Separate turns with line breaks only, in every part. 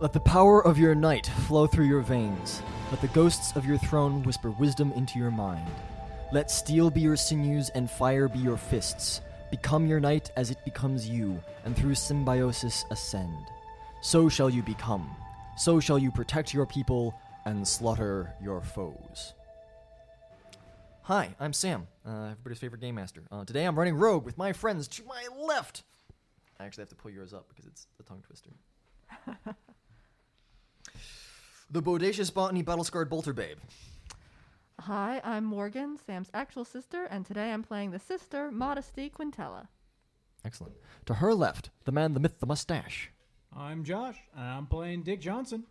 Let the power of your night flow through your veins. Let the ghosts of your throne whisper wisdom into your mind. Let steel be your sinews and fire be your fists. Become your knight as it becomes you, and through symbiosis ascend. So shall you become. So shall you protect your people and slaughter your foes. Hi, I'm Sam, uh, everybody's favorite game master. Uh, today I'm running Rogue with my friends to my left. I actually have to pull yours up because it's a tongue twister. the Bodacious Botany Battle-Scarred Bolter Babe.
Hi, I'm Morgan, Sam's actual sister, and today I'm playing the sister, Modesty Quintella.
Excellent. To her left, the man, the myth, the mustache.
I'm Josh, and I'm playing Dick Johnson.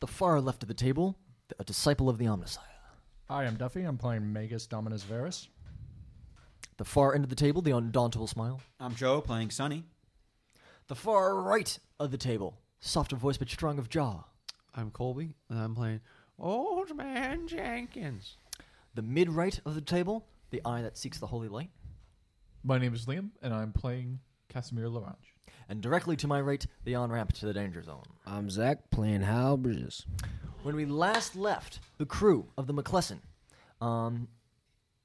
The far left of the table, th- a disciple of the Omnissiah.
Hi, I'm Duffy. I'm playing Magus Dominus Verus.
The far end of the table, the undauntable smile.
I'm Joe playing Sonny.
The far right of the table, soft of voice but strong of jaw.
I'm Colby, and I'm playing Old Man Jenkins.
The mid right of the table, the eye that seeks the holy light.
My name is Liam, and I'm playing Casimir Larange.
And directly to my right, the on ramp to the danger zone.
I'm Zach playing Hal Bridges.
When we last left the crew of the McClesson, um,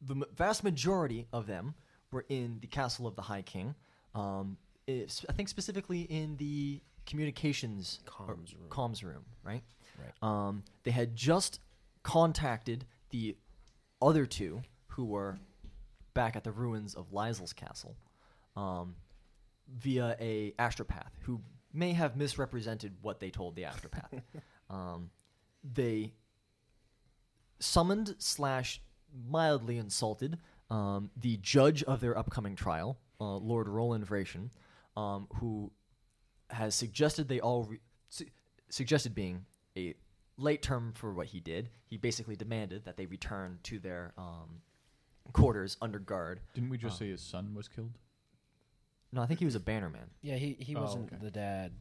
the m- vast majority of them were in the castle of the High King. Um, it's- I think specifically in the communications or
Comms room.
comms room, right?
Right.
Um, they had just contacted the other two who were back at the ruins of Lysel's castle um, via a astropath who may have misrepresented what they told the astropath. um, they summoned slash mildly insulted um, the judge of their upcoming trial, uh, Lord Roland Vration, um, who has suggested they all re- su- suggested being a late term for what he did. He basically demanded that they return to their um, quarters under guard.
Didn't we just say his son was killed?
No, I think he was a bannerman.
Yeah, he, he
Oh,
wasn't
okay.
the dad.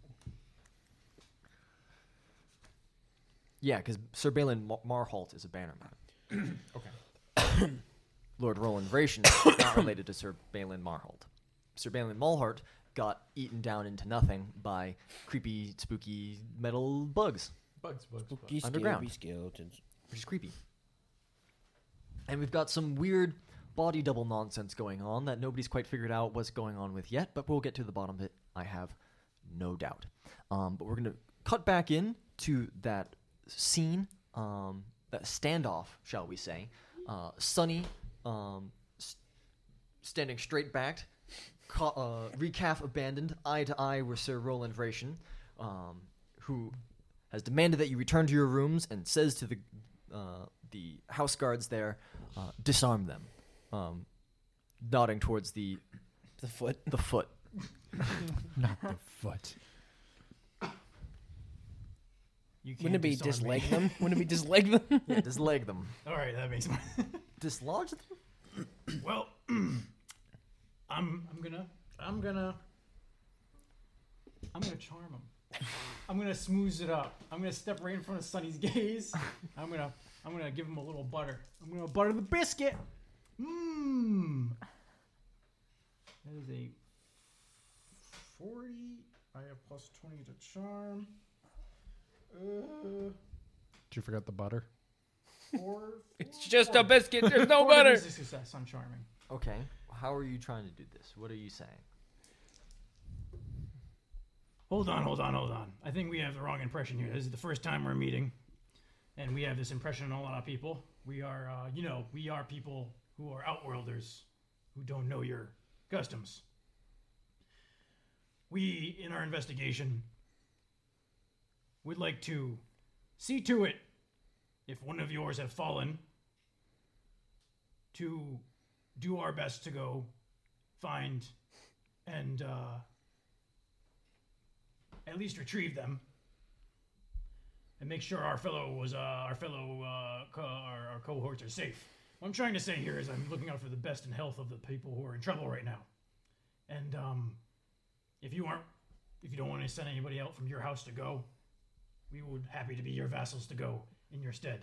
Yeah, because Sir Balin Mar- Marholt is a bannerman.
Okay.
Lord Roland Vration is not related to Sir Balin Marholt. Sir Balin Marholt got eaten down into nothing by creepy, spooky metal bugs,
Bugs, bugs, bugs.
Spooky,
Underground.
scary skeletons.
which is creepy. And we've got some weird body double nonsense going on that nobody's quite figured out what's going on with yet, but we'll get to the bottom of it, I have no doubt. Um, but we're going to cut back in to that scene, um, that standoff, shall we say. Uh, Sunny um, s- standing straight backed, ca- uh, recaf abandoned, eye to eye with Sir Roland Vration, um, who has demanded that you return to your rooms and says to the uh, the house guards there, uh, disarm them, um, nodding towards the
The foot.
the foot.
Not the foot.
You can't
Wouldn't it be
disarm me.
disleg them? Wouldn't it be disleg them?
Yeah, disleg them,
All right, that makes more.
dislodge them.
well, I'm I'm gonna I'm gonna I'm gonna charm him. I'm gonna smooth it up. I'm gonna step right in front of Sonny's gaze. I'm gonna I'm gonna give him a little butter. I'm gonna butter the biscuit. Mmm. That is a forty. I have plus twenty to charm. Uh,
Did you forget the butter?
four.
It's just a biscuit. There's no
four
butter.
degrees of success on charming.
Okay, how are you trying to do this? What are you saying?
Hold on, hold on, hold on. I think we have the wrong impression here. This is the first time we're meeting, and we have this impression on a lot of people. We are, uh, you know, we are people who are outworlders who don't know your customs. We, in our investigation, would like to see to it if one of yours have fallen to do our best to go find and uh, at least retrieve them and make sure our fellow was uh, our fellow uh, co- our, our cohorts are safe. What I'm trying to say here is I'm looking out for the best and health of the people who are in trouble right now. And um, if you aren't, if you don't want to send anybody out from your house to go, we would happy to be your vassals to go in your stead.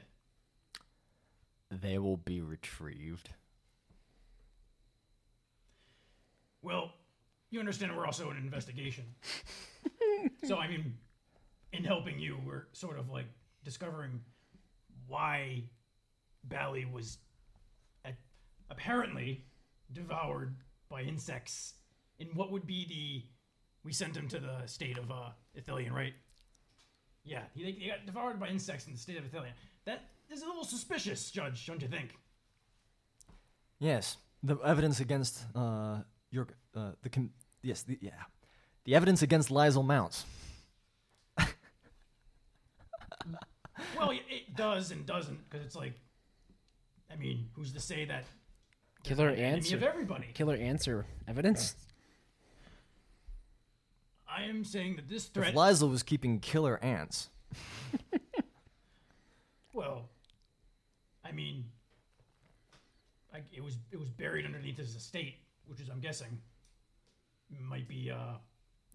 They will be retrieved.
Well, you understand we're also an investigation. so I mean, in in helping you, we're sort of like discovering why Bally was a- apparently devoured by insects in what would be the. We sent him to the state of uh, Ithilien, right? Yeah, he, he got devoured by insects in the state of Ithilien. That is a little suspicious, Judge, don't you think?
Yes, the evidence against uh, your uh, the com- yes the, yeah the evidence against Lizel mounts.
Well, it- it does and doesn't, because it's like, I mean, who's to say that
Killer
enemy of
answer.
everybody?
Killer answer. Evidence.
I am saying that this threat.
If Lizel was keeping killer ants,
Well, I mean, I, it was it was buried underneath his estate, which is I'm guessing might be uh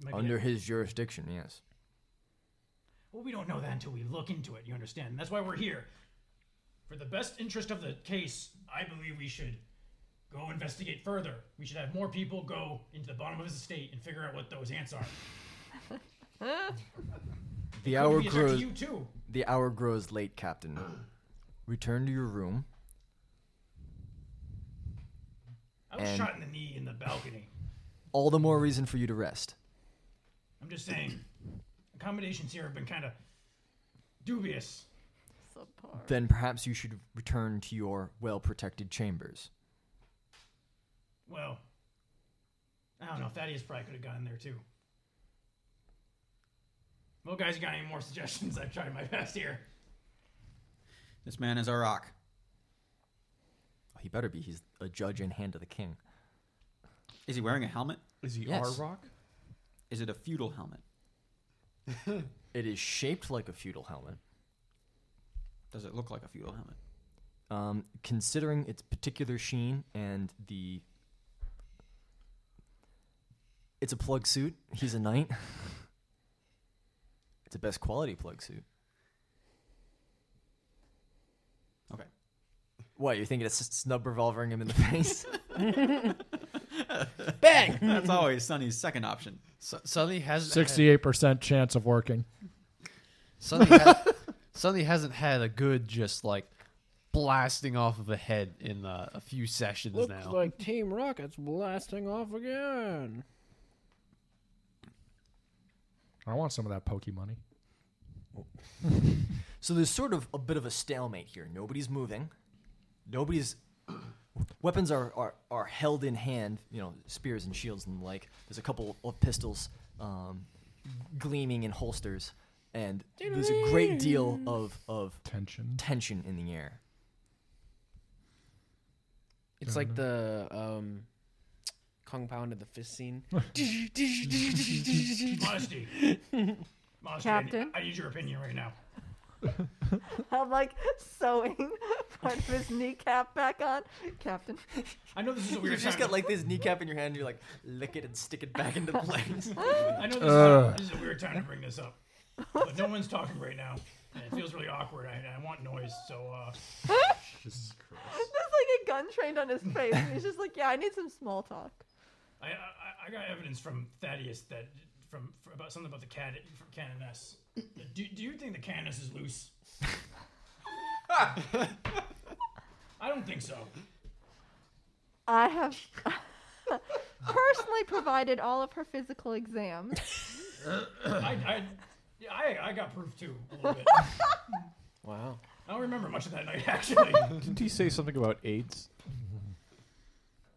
might be
under
a-
his jurisdiction, yes.
well, we don't know that until we look into it. You understand? And that's why we're here. For the best interest of the case, I believe we should go investigate further. We should have more people go into the bottom of his estate and figure out what those ants are.
The
Could
hour
be a threat to
grows.
you too.
The hour grows late, Captain. Return to your room.
I was
And-
shot in the knee in the balcony.
All the more reason for you to rest.
I'm just saying, accommodations here have been kind of dubious.
Subpar.
Then perhaps you should return to your well-protected chambers.
Well, I don't know. Thaddeus probably could have gotten there too. Well, guys, you got any more suggestions? I've tried my best here.
This man is a rock.
Oh, he better be. He's a judge in hand of the king.
Is he wearing a helmet?
Is he
Yes.
our rock?
Is it a feudal helmet?
It is shaped like a feudal helmet.
Does it look like a feudal helmet?
Um, considering its particular sheen and the, it's a plug suit. He's a knight. it's a best quality plug suit.
Okay.
What you're thinking? It's snub revolvering him in the face.
Bang.
That's always Sonny's second option.
So, suddenly has
Sixty-eight percent chance of working.
Suddenly, ha- suddenly hasn't had a good just like blasting off of the head in uh, a few sessions
Looks
now.
like Team Rocket's blasting off again.
I want some of that pokey money.
so there's sort of a bit of a stalemate here. Nobody's moving. Nobody's weapons are, are are held in hand. You know, spears and shields and the like. There's a couple of pistols um, gleaming in holsters, and there's a great deal of of
Tension.
tension in the air.
It's like the
Uh-huh.
um, Kung Pound of the fist scene.
Modesty. Modesty, I-
Captain?
I, need your opinion right now.
I'm like sewing part of his kneecap back on. Captain,
I know this is a weird
You've just
time.
got like this kneecap in your hand. You're like, lick it and stick it back into place.
I know this,
Ugh.
is, this is a weird time to bring this up, but no one's talking right now, and it feels really awkward. I, I want noise, so uh,
there's like a gun trained on his face. And he's just like, yeah, I need some small talk.
I, I I got evidence from Thaddeus that from, from about something about the cat from canoness. Do, do you think the canoness is loose? I don't think so.
I have personally provided all of her physical exams.
I I, yeah, I I got proof too a little bit.
wow.
I don't remember much of that night actually.
Didn't he say something about AIDS?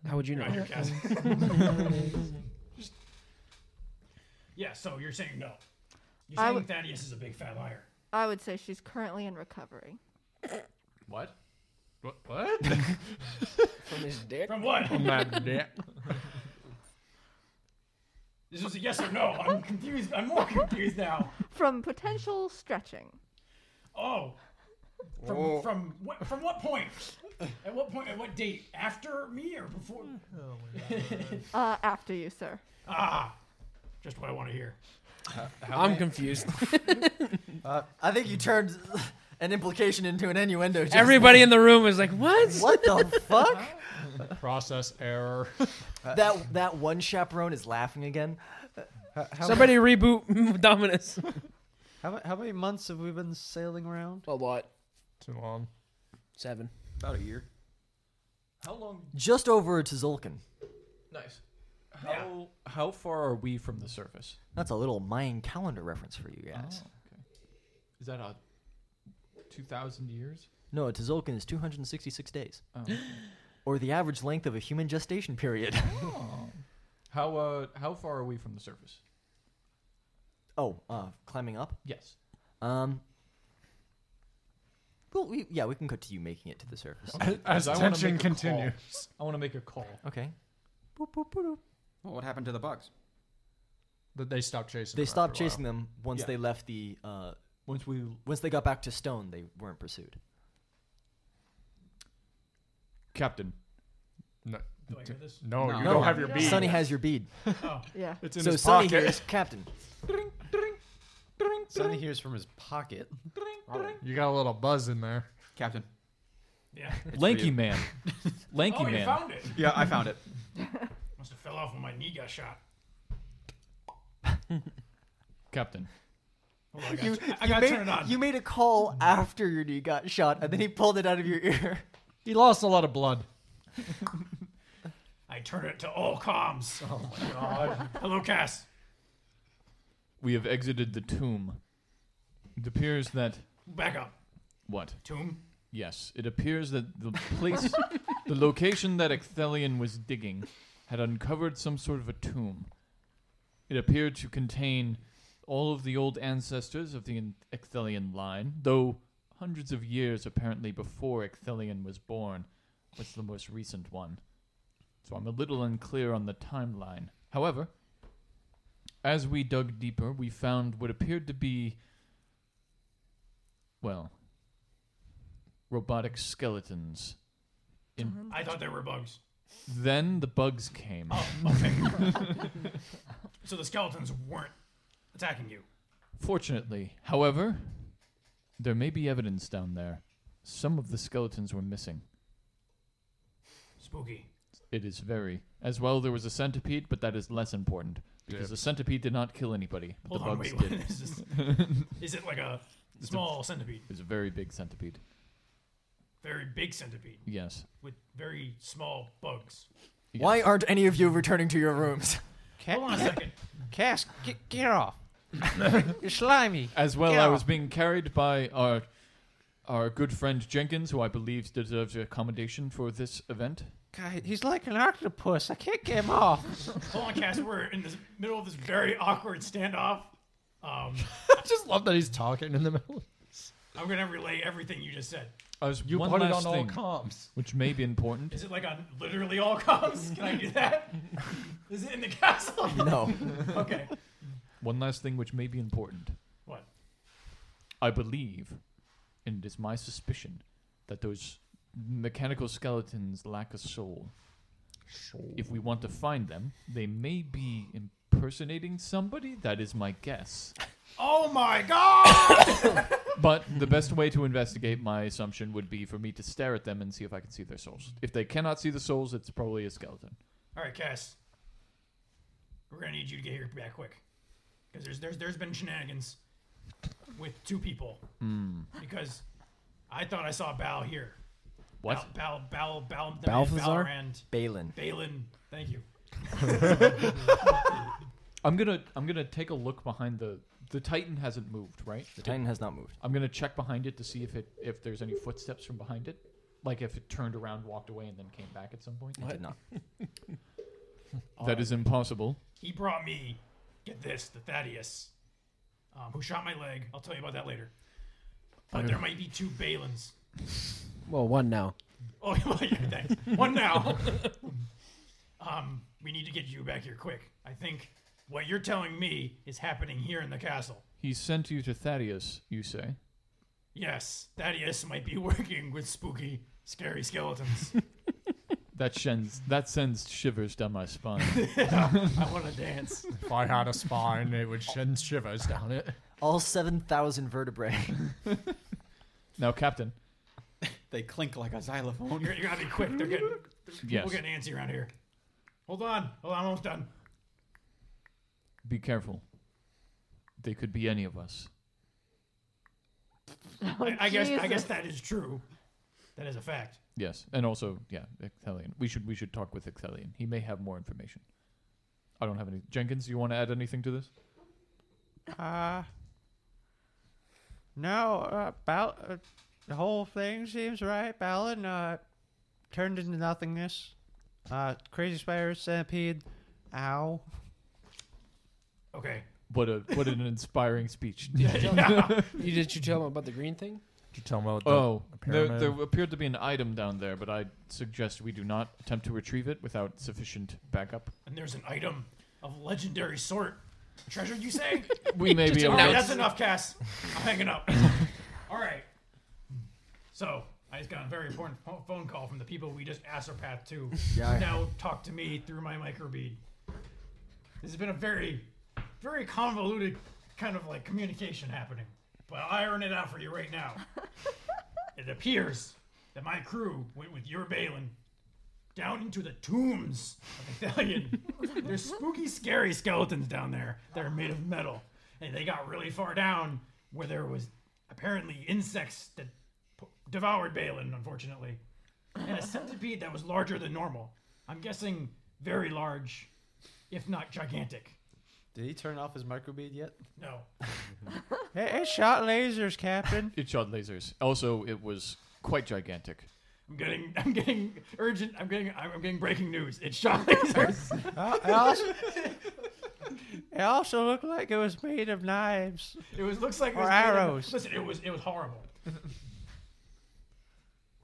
How would you
Right,
know?
you're cast. Just- yeah. So you're saying no. You're
I
saying
would-
Thaddeus is a big fat liar.
I would say she's currently in recovery.
What? What? What?
From his dick?
From what? This was a yes or no. I'm confused. I'm more confused now.
From potential stretching.
Oh. From from what from what point? At what point? At what date? After me or before?
Uh, after you, sir.
Ah, just what I want to hear.
I'm confused.
I think you turned an implication into an innuendo. Just
Everybody in the room is like, what?
What the fuck?
Process error.
that that one chaperone is laughing again.
Somebody reboot Dominus.
How, how many months have we been sailing around?
A lot.
Too long.
Seven.
About a year.
How long?
Just over to Zulkin.
Nice. How
Yeah.
how far are we from the surface?
That's a little Mayan calendar reference for you guys.
Oh, okay. Is that a two thousand years?
No, to Zulkin is 266 days,
Oh.
or the average length of a human gestation period.
how uh how far are we from the surface?
oh, uh, climbing up.
Yes.
Um. Well, we, yeah, we can cut to you making it to the surface.
As
'Cause I wanna
tension
make a call.
continues.
I want to make a call.
Okay.
Well, what happened to the bugs?
That they stopped chasing.
They
her after
stopped
a while.
chasing them once
Yeah.
they left the. Uh,
Once we
once they got back to stone, they weren't pursued.
Captain.
No,
Do I hear this?
no,
No.
you
No.
don't have your
Yeah.
bead.
Sonny has your bead.
Oh,
Yeah.
It's in
so
his
Sonny
pocket.
here is captain.
Sonny hears from his pocket.
You got a little buzz in there.
Captain.
yeah.
it's for
Lanky
you.
man. Lanky
oh, you
man.
found it.
Yeah, I found it.
Must have fell off when my knee got shot.
Captain.
Hold on, I got, I got to turn it on.
You made a call after your knee got shot, and then he pulled it out of your ear.
He lost a lot of blood.
I turn it to all comms. Oh my god. Hello, Cass.
We have exited the tomb. It appears that
Back up.
what?
Tomb.
Yes, it appears that the place, the location that Ecthelion was digging, had uncovered some sort of a tomb. It appeared to contain all of the old ancestors of the en- Ecthelion line, though hundreds of years apparently before Ecthelion was born was the most recent one. So I'm a little unclear on the timeline. However, as we dug deeper, we found what appeared to be, well, robotic skeletons.
I thought there were bugs.
Then the bugs came.
Oh, okay. so the skeletons weren't attacking you.
Fortunately, however, there may be evidence down there. Some of the skeletons were missing.
Spooky.
It is very. As well, there was a centipede, but that is less important because
Yeah.
the centipede did not kill anybody. but
Hold
the
on,
bugs
wait.
did.
What is, this? is it like a small centipede?
It was a very big centipede.
Very big centipede
Yes.
with very small bugs.
Yes.
Why aren't any of you returning to your rooms?
Hold on a second.
Cass, get, get off. You're slimy.
As well,
Get
I
off.
was being carried by our our good friend Jenkins, who I believe deserves accommodation for this event.
God, he's like an octopus. I can't get him off.
Hold on, Cass. We're in the middle of this very awkward standoff. Um,
I just love that he's talking in the middle.
I'm gonna relay everything you just said.
I was
You
one
put it
last
on all
thing,
comms.
which may be important.
Is it like on literally all comms? Can I do that? Is it in the castle?
no.
Okay.
One last thing which may be important.
What?
I believe, and it is my suspicion, that those mechanical skeletons lack a soul. If we want to find them, they may be impersonating somebody. That is my guess.
Oh my god!
But the best way to investigate my assumption would be for me to stare at them and see if I can see their souls. If they cannot see the souls, it's probably a skeleton.
All right, Cass. We're gonna need you to get here back quick, because there's there's there's been shenanigans with two people. Because I thought I saw Bal here.
What?
Bal Bal Bal Bal
Balthazar?
Balrand
Balin.
Balin. Thank you.
I'm gonna I'm gonna take a look behind the the Titan hasn't moved, right?
The Titan has not moved.
I'm gonna check behind it to see if it if there's any footsteps from behind it, like if it turned around, walked away, and then came back at some point.
It did not.
That is impossible.
He brought me. Get this, the Thaddeus, um, who shot my leg. I'll tell you about that later. But there might be two Balins.
Well, one now.
Oh, well, yeah, thanks. One now. um, we need to get you back here quick. I think what you're telling me is happening here in the castle.
He sent you to Thaddeus, you say?
Yes, Thaddeus might be working with spooky, scary skeletons.
That sends that sends shivers down my spine.
I want to dance.
If I had a spine, it would send shivers down it.
All 7,000 vertebrae.
now, Captain.
They clink like a xylophone.
You're, you're gonna be quick. They're getting
Yes.
people getting antsy around here. Hold on. Hold on. I'm almost done.
Be careful. They could be any of us.
Oh,
I, I guess I guess
Jesus.
that is true. That is a fact.
Yes, and also yeah, Ecthelion. We should we should talk with Ecthelion. He may have more information. I don't have any. Jenkins, you want to add anything to this?
Uh, no, uh, Bal- uh, the whole thing seems right. Balin uh, turned into nothingness. Uh, crazy spider, centipede. Ow.
Okay.
What a what an inspiring speech.
You did you tell him about the green thing?
Did you tell him about
oh,
the
there,
pyramid?
there appeared to be an item down there, but I suggest we do not attempt to retrieve it without sufficient backup.
And there's an item of legendary sort. Treasured, you say?
We may be able.
All right, that's
to...
enough, Cass. I'm hanging up. All right. So I just got a very important pho- phone call from the people we just asked our path to.
Yeah.
Now talk to me through my microbead. This has been a very, very convoluted kind of like communication happening, but I'll iron it out for you right now. it appears that my crew went with your Balin down into the tombs of the Thalian. There's spooky, scary skeletons down there that are made of metal. And they got really far down where there was apparently insects that p- devoured Balin, unfortunately. And a centipede that was larger than normal. I'm guessing very large, if not gigantic.
Did he turn off his microbead yet?
No.
It, it shot lasers, Captain.
It shot lasers. Also, it was quite gigantic.
I'm getting, I'm getting urgent. I'm getting, I'm getting breaking news. It shot lasers.
Uh, it, also, it also looked like it was made of knives.
It was looks like it
Or
was made of-
arrows.
listen, it was it was horrible.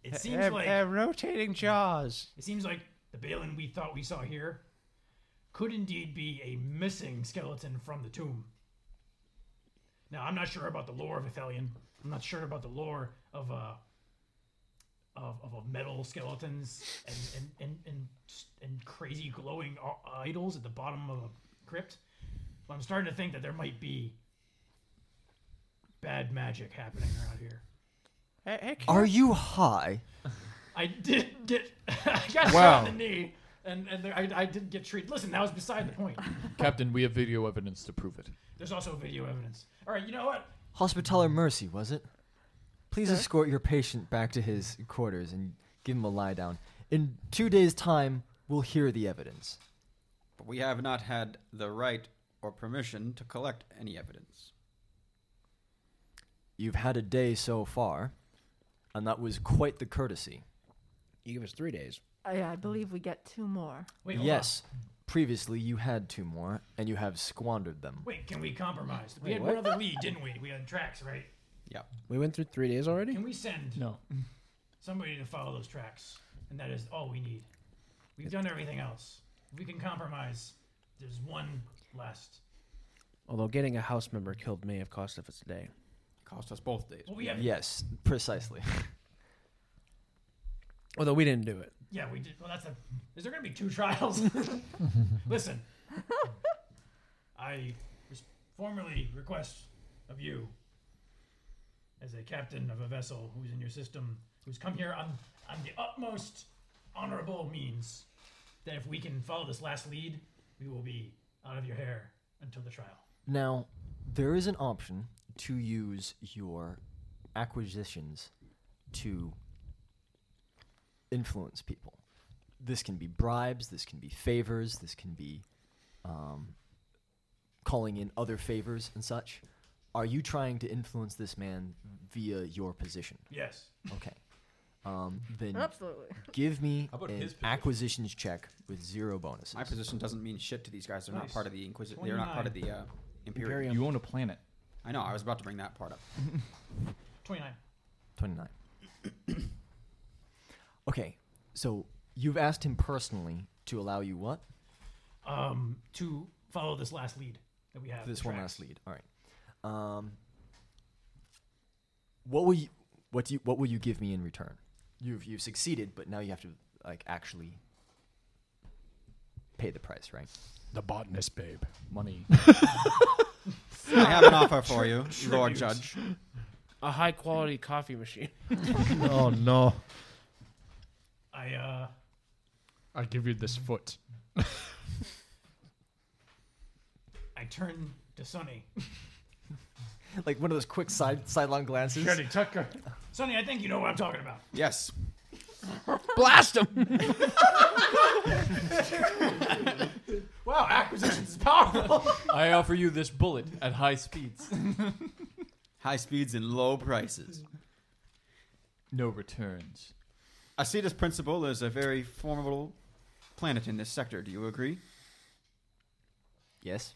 It seems
and,
like
and rotating jaws.
it seems like the Balin we thought we saw here could indeed be a missing skeleton from the tomb. Now I'm not sure about the lore of Ithelion. I'm not sure about the lore of uh of, of, of metal skeletons and and, and, and and crazy glowing i- idols at the bottom of a crypt. But I'm starting to think that there might be bad magic happening around here.
Hey, hey, Cap-
Are you high?
I did get I got
Wow.
shot in the knee, and and there, I, I did get treated. Listen, that was beside the point.
Captain, we have video evidence to prove it.
There's also video evidence. All right, you know what?
Hospitaller Mercy, was it? Please escort your patient back to his quarters and give him a lie down. In two days' time, we'll hear the evidence.
But we have not had the right or permission to collect any evidence.
You've had a day so far, and that was quite the courtesy.
You give us three days.
I, Uh, I believe we get two more.
Wait, hold
yes, previously you had two more, and you have squandered them.
on. Wait, can we compromise? we had one other lead, didn't we? We had tracks, right?
Yeah.
We went through three days already.
Can we send
No.
somebody to follow those tracks? And that is all we need. We've done everything else. If we can compromise, there's one last.
Although getting a house member killed may have cost us a day.
Cost us both days.
Well, we have. Yeah,
Yes, precisely.
Although we didn't do it.
we did. Well, that's a. Is there going to be two trials? Listen, I res- formally request of you, as a captain of a vessel who's in your system, who's come here on, on the utmost honorable means, that if we can follow this last lead, we will be out of your hair until the trial.
Now, there is an option to use your acquisitions to influence people. This can be bribes, this can be favors, this can be um, calling in other favors and such. Are you trying to influence this man via your position?
Yes.
Okay. Um, then
Absolutely.
give me
How about his
an
position?
acquisitions check with zero bonuses.
My position doesn't mean shit to these guys. They're
Nice.
not part of the Inquisition. They're not part of the uh, Imperium.
Imperium.
You own a planet.
I know. I was about to bring that part up.
29.
29. okay, so you've asked him personally to allow you what?
Um, to follow this last lead that we have.
This
the
one
tracks.
last lead. All right. Um, what will you what do you what will you give me in return? You've you've succeeded, but now you have to like actually pay the price, right?
the botanist babe.
Money.
I have an offer for you, Lord Judge.
A high quality coffee machine.
oh no!
I, uh,
I give you this foot.
I turn to Sonny
like one of those quick side sidelong glances.
Tucker.
Sonny, I think you know what I'm talking about.
Yes.
Blast him!
Wow, acquisitions is powerful.
I offer you this bullet at high speeds.
High speeds and low prices.
No returns.
Acetus Principle is a very formidable planet in this sector. Do you agree?
Yes.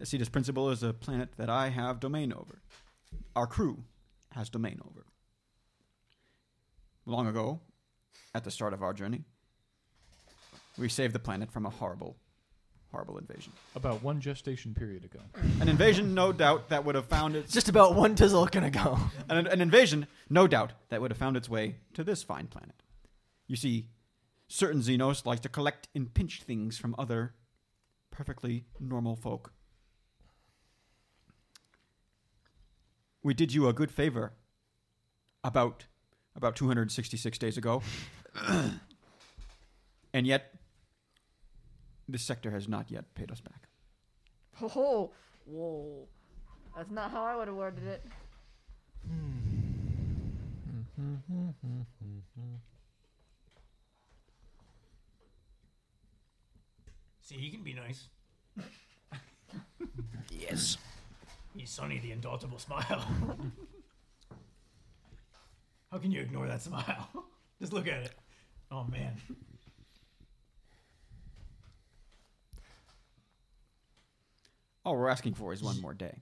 Acetus Principle is a planet that I have domain over. Our crew has domain over. Long ago, at the start of our journey, we saved the planet from a horrible, horrible invasion.
About one gestation period ago.
An invasion, no doubt, that would have found its
Just about one tizzle gonna go.
an, an invasion, no doubt, that would have found its way to this fine planet. You see, certain Xenos like to collect and pinch things from other perfectly normal folk. We did you a good favor about about 266 days ago. and yet this sector has not yet paid us back.
Whoa, Oh, whoa. That's not how I would have worded it.
See, he can be nice.
yes.
He's Sonny the Indomitable Smile. How can you ignore that smile? Just look at it. Oh man.
All we're asking for is one more day.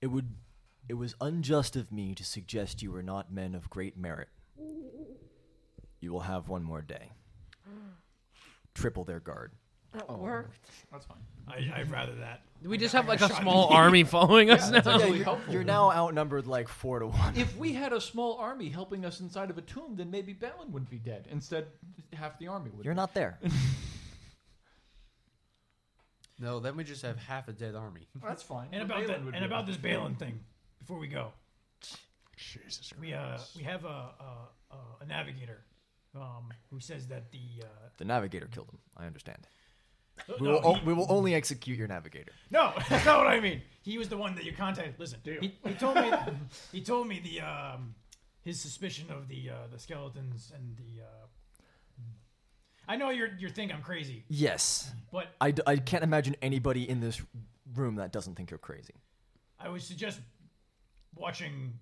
It would. It was unjust of me to suggest you were not men of great merit. You will have one more day. Triple their guard.
That
Oh.
worked.
That's fine.
I, I'd rather that.
Do we just have like a small army following us now?
Really
you're,
helpful.
you're now outnumbered like four to one.
If we had a small army helping us inside of a tomb, then maybe Balin would be dead. Instead, half the army would.
You're not there.
No, then we just have half a dead army.
That's fine.
And about that, and about this Balin thing. Before we go,
Jesus
we uh we have a a, a- a navigator, um, who says that the uh,
The navigator killed him. I understand. We
no,
will, o-
he-
we will only execute your navigator.
No, that's not what I mean. He was the one that you contacted. Listen, he, he told me he told me the um, his suspicion of the uh, the skeletons and the. Uh, I know you're you think I'm crazy,
Yes.
but
I, d- I can't imagine anybody in this room that doesn't think you're crazy.
I would suggest watching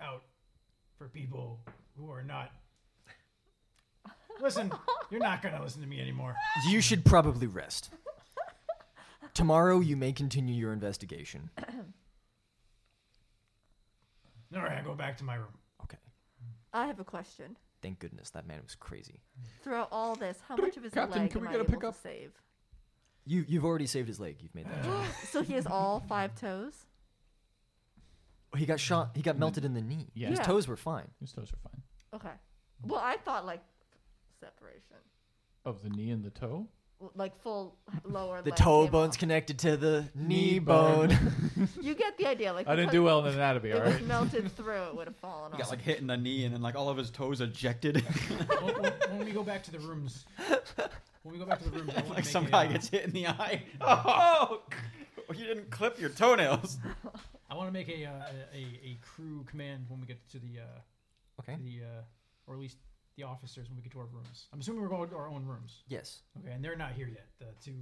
out for people who are not. Listen, you're not gonna listen to me anymore.
You should probably rest. Tomorrow you may continue your investigation.
All right, I go back to my room.
Okay.
I have a question.
Thank goodness that man was crazy.
Throughout all this, how much of his
Captain,
leg
can we
am I
get a
able
pickup?
to save?
You you've already saved his leg. You've made that. choice.
So he has all five toes.
He got shot. He got melted in the knee.
Yeah.
His
Yeah.
toes were fine.
His toes are fine.
Okay. Well, I thought like separation,
Of the knee and the toe?
L- like full lower.
The
leg
toe
came
bone's
off.
connected to the knee,
Knee
bone.
bone.
You get the idea. Like
I didn't
because
do well in anatomy,
It
all
was
right?
melted through. It would have fallen
He
off.
got like hit in the knee and then like all of his toes ejected.
When, when, when we go back to the rooms, when we go back to the rooms, I want
like
to make
somebody
a, uh,
gets hit in the eye. Oh, you didn't clip your toenails.
I want to make a, uh, a a a crew command when we get to the uh,
okay.
to the uh, or at least the officers when we get to our rooms. I'm assuming we're going to our own rooms.
Yes.
Okay, and they're not here yet. The two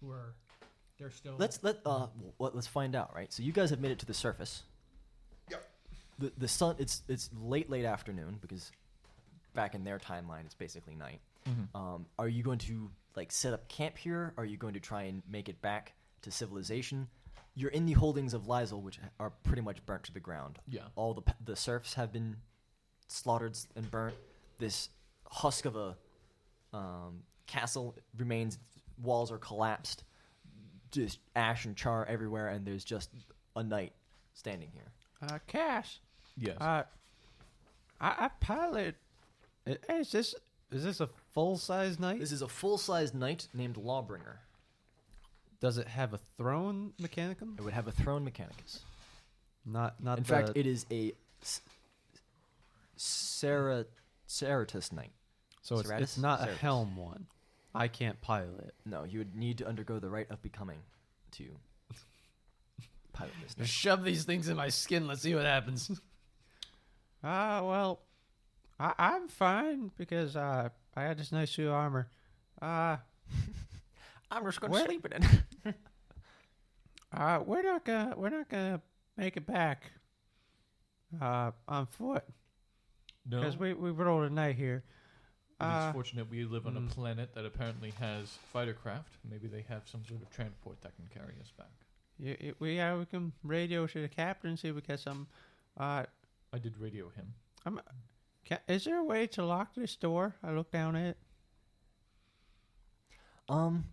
who are they're still.
Let's let uh w- let, let's find out, right? So you guys have made it to the surface. Yep. The the sun it's it's late late afternoon because back in their timeline it's basically night.
Mm-hmm.
Um, are you going to like set up camp here? Are you going to try and make it back to civilization? You're in the holdings of Lysel, which are pretty much burnt to the ground.
Yeah.
All the p- the serfs have been slaughtered and burnt. This husk of a um, castle remains. Walls are collapsed just ash and char everywhere, and there's just a knight standing here.
Uh, Cash.
Yes.
Uh, I, I pilot. i- Is this is this a full size knight?
This is a full-sized knight named Lawbringer.
Does it have a throne mechanicum?
It would have a throne mechanicus.
Not not.
In
the,
fact, it is a s- Cera- Ceratus knight.
so it's,
Ceratus?
it's not a
Ceratus.
helm one.
I can't pilot.
No, you would need to undergo the rite of becoming to pilot this. thing.
Just shove these things in my skin. Let's see what happens.
Ah, well, I, I'm fine because uh, I got this nice suit of armor. Uh,
I'm just gonna
Where-
sleep in it.
uh, we're not gonna we're not gonna make it back. Uh, on foot
No,
because we we rolled a night here.
it's
Uh,
fortunate we live on
mm.
a planet that apparently has fighter craft. Maybe they have some sort of transport that can carry us back.
y y- we yeah we can radio to the captain see if we get some. Uh,
I did radio him.
ca is there a way to lock this door? I looked down at it.
Um,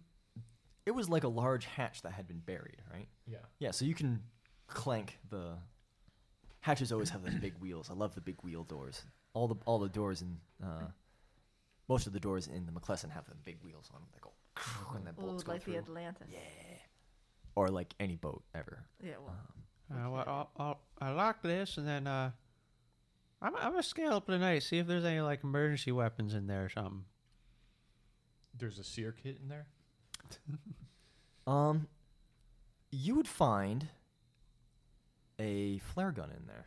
it was like a large hatch that had been buried, right?
Yeah.
Yeah, so you can clank the hatches. Always have those big wheels. I love the big wheel doors. All the all the doors in uh, most of the doors in the McClellan have them big wheels on them. They go and then
Ooh,
bolts go
like
through.
the Atlantis.
yeah, or like any boat ever.
Yeah. well,
Uh, well, I'll, I'll, I lock this and then uh, I'm I'm gonna scale up the night see if there's any like emergency weapons in there or something.
There's a seer kit in there.
Um, you would find a flare gun in there.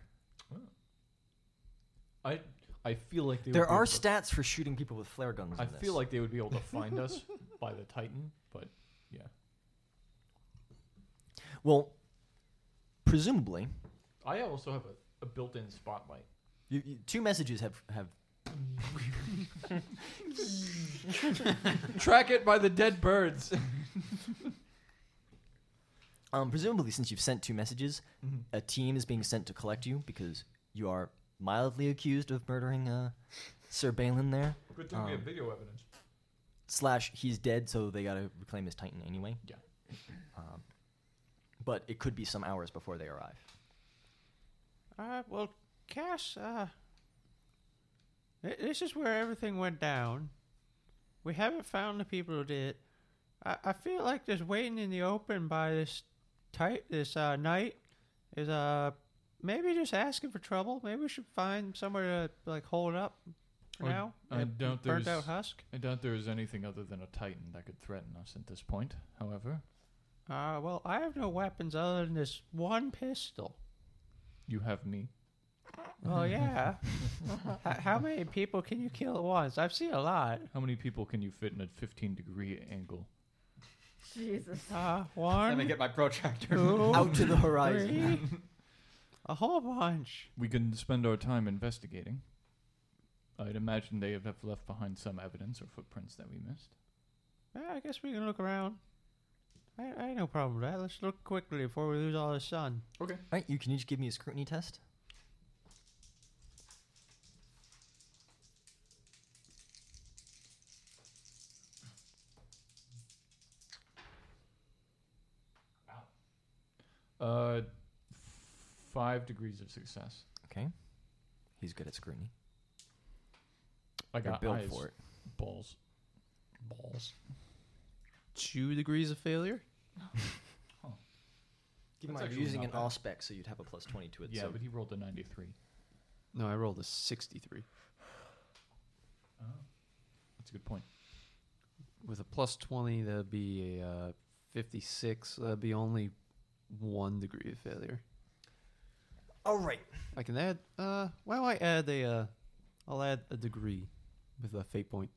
I I feel like they would
There
be able
are
to-
stats for shooting people with flare guns.
I
in this.
feel like they would be able to find us by the Titan, but yeah,
well, presumably,
I also have a, a built-in spotlight.
you, you, two messages have have
Track it by the dead birds.
Um, presumably, since you've sent two messages,
Mm-hmm.
a team is being sent to collect you because you are mildly accused of murdering uh, Sir Balin there.
Good
thing we have Um,
video evidence.
Slash, he's dead, so they gotta reclaim his Titan anyway.
Yeah.
Um, but it could be some hours before they arrive.
Uh, well, Cass, uh, thi- this is where everything went down. We haven't found the people who did it. I, I feel like just waiting in the open by this tight this uh, night is uh maybe just asking for trouble. Maybe we should find somewhere to like hold up for
I-
now.
I
Uh,
doubt
burnt out
there's-
husk.
I doubt there is anything other than a Titan that could threaten us at this point. However,
Uh, well, I have no weapons other than this one pistol.
you have me.
Well, yeah. H- how many people can you kill at once? I've seen a lot.
How many people can you fit in a 15 degree angle?
Jesus.
Uh,
Let
one.
me get my protractor.
Two,
Out to the horizon.
three, a whole bunch.
We can spend our time investigating. I'd imagine they have have left behind some evidence or footprints that we missed.
Yeah, I guess we can look around. I, I have no problem with that. Let's look quickly before we lose all the sun.
Alright, you can each give me a scrutiny test.
Uh, five degrees of success.
Okay. He's good at scrutiny.
I
You're
got
built
eyes,
for it.
balls, balls.
Two degrees of failure.
Keep in mind,
That's
you're
actually
using
not
an
bad.
all spec, so you'd have a plus 20 to it.
yeah,
so
but he rolled a 93.
No, I rolled a sixty-three
That's a good point.
with a plus twenty. That'd be a uh, fifty-six. That'd be only one degree of failure.
Alright.
I can add. Uh, why don't I add a? Uh, I'll add a degree with a fate point.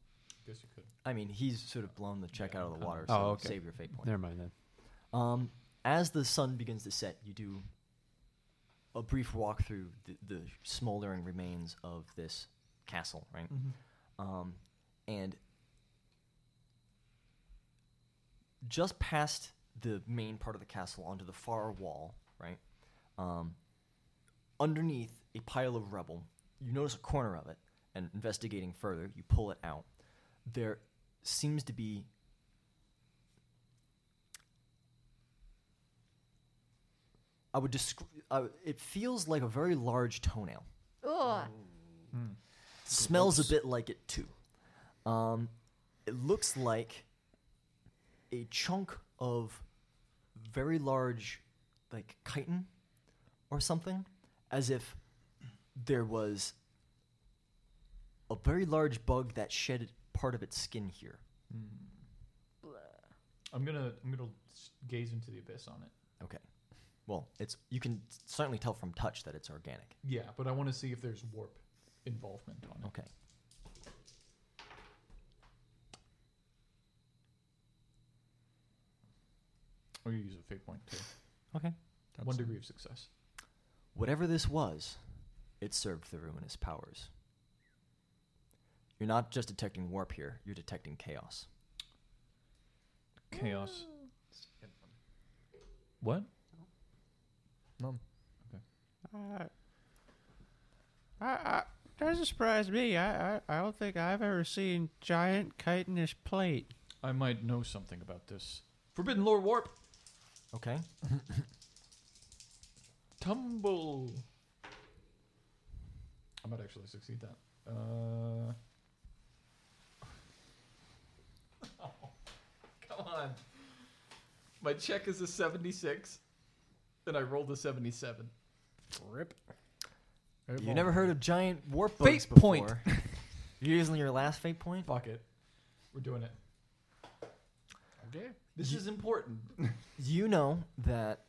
Guess you could.
I mean, he's sort of blown the check out of the water, so
Oh, okay.
save your fate point.
Never mind then.
Um, as the sun begins to set, you do a brief walk through the, the smoldering remains of this castle, right?
Mm-hmm.
Um, and just past the main part of the castle, onto the far wall, right? Um, underneath a pile of rubble, you notice a corner of it, and investigating further, you pull it out. There seems to be I would describe. Uh, it feels like a very large toenail.
Ugh.
Smells a bit like it too. Um, it looks like a chunk of very large, like chitin or something, as if there was a very large bug that shed part of its skin here.
Hmm. I'm gonna I'm gonna s- gaze into the abyss on it.
Okay. Well, it's you can certainly tell from touch that it's organic.
Yeah, but I want to see if there's warp involvement on it.
Okay.
Or you use a fake point too.
Okay.
One degree of success.
Whatever this was, it served the ruinous powers. You're not just detecting warp here, you're detecting chaos.
Chaos. What?
Uh, I, I, doesn't surprise me. I, I, I don't think I've ever seen giant chitinous plate.
I might know something about this. Forbidden lore warp.
Okay?
Tumble. I might actually succeed that. Uh. come on. My check is a 76, and I rolled a 77.
Rip.
You never heard of giant warp bugs
Fate point.
before. you're using your last fate point?
Fuck it. We're doing it. Okay. This is important.
You know that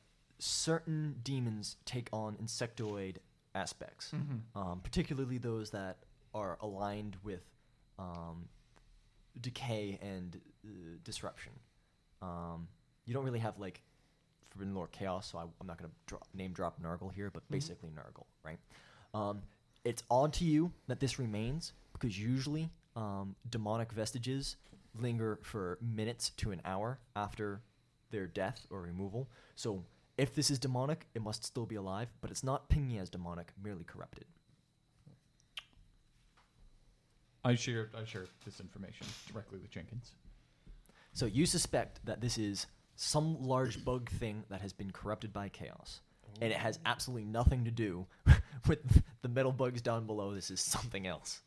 certain demons take on insectoid aspects,
Mm-hmm.
um, particularly those that are aligned with um, decay and uh, disruption. Um, you don't really have like Forbidden Lore Chaos, so I, I'm not going to dro- name drop Nurgle here, but basically Nurgle, right? Um, it's odd to you that this remains because usually um, demonic vestiges linger for minutes to an hour after their death or removal. So if this is demonic, it must still be alive, but it's not pinging as demonic, merely corrupted.
I share I share this information directly with Jenkins.
So you suspect that this is some large bug thing that has been corrupted by chaos. And it has absolutely nothing to do with the metal bugs down below. This is something else.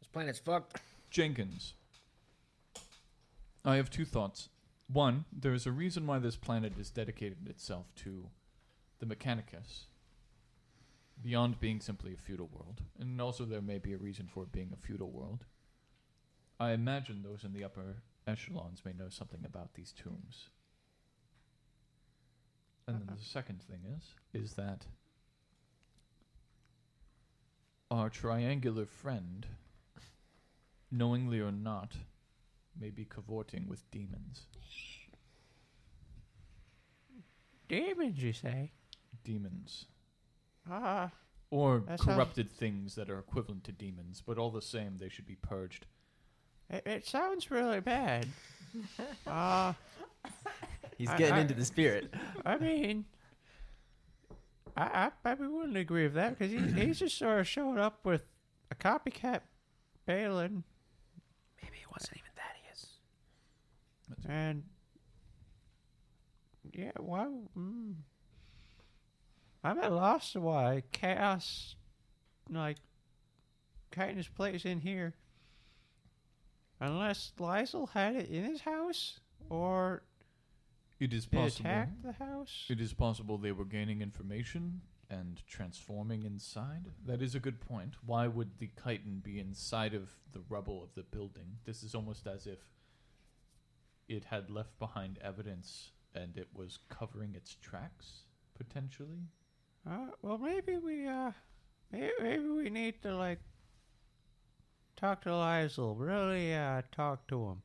This planet's fucked.
Jenkins. I have two thoughts. One, there is a reason why this planet is dedicated itself to the Mechanicus beyond being simply a feudal world. And also, there may be a reason for it being a feudal world. I imagine those in the upper echelons may know something about these tombs. And then the second thing is, is that our triangular friend knowingly or not, may be cavorting with demons.
Demons, you say?
Demons.
Ah,
Or
That sounds-
corrupted things that are equivalent to demons, but all the same, they should be purged.
it, it sounds really bad. Ah,
He's
I-
getting
I-
into the spirit.
I mean, I, I probably wouldn't agree with that because he, he's just sort of showed up with a copycat Balin. Maybe it wasn't even Thaddeus.
That's-
And yeah, why? Mm, I'm at loss why chaos, like, kindness plays in here. Unless Lysel had it in his house, or
It is
they
possible.
attacked the house.
It is possible they were gaining information and transforming inside. That is a good point. Why would the chitin be inside of the rubble of the building? This is almost as if it had left behind evidence and it was covering its tracks, potentially.
Uh, well, maybe we uh, maybe, maybe we need to like talk to Lizel. Really, uh, talk to him.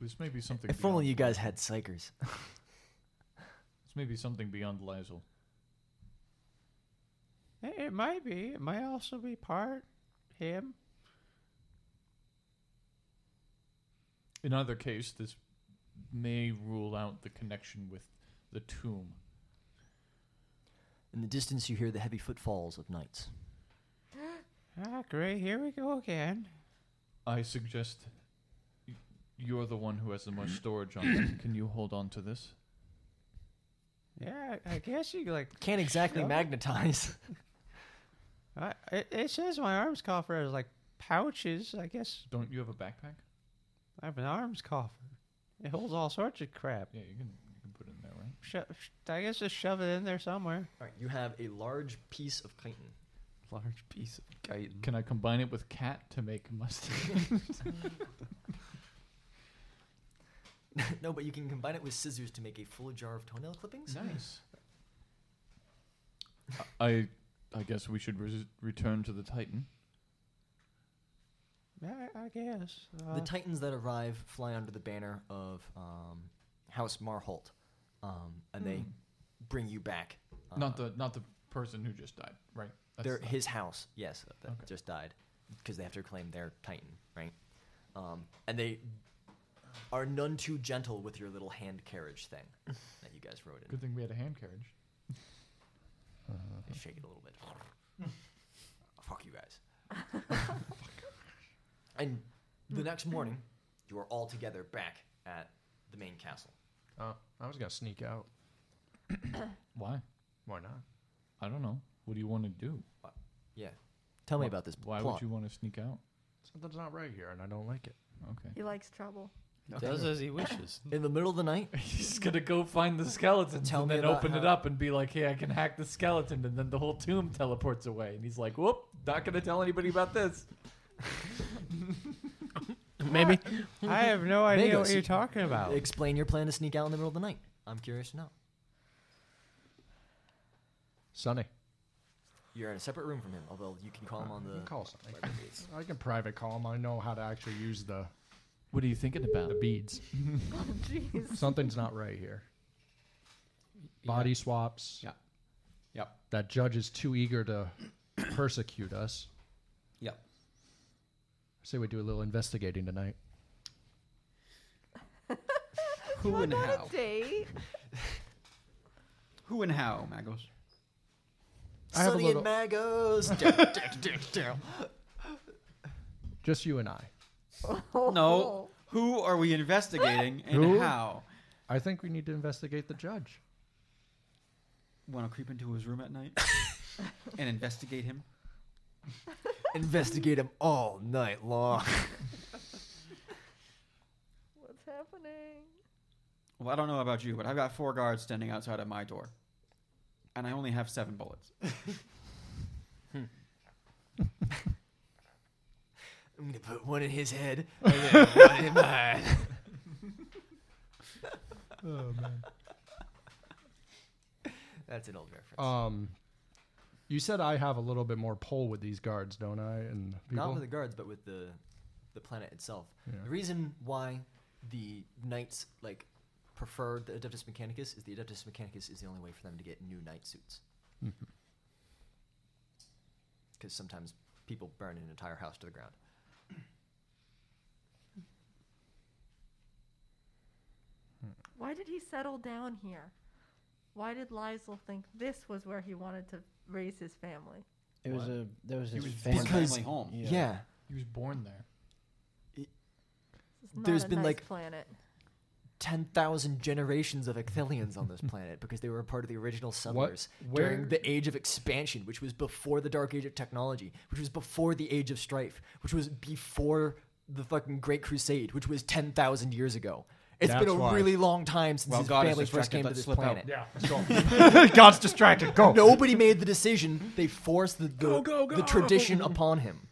This may be something.
If only
beyond-
you guys had psychers.
This may be something beyond Lysel.
It, it might be. It might also be part him.
In either case, this may rule out the connection with the tomb.
In the distance, you hear the heavy footfalls of knights.
Ah, great. Here we go again.
I suggest y- you're the one who has the most storage on it. Can you hold on to this?
Yeah, I I guess you like.
Can't exactly
Shove it.
magnetize.
I, it, it says my arms coffer has like pouches. I guess
Don't you have a backpack?
I have an arms coffer. It holds all sorts of crap.
Yeah, you can you can put it in there, right?
Sho- sh- I guess just shove it in there somewhere.
All right, you have a large piece of chitin.
Large piece of chitin.
Can I combine it with cat to make mustard?
no, but you can combine it with scissors to make a full jar of toenail clippings.
Nice. I, I guess we should res- return to the Titan.
I, I guess. Uh,
The titans that arrive fly under the banner of um, House Marholt, um, and they bring you back. Uh,
not the not the person who just died, right? That's
their
not-
his house, yes, that
Okay.
just died because they have to claim their titan, right? Um, and they are none too gentle with your little hand carriage thing that you guys rode in.
Good thing we had a hand carriage. Uh-huh.
They shake it a little bit. Fuck you guys. and the next morning, you are all together back at the main castle.
Uh,
Oh, I was gonna sneak out.
Why?
Why not?
I don't know. What do you want to do?
Yeah. Tell me
Why-
about this
Why
plot.
would you want to sneak out?
Something's not right here, and I don't like it.
Okay.
He likes trouble.
Does as he wishes.
In the middle of the night,
He's gonna go find the skeleton
Tell
and
me
then
about
open it
how-
up and be like, "Hey, I can hack the skeleton," and then the whole tomb teleports away, and he's like, "Whoop! Not gonna tell anybody about this."
Maybe.
I have no idea
Vegas.
what you're talking about.
explain your plan to sneak out in the middle of the night. I'm curious to know.
Sunny.
You're in a separate room from him, although you can call him on
You can
the.
call Sunny. I can private call him. I know how to actually use the
What are you thinking about?
the beads.
Oh, jeez.
Something's not right here. Body swaps.
Yeah. Yep.
That judge is too eager to persecute us.
Yep.
I say we do a little investigating tonight.
Who and how?
A date?
Who and how, Magos?
I have a
Sunny
little-
and Magos!
Just you and I.
Oh.
No. Who are we investigating and
Who?
how?
I think we need to investigate the judge.
Want to creep into his room at night and investigate him?
Investigate him all night long.
What's happening?
Well, I don't know about you, but I've got four guards standing outside of my door, and I only have seven bullets.
I'm gonna put one in his head and then one in mine.
Oh man.
That's an old reference.
Um, you said I have a little bit more pull with these guards, don't I? And people.
Not with the guards, but with the the planet itself.
Yeah.
The reason why the knights like prefer the Adeptus Mechanicus is the Adeptus Mechanicus is the only way for them to get new knight suits. Because sometimes people burn an entire house to the ground.
Why did he settle down here? Why did Liesel think this was where he wanted to raise his family?
It was a. There was
He
his
was
family.
born family home.
Yeah.
He was born there.
This is not
There's
a
been,
nice
like-
planet.
ten thousand generations of Ecthelians on this planet because they were a part of the original settlers
Where-
during the Age of Expansion, which was before the Dark Age of Technology, which was before the Age of Strife, which was before the fucking Great Crusade, which was ten thousand years ago. It's been
That's
a
why.
really long time since
While
his
God is
family first
distracted,
came to
let's
this
slip out.
planet.
Yeah, let's go. God's distracted. Go.
Nobody made the decision; they forced the the, the tradition upon him.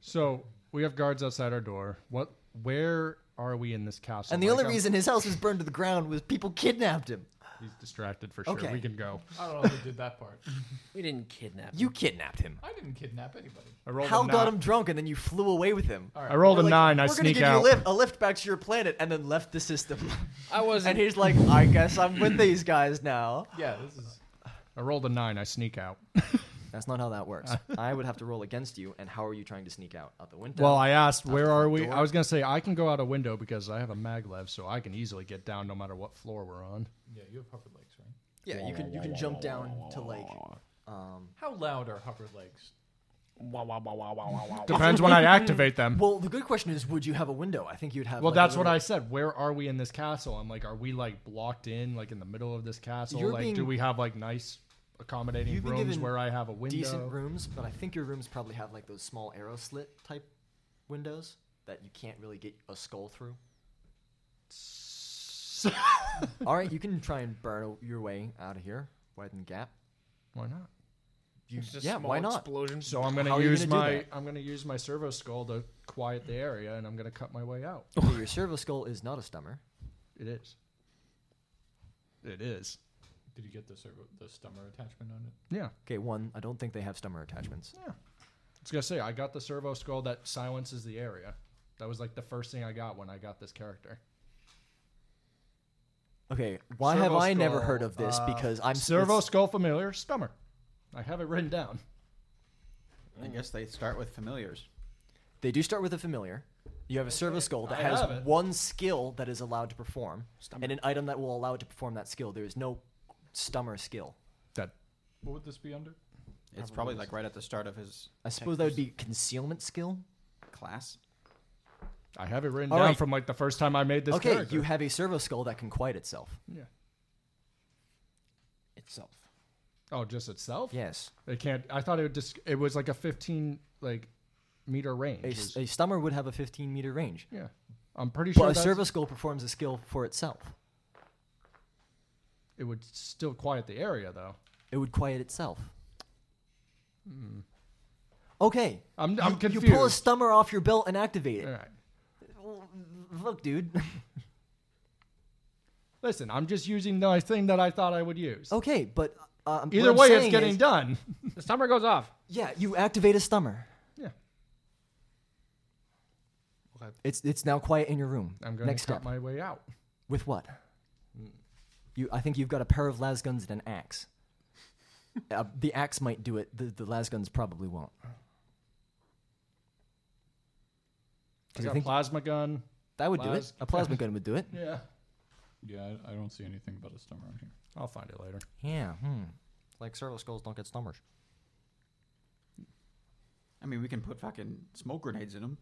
So we have guards outside our door. What? Where are we in this castle?
And the
Like,
only
I'm-
reason his house was burned to the ground was people kidnapped him.
he's distracted for sure.
Okay.
We can go.
I don't know who did that part.
We didn't kidnap.
You kidnapped him.
I didn't kidnap anybody.
I rolled
Hal
a
got
nine.
him drunk, and then you flew away with him.
I rolled a
We're like,
nine. I
"We're gonna
sneak
give you
out.
a lift, a lift back to your planet, and then left the system.
I wasn't.
and he's like, I guess I'm with these guys now.
Yeah, this is.
I rolled a nine. I sneak out.
That's not how that works. I would have to roll against you, and how are you trying to sneak out? Out the window?
Well, I asked, where
the
are we?
door.
I was going to say, I can go out a window because I have a maglev, so I can easily get down no matter what floor we're on.
Yeah, you have hovered legs, right?
yeah, you can you can jump down to like, um,
How loud are hovered legs?
Wow, wow, wow, wow, wow, wow, wow.
Depends when I activate them.
well, the good question is, would you have a window? I think you'd have.
Well,
like, a
that's what
little-
I said. Where are we in this castle? I'm like, are we like blocked in, like in the middle of this castle?
You're
like,
being-
do we have like nice, accommodating
You've been
rooms
given
where I have a window?
Decent rooms, but I think your rooms probably have like those small arrow slit type windows that you can't really get a skull through. All right, you can try and burn your way out of here, widen the gap.
Why not?
You,
It's just
yeah,
small
why not?
Explosions.
So I'm gonna
How are you
use
gonna do
my
that?
I'm gonna use my servo skull to quiet the area, and I'm gonna cut my way out.
Okay, your servo skull is not a stummer.
It is. It is.
Did you get the servo, the stummer attachment on it?
Yeah.
Okay, one. I don't think they have stummer attachments.
Yeah. I was gonna say I got the servo skull that silences the area. That was like the first thing I got when I got this character.
Okay, why
Servo
have I never
skull,
heard of this?
uh,
because I'm
servo
it's-
skull familiar stummer. I have it written down.
I guess they start with familiars.
They do start with a familiar. You have a servo skull that
I
has
have it.
one skill that is allowed to perform, and an item that will allow it to perform that skill. There is no stummer skill.
What would this be under?
It's probably like right at the start of his.
I suppose that would be concealment skill.
class.
I have it written
All
down
right.
from like the first time I made this
okay,
character.
you have a servo skull that can quiet itself.
Yeah.
itself.
Oh, just itself?
Yes.
It can't. I thought it would just. It was like a 15 like meter range.
A,
It
s-
was-
a stummer would have a 15 meter range.
yeah. I'm pretty
But
sure
a
that's-
servo skull performs a skill for itself.
it would still quiet the area though.
It would quiet itself. Okay.
I'm-
you,
I'm
You pull a
Hmm. confused.
stummer off your belt and activate it.
All right.
Look, dude.
Listen, I'm just using the thing that I thought I would use.
Okay, but uh, I'm-
Either
Oh, what I'm
way, it's
saying
getting
is-
done.
The summer goes off.
Yeah, you activate a stummer.
Yeah.
It's it's now quiet in your room.
I'm going
Next
to cut
step.
my way out.
With what? Mm. You, I think you've got a pair of lasguns and an axe. uh, the axe might do it. The, the lasguns probably won't.
I
'Cause I
got
think-
plasma gun.
That would do it.
las-
A plasma gun would do it.
Yeah.
Yeah, I, I don't see anything about a stummer on here.
I'll find it later.
Yeah. Hmm. Like servo skulls don't get stummers.
I mean, we can put fucking smoke grenades in them.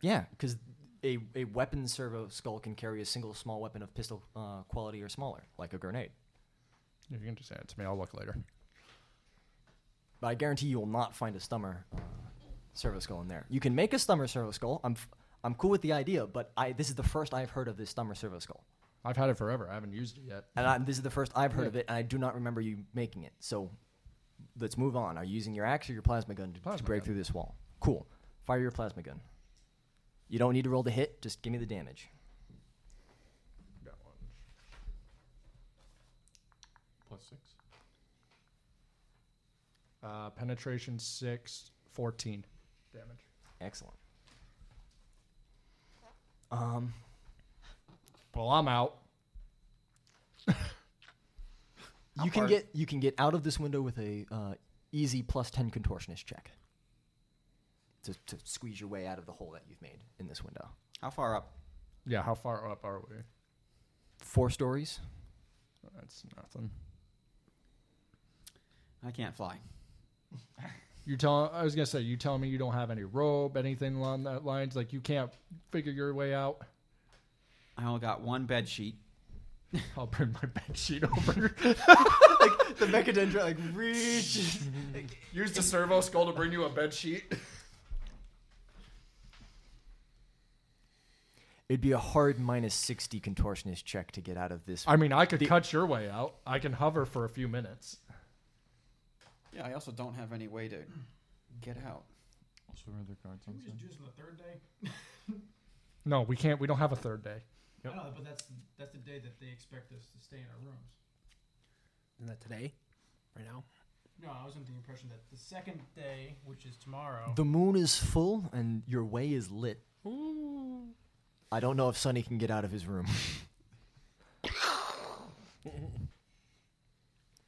Yeah, because a, a weapon servo skull can carry a single small weapon of pistol uh, quality or smaller, like a grenade.
If you can just add it to me, I'll look later.
But I guarantee you will not find a stummer uh, servo skull in there. You can make a stummer servo skull. I'm f- I'm cool with the idea, but I this is the first I've heard of this stummer servo skull,
I've had it forever. I haven't used it yet.
and I, this is the first I've heard
Yeah.
of it, and I do not remember you making it. So let's move on. Are you using your axe or your plasma gun to, to break through this wall? Cool. Fire your plasma gun. You don't need to roll the hit. Just give me the damage.
Plus six.
Uh, penetration 6, 14 damage.
Excellent. Um.
Well, I'm out.
You can
far-
get you can get out of this window with a uh, easy plus ten contortionist check to, to squeeze your way out of the hole that you've made in this window.
How far up?
Yeah, how far up are we?
Four stories.
That's nothing.
I can't fly.
You tell. I was gonna say you tell me you don't have any rope, anything along that lines. Like you can't figure your way out.
I only got one bed sheet.
I'll bring my bed sheet over.
like the mechadendra, like reach.
Use the servo skull to bring you a bed sheet.
It'd be a hard minus sixty contortionist check to get out of this.
I mean, I could
The-
cut your way out. I can hover for a few minutes.
Yeah, I also don't have any way to get out.
Also, are there guards
Can we just
inside?
do this on the third day?
No, we can't. We don't have a third day.
I know, but that's that's the day that they expect us to stay in our rooms.
Isn't that today? Right now?
No, I was under the impression that the second day, which is tomorrow,
The moon is full and your way is lit. I don't know if Sonny can get out of his room.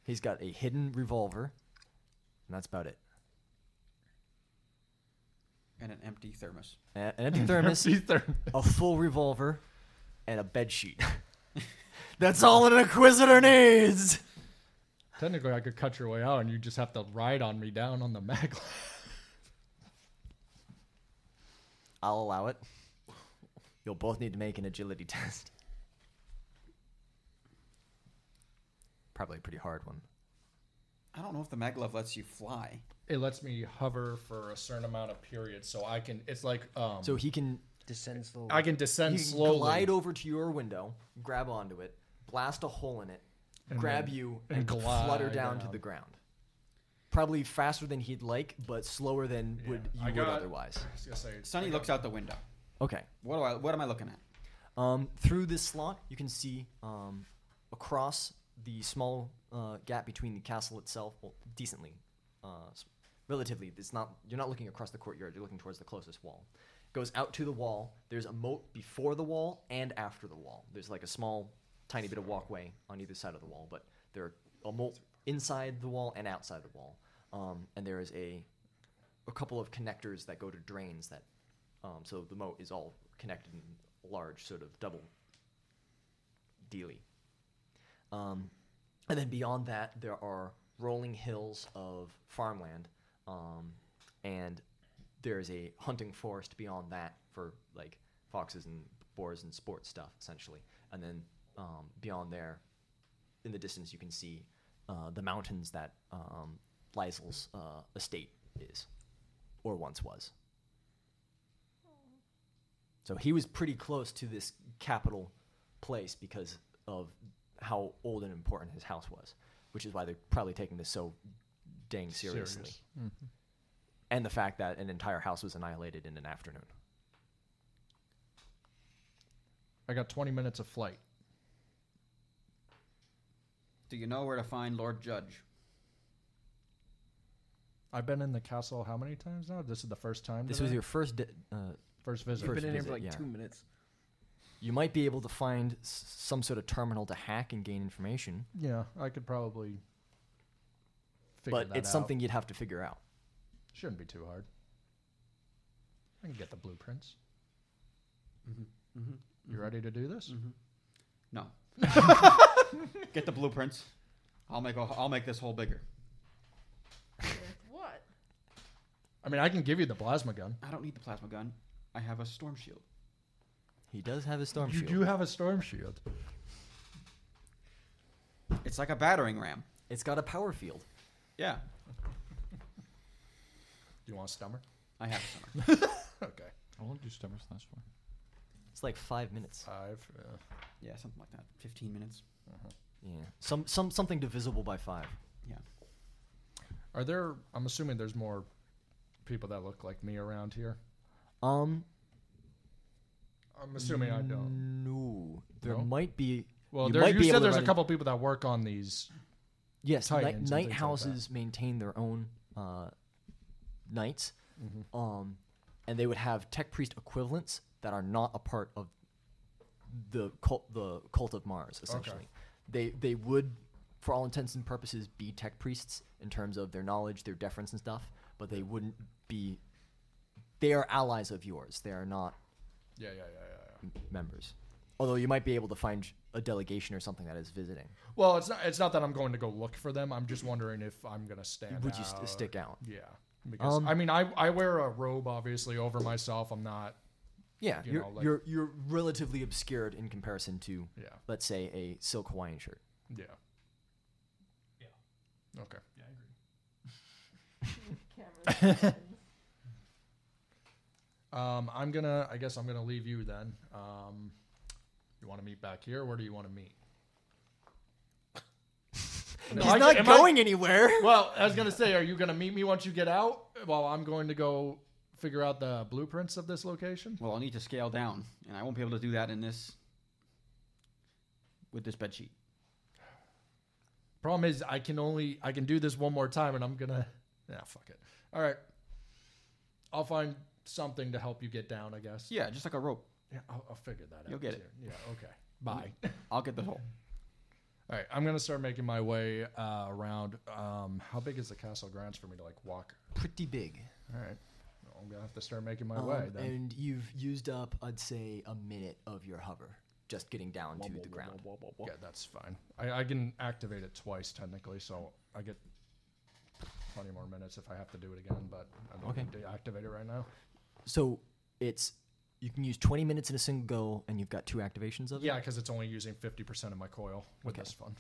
He's got a hidden revolver, and that's about it.
And an empty thermos.
A- an empty thermos,
empty thermos.
a full revolver, and a bed sheet. That's all an inquisitor needs.
Technically, I could cut your way out, and you just have to ride on me down on the mag.
I'll allow it. You'll both need to make an agility test. Probably a pretty hard one.
I don't know if the maglev lets you fly.
It lets me hover for a certain amount of period, so I can. It's like um.
So he can
Descends the
I can descend
he can
slowly.
glide over to your window, grab onto it, blast a hole in it,
And
grab
then-
you, and,
and
flutter
glide
down, to
down.
the ground. Probably faster than he'd like, but slower than would you
I
would
got-
otherwise.
I was gonna say,
Sonny looks out the window.
Okay.
What do I? What am I looking at?
Um, through this slot, you can see um, across the small uh, gap between the castle itself, well, decently, uh, s- relatively. It's not you're not looking across the courtyard. You're looking towards the closest wall. Goes out to the wall. There's a moat before the wall and after the wall. There's like a small, tiny bit of walkway on either side of the wall, but there are a moat inside the wall and outside the wall. Um, and there is a a couple of connectors that go to drains that um, so the moat is all connected in a large sort of double dealy. Um, and then beyond that, there are rolling hills of farmland, um, and there's a hunting forest beyond that for like foxes and boars and sport stuff, essentially. And then um, beyond there, in the distance, you can see uh, the mountains that um, Lysel's uh, estate is, or once was. So he was pretty close to this capital place because of how old and important his house was, which is why they're probably taking this so dang seriously.
Serious. Mhm.
And the fact that an entire house was annihilated in an afternoon.
I got 20 minutes of flight.
Do you know where to find Lord Judge?
I've been in the castle how many times now? This is the first time.
This
today?
was your first di- uh,
first visit.
You've been in here for like two minutes. You might be able to find s- some sort of terminal to hack and gain information,
Yeah, I could probably. Figure
but
that
it's
out.
something you'd have to figure out.
Shouldn't be too hard. I can get the blueprints.
Mm-hmm.
You ready to do this?
No. Get the blueprints. I'll make a, I'll make this hole bigger.
What?
I mean, I can give you the plasma gun.
I don't need the plasma gun. I have a storm shield.
He does have a storm
you
shield.
do have a storm shield.
It's like a battering ram.
It's got a power field.
Yeah.
Do you want a stummer?
I have a summer.
okay.
I won't do stomach slash one.
It's like five minutes.
Five.
Yeah, something like that. Fifteen minutes.
Yeah. Some some something divisible by five.
Yeah.
Are there? I'm assuming there's more people that look like me around here.
Um.
I'm assuming I don't.
No, there
No?
might be.
Well,
you
there,
might
you
be able
said
to
there's
run
a
in-
couple people that work on these.
Yes, night,
Titans and
night
things like
houses maintain their own uh, knights, um, and they would have tech priest equivalents that are not a part of the cult, the cult of Mars. Essentially, they they would, for all intents and purposes, be tech priests in terms of their knowledge, their deference, and stuff. But they wouldn't be. They are allies of yours. They are not
Yeah, yeah, yeah, yeah.
m- members. Although you might be able to find a delegation or something that is visiting.
Well, it's not. It's not that I'm going to go look for them. I'm just wondering if I'm going to stand.
Would you
out.
st- stick out?
Yeah, because
Um,
I mean, I I wear a robe obviously over myself. I'm not.
Yeah,
you
you are
know, like-
you're you're relatively obscured in comparison to,
Yeah.
let's say, a silk Hawaiian shirt.
Yeah. Yeah. Okay.
Yeah, I agree.
Um, I'm gonna. I guess I'm gonna leave you then. Um, you want to meet back here? Where do you want to meet? Am
He's
I-
not
am I-
going anywhere.
Well, I was gonna say, are you gonna meet me once you get out? Well, I'm going to go figure out the blueprints of this location.
Well, I'll need to scale down, and I won't be able to do that in this with this bed sheet.
Problem is, I can only I can do this one more time, and I'm gonna. Yeah, fuck it. All right, I'll find something to help you get down. I guess.
Yeah, just like a rope.
Yeah, I'll, I'll figure that out.
You'll get
too.
it.
Yeah. Okay. Bye.
I'll get the hole.
All right, I'm gonna start making my way uh, around. Um, how big is the castle grounds for me to like walk?
Pretty big.
All right, well, I'm gonna have to start making my
Um,
way then.
and you've used up, I'd say, a minute of your hover just getting down to the ground.
Yeah, that's fine. I, I can activate it twice technically, so I get twenty more minutes if I have to do it again. But I don't
Okay.
need to activate it right now.
So it's you can use 20 minutes in a single go, and you've got two activations of it.
Yeah, because it's only using fifty percent of my coil with
Okay.
this fun.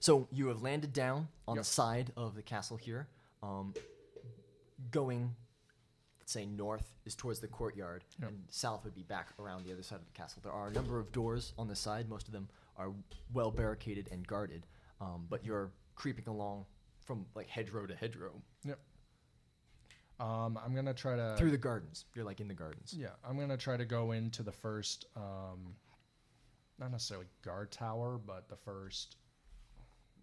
So you have landed down on
Yep.
the side of the castle here. Um, going, let's say north is towards the courtyard,
Yep.
and south would be back around the other side of the castle. There are a number of doors on the side. Most of them are well barricaded and guarded, um, but you're creeping along from like hedgerow to hedgerow.
Yep. Um, I'm gonna try to
Through the gardens. You're like in the gardens.
Yeah, I'm gonna try to go into the first, um, not necessarily guard tower, but the first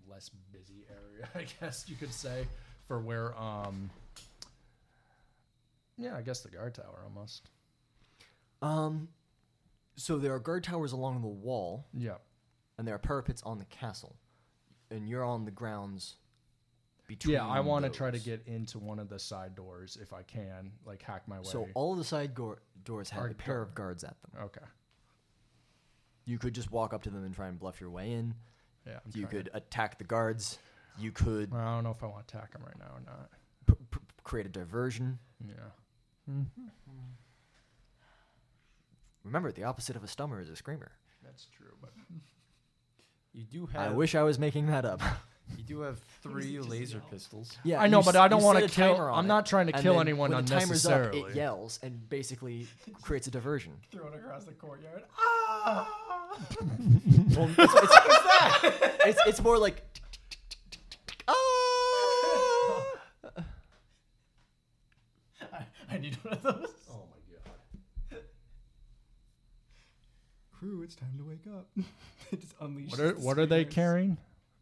less busy area, I guess you could say, for where, um, yeah, I guess the guard tower almost.
Um, so there are guard towers along the wall.
Yeah.
And there are parapets on the castle, and you're on the grounds. Between
yeah, I want to
those.
try to get into one of the side doors if I can, like hack my way.
So all of the side go- doors have
Are
a pair of guards at them.
Okay.
You could just walk up to them and try and bluff your way in.
Yeah. I'm
you
trying to-
could attack the guards. You could.
I don't know if I want to attack them right now or not.
create a diversion.
Yeah.
Remember, the opposite of a stummer is a screamer.
That's true, but
You do
I wish I was making that up.
You do have three laser pistols.
Yeah,
I know,
you
but
s-
I don't
you
wanna
set a
kill-
timer on
I'm
it,
not trying to
and
kill
then
anyone
when The timer's up,
unnecessarily.
it yells and basically creates a diversion.
thrown across the courtyard. Ah!
Well, it's, it's, It's, it's more like.
I, I need one of those.
Oh my god.
Crew, it's time to wake up. They just unleash.
What are
the
what are they
screamers.
carrying?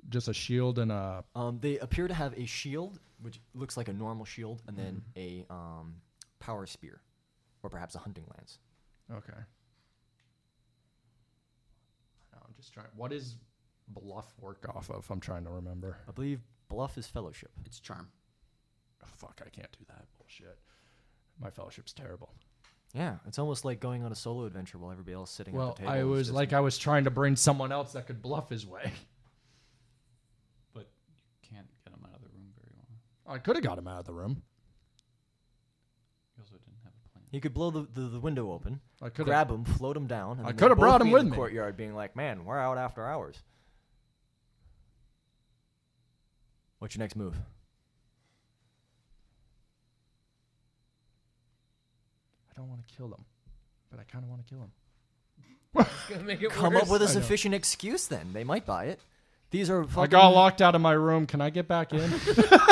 Just a shield and a
Um, they appear to have a shield, which looks like a normal shield, and then a um, power spear, or perhaps a hunting lance.
Okay. No, I'm just trying. What is bluff work off of? I'm trying to remember.
I believe bluff is fellowship.
It's charm.
Oh, Fuck, I can't do that bullshit. My fellowship's terrible.
Yeah, it's almost like going on a solo adventure while everybody else is sitting
Well,
at the table.
I
is
was
just-
like, I was trying to bring someone else that could bluff his way.
But you can't get them out of the room very well.
I could have got him out of the room.
You also didn't have a plan.
you could blow the, the, the window open,
I coulda-
grab him, float him down. And
I
then they'd
coulda
both
brought
be
'em
in
with
the
me.
courtyard, being like, "Man, we're out after hours." What's your next move?
I don't want to kill him, but I kind of want to kill him.
Gonna make it
Come up
worse.
with a
I know.
sufficient excuse, then they might buy it. These are fucking
I got locked out of my room. Can I get back in?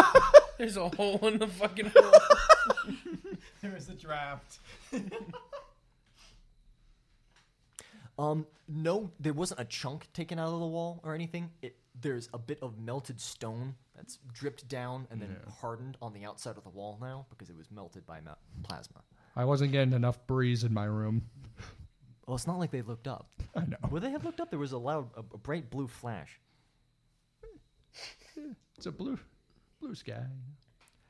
There's a hole in the fucking wall.
There is a draft.
Um, no, there wasn't a chunk taken out of the wall or anything. It there's a bit of melted stone that's dripped down and then hardened on the outside of the wall now because it was melted by ma- plasma.
I wasn't getting enough breeze in my room.
Well, it's not like they looked up.
I know.
Would they have looked up? There was a loud, a, a bright blue flash.
It's a blue, blue sky.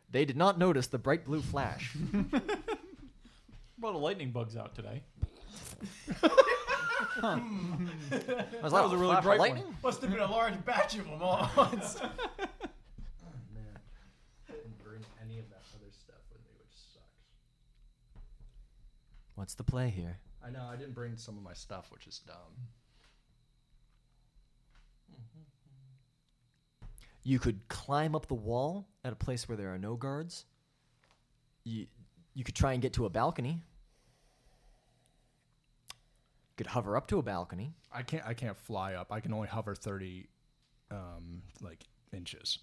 They did not notice the bright blue flash.
Brought a lightning bugs out today.
I was like,
was
"Oh,
a really
flash of
bright one."
lightning.
Hmm. Must have been a large batch of them all at once.
Burn any of that other stuff with me, which sucks.
What's the play here?
I know. I didn't bring some of my stuff, which is dumb.
You could climb up the wall at a place where there are no guards. You you could try and get to a balcony. You could hover up to a balcony.
I can't. I can't fly up. I can only hover thirty, um, like inches.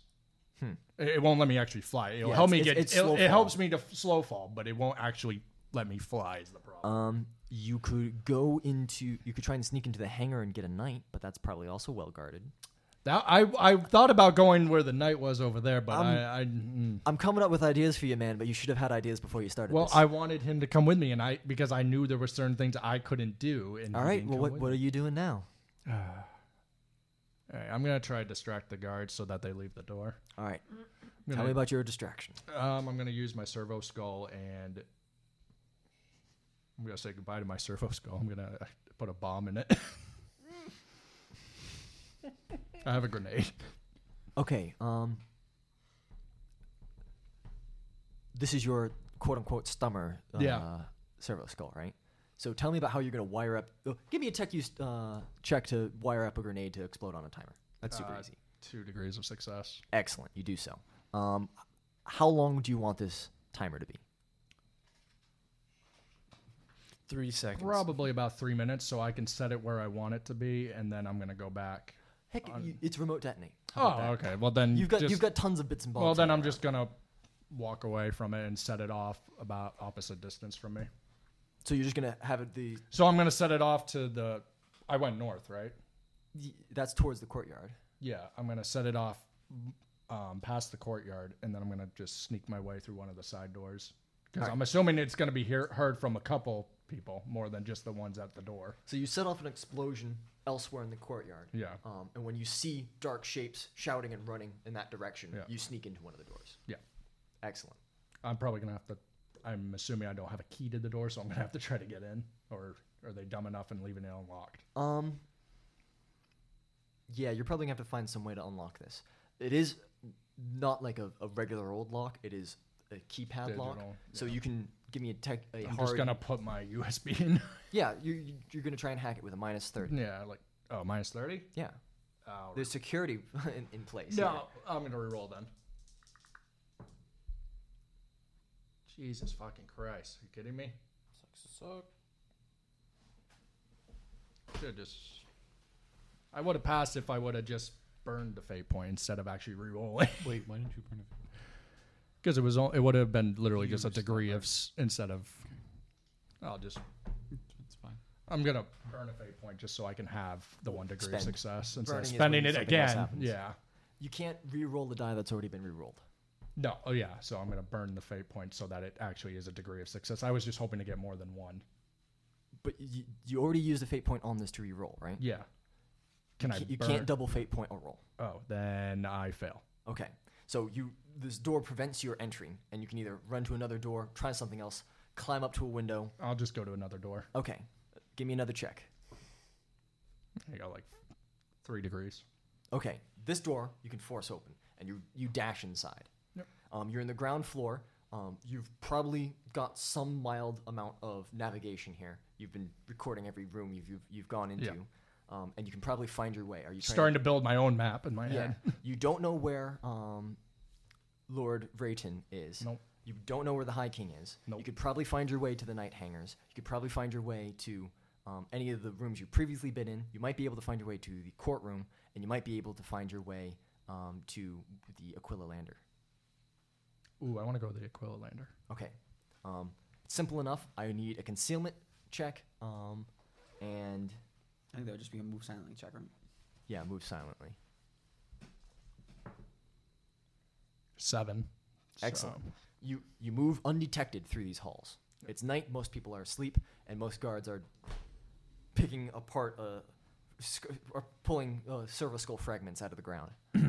It, it won't let me actually fly. It'll
Hmm. Yeah,
help me
it's-
get.
it's- it's
it'll-
slow
it
fall.
helps me to f- slow fall, but it won't actually let me fly. Is the problem?
Um, you could go into you could try and sneak into the hangar and get a knight, but that's probably also well guarded.
That I I thought about going where the night was over there, but
Um,
I, I mm.
I'm coming up with ideas for you, man, but you should have had ideas before you started.
well
this.
I wanted him to come with me, and I because I knew there were certain things I couldn't do. And he
all right.
didn't
Well,
come
what
with
what are
me.
you doing now?
All right, I'm gonna try to distract the guards so that they leave the door.
All right,
I'm
tell me
gonna-
about your distraction.
Um, I'm gonna use my servo skull and I'm gonna say goodbye to my servo skull. I'm gonna uh, put a bomb in it. I have a grenade.
Okay. Um, this is your quote unquote stummer. Uh,
Yeah.
Servo skull, right? So tell me about how you're going to wire up. oh, give me a tech use uh, check to wire up a grenade to explode on a timer. That's super
Uh,
easy.
Two degrees of success.
Excellent. You do so. Um, how long do you want this timer to be?
Three seconds.
Probably about three minutes, so I can set it where I want it to be, and then I'm gonna go back.
Heck,
On-
you, it's remote detonate. How
Oh,
about that?
okay. Well then
You've got
just-
you've got tons of bits and balls.
Well then
laying
I'm
around.
just gonna walk away from it and set it off about opposite distance from me.
So you're just gonna have it the.
So I'm gonna set it off to the. I went north, right?
Y- That's towards the courtyard.
Yeah, I'm gonna set it off um, past the courtyard, and then I'm gonna just sneak my way through one of the side doors because
Alright.
I'm assuming it's gonna be hear- heard from a couple people more than just the ones at the door.
So you set off an explosion elsewhere in the courtyard.
Yeah.
Um, and when you see dark shapes shouting and running in that direction,
Yeah.
you sneak into one of the doors.
Yeah.
Excellent.
I'm probably gonna have to. I'm assuming I don't have a key to the door, so I'm gonna have to try to get in. Or are they dumb enough and leaving it unlocked?
Um. Yeah, you're probably gonna have to find some way to unlock this. It is not like a, a regular old lock. It is a keypad lock.
Digital,
So you can give me a tech. A
I'm
hard,
just gonna put my USB in.
Yeah, you you- you're gonna try and hack it with a minus thirty.
yeah, like oh, minus thirty.
Yeah.
Oh,
There's security in, in place. yeah.
No, I'm gonna re-roll then. Jesus fucking Christ! Are you kidding me? Sucks to suck. Should just. I would have passed if I would have just burned the fate point instead of actually re-rolling.
Wait, why didn't you burn it?
Because it was all, it would have been literally
You
just a
were still
degree of s- instead of. I'll just.
It's fine.
I'm gonna burn a fate point just so I can have the one degree of
Spend.
success instead
Burning
of
is when
spending it
something else
again.
happens.
Yeah.
You can't re-roll the die that's already been re-rolled.
No. Oh yeah. So I'm gonna burn the fate point so that it actually is a degree of success. I was just hoping to get more than one.
But you, you already used a fate point on this to re-roll, right?
Yeah. Can
you
I?
ca- You
burn?
can't double fate point or roll.
oh, then I fail.
Okay. So you this door prevents your entering, and you can either run to another door, try something else, climb up to a window.
I'll just go to another door.
Okay. Give me another check.
I got like three degrees.
Okay. This door you can force open, and you you dash inside.
Yep.
Um, you're in the ground floor. Um, you've probably got some mild amount of navigation here. You've been recording every room you've you've, you've gone into, um, and you can probably find your way. Are you trying
Starting to build my own map in my
Yeah.
head.
you don't know where um, Lord Rayton is.
Nope.
You don't know where the High King is.
Nope.
You could probably find your way to the Night Hangers. You could probably find your way to um, any of the rooms you've previously been in. You might be able to find your way to the courtroom, and you might be able to find your way um, to the Aquila Lander.
Ooh, I want to go to the Aquila Lander.
Okay. Um, simple enough. I need a concealment check, um, and
I think that would just be a move silently check room.
yeah, move silently.
Seven.
Excellent.
So-
You you move undetected through these halls. It's night. Most people are asleep, and most guards are picking apart, uh, sc- or pulling uh, cervical fragments out of the ground.
All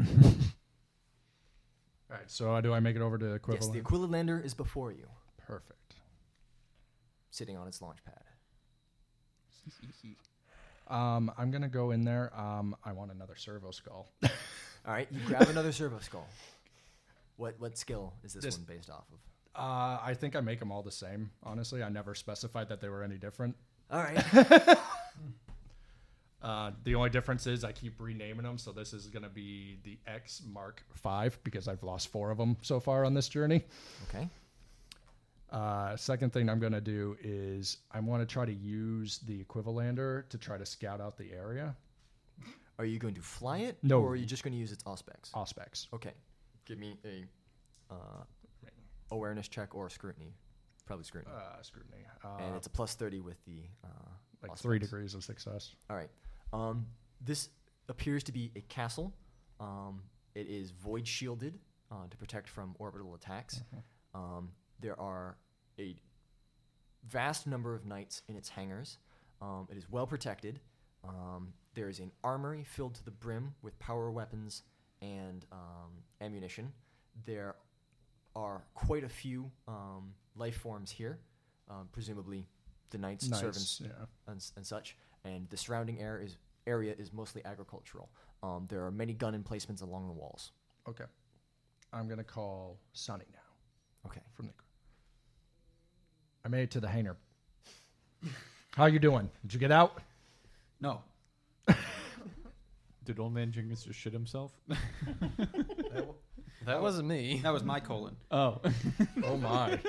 right. So uh, do I make it over to Aquila?
Yes, the
Lander?
Aquila Lander is before you,
Perfect.
sitting on its launch pad.
Um, I'm gonna go in there. Um, I want another servo skull.
All right, you grab another servo skull. What what skill is this,
This-
one based off of?
Uh, I think I make them all the same. Honestly, I never specified that they were any different.
All right,
Uh, the only difference is I keep renaming them, so this is gonna be the X Mark Five because I've lost four of them so far on this journey.
okay.
Uh, second thing I'm gonna do is I want to try to use the Equivalander to try to scout out the area.
Are you going to fly it?
No.
Or are you just going to use its aspects?
Auspex.
Okay. Give me a uh, awareness check or scrutiny. Probably scrutiny.
Uh, scrutiny.
and
Uh,
it's a plus 30 with the uh,
like
aspects.
three degrees of success.
all right um, this appears to be a castle um, it is void shielded uh, to protect from orbital attacks um, there are a vast number of knights in its hangars um, it is well protected um, there is an armory filled to the brim with power weapons and um, ammunition there are quite a few um, life forms here um, presumably the knights
Nice,
servants
Yeah.
and, s- and such. And the surrounding area is area is mostly agricultural. Um, there are many gun emplacements along the walls.
Okay. I'm gonna call Sonny now.
Okay.
From the. I made it to the hangar. How you doing? Did you get out?
No,
Did old man Jenkins just shit himself?
That wasn't me.
that was my colon.
Oh,
Oh my!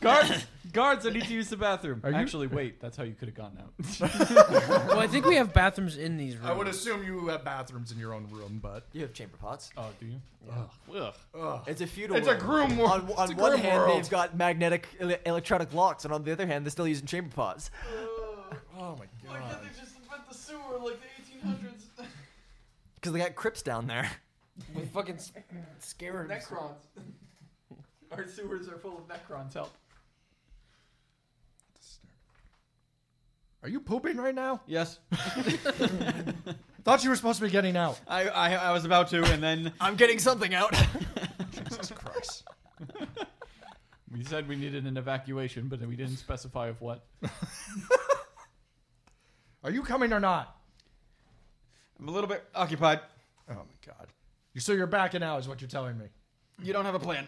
guards, guards! I need to use the bathroom.
Are you-
Actually, wait. That's how you could have gotten out.
well, I think we have bathrooms in these rooms.
I would assume you have bathrooms in your own room, but
you have chamber pots.
Oh, do you?
Ugh. Ugh.
It's a feudal.
It's a
world.
groom world.
On, on
It's a
one
groom
hand,
world.
they've got magnetic ele- electronic locks, and on the other hand, they're still using chamber pots.
Oh my
Why can't they just invent the sewer like the 1800s?
Because they got crypts down there.
With fucking s- scarabs.
Necrons. Our sewers are full of Necrons. Help.
Are you pooping right now?
Yes.
Thought you were supposed to be getting out.
I, I, I was about to, and then
I'm getting something out.
Jesus Christ.
We said we needed an evacuation, but we didn't specify of what.
Are you coming or not?
I'm a little bit occupied.
Oh my god. You so you're backing out is what you're telling me.
You don't have a plan.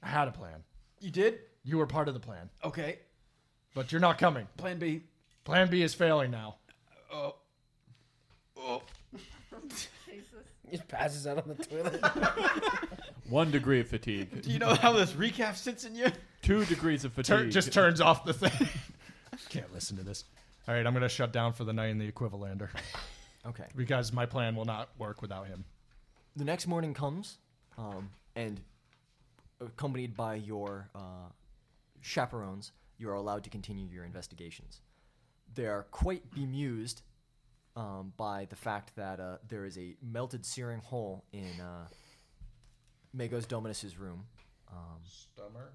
I had a plan.
You did?
You were part of the plan,
Okay.
but you're not coming.
Plan B.
Plan B is failing now.
Oh. Oh.
Just passes out on the toilet.
One degree of fatigue.
Do you know how this recap sits in you?
Two degrees of fatigue.
Tur- just turns off the thing. Can't listen to this. All right, I'm gonna shut down for the night in the Equivalander
Okay.
because my plan will not work without him.
The next morning comes, um, and accompanied by your uh, chaperones, you are allowed to continue your investigations. They are quite bemused um, by the fact that uh, there is a melted searing hole in uh, Magos Dominus's room. Um,
Stummer,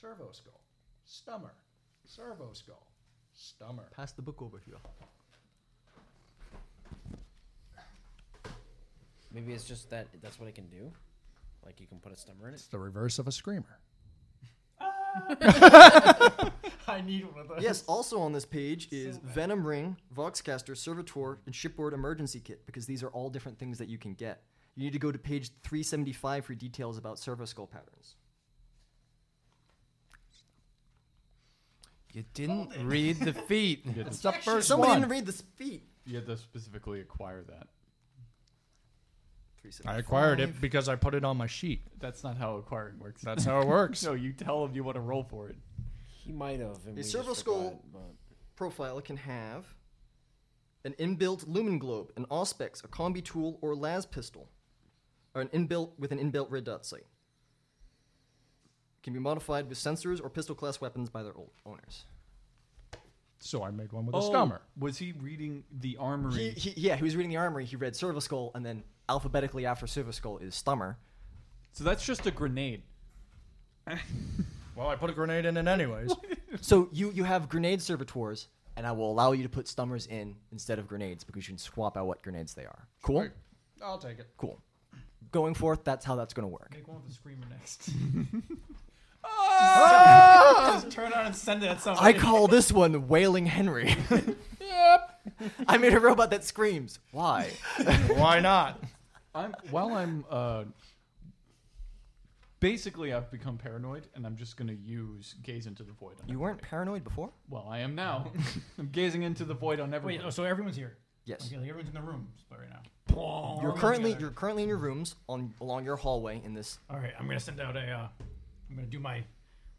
servo skull. Stummer, servo skull. Stummer.
Pass the book over here.
Maybe it's just that that's what it can do. Like you can put a stummer in it.
It's the reverse of a screamer.
I need one of those.
Yes, also on this page is Venom Ring, Voxcaster, Servitor, and Shipboard Emergency Kit, because these are all different things that you can get. You need to go to page 375 for details about servo skull patterns.
You didn't read the feet.
You had, to,
the first
Somebody
one.
didn't read the feet.
you had to specifically acquire that.
I acquired it because I put it on my sheet.
That's not how acquiring works.
That's how it works.
no, you tell them you want to roll for it.
He might have.
A
and we just
servo skull-
forgot, but-
Profile can have an inbuilt lumen globe, an auspex, a combi tool, or las pistol, or an inbuilt with an inbuilt red dot sight. Can be modified with sensors or pistol class weapons by their o- owners.
So I made one with a stummer.
Oh, Was he reading the armory?
He, he, yeah, he was reading the armory. He read Servo Skull, and then alphabetically after Servo Skull is Stummer.
so that's just a grenade.
Well, I put a grenade in it anyways.
so you you have grenade servitors, and I will allow you to put Stummers in instead of grenades because you can swap out what grenades they are. Cool,
Right. I'll take it.
cool. Going forth, that's how that's going to work.
Make one with the screamer next.
Just turn on and send it at someone.
I call this one Wailing Henry. I made a robot that screams. Why?
Why not?
I'm while I'm uh, basically I've become paranoid and I'm just gonna use gaze into the void. On
You weren't paranoid before?
Well, I am now. I'm gazing into the void on everyone.
Wait, oh, so everyone's here.
Yes.
Okay, like everyone's in the room but right now.
You're
all
currently
together.
you're currently in your rooms on along your hallway in this
All right, I'm gonna send out a. Uh, I'm gonna do my. I'm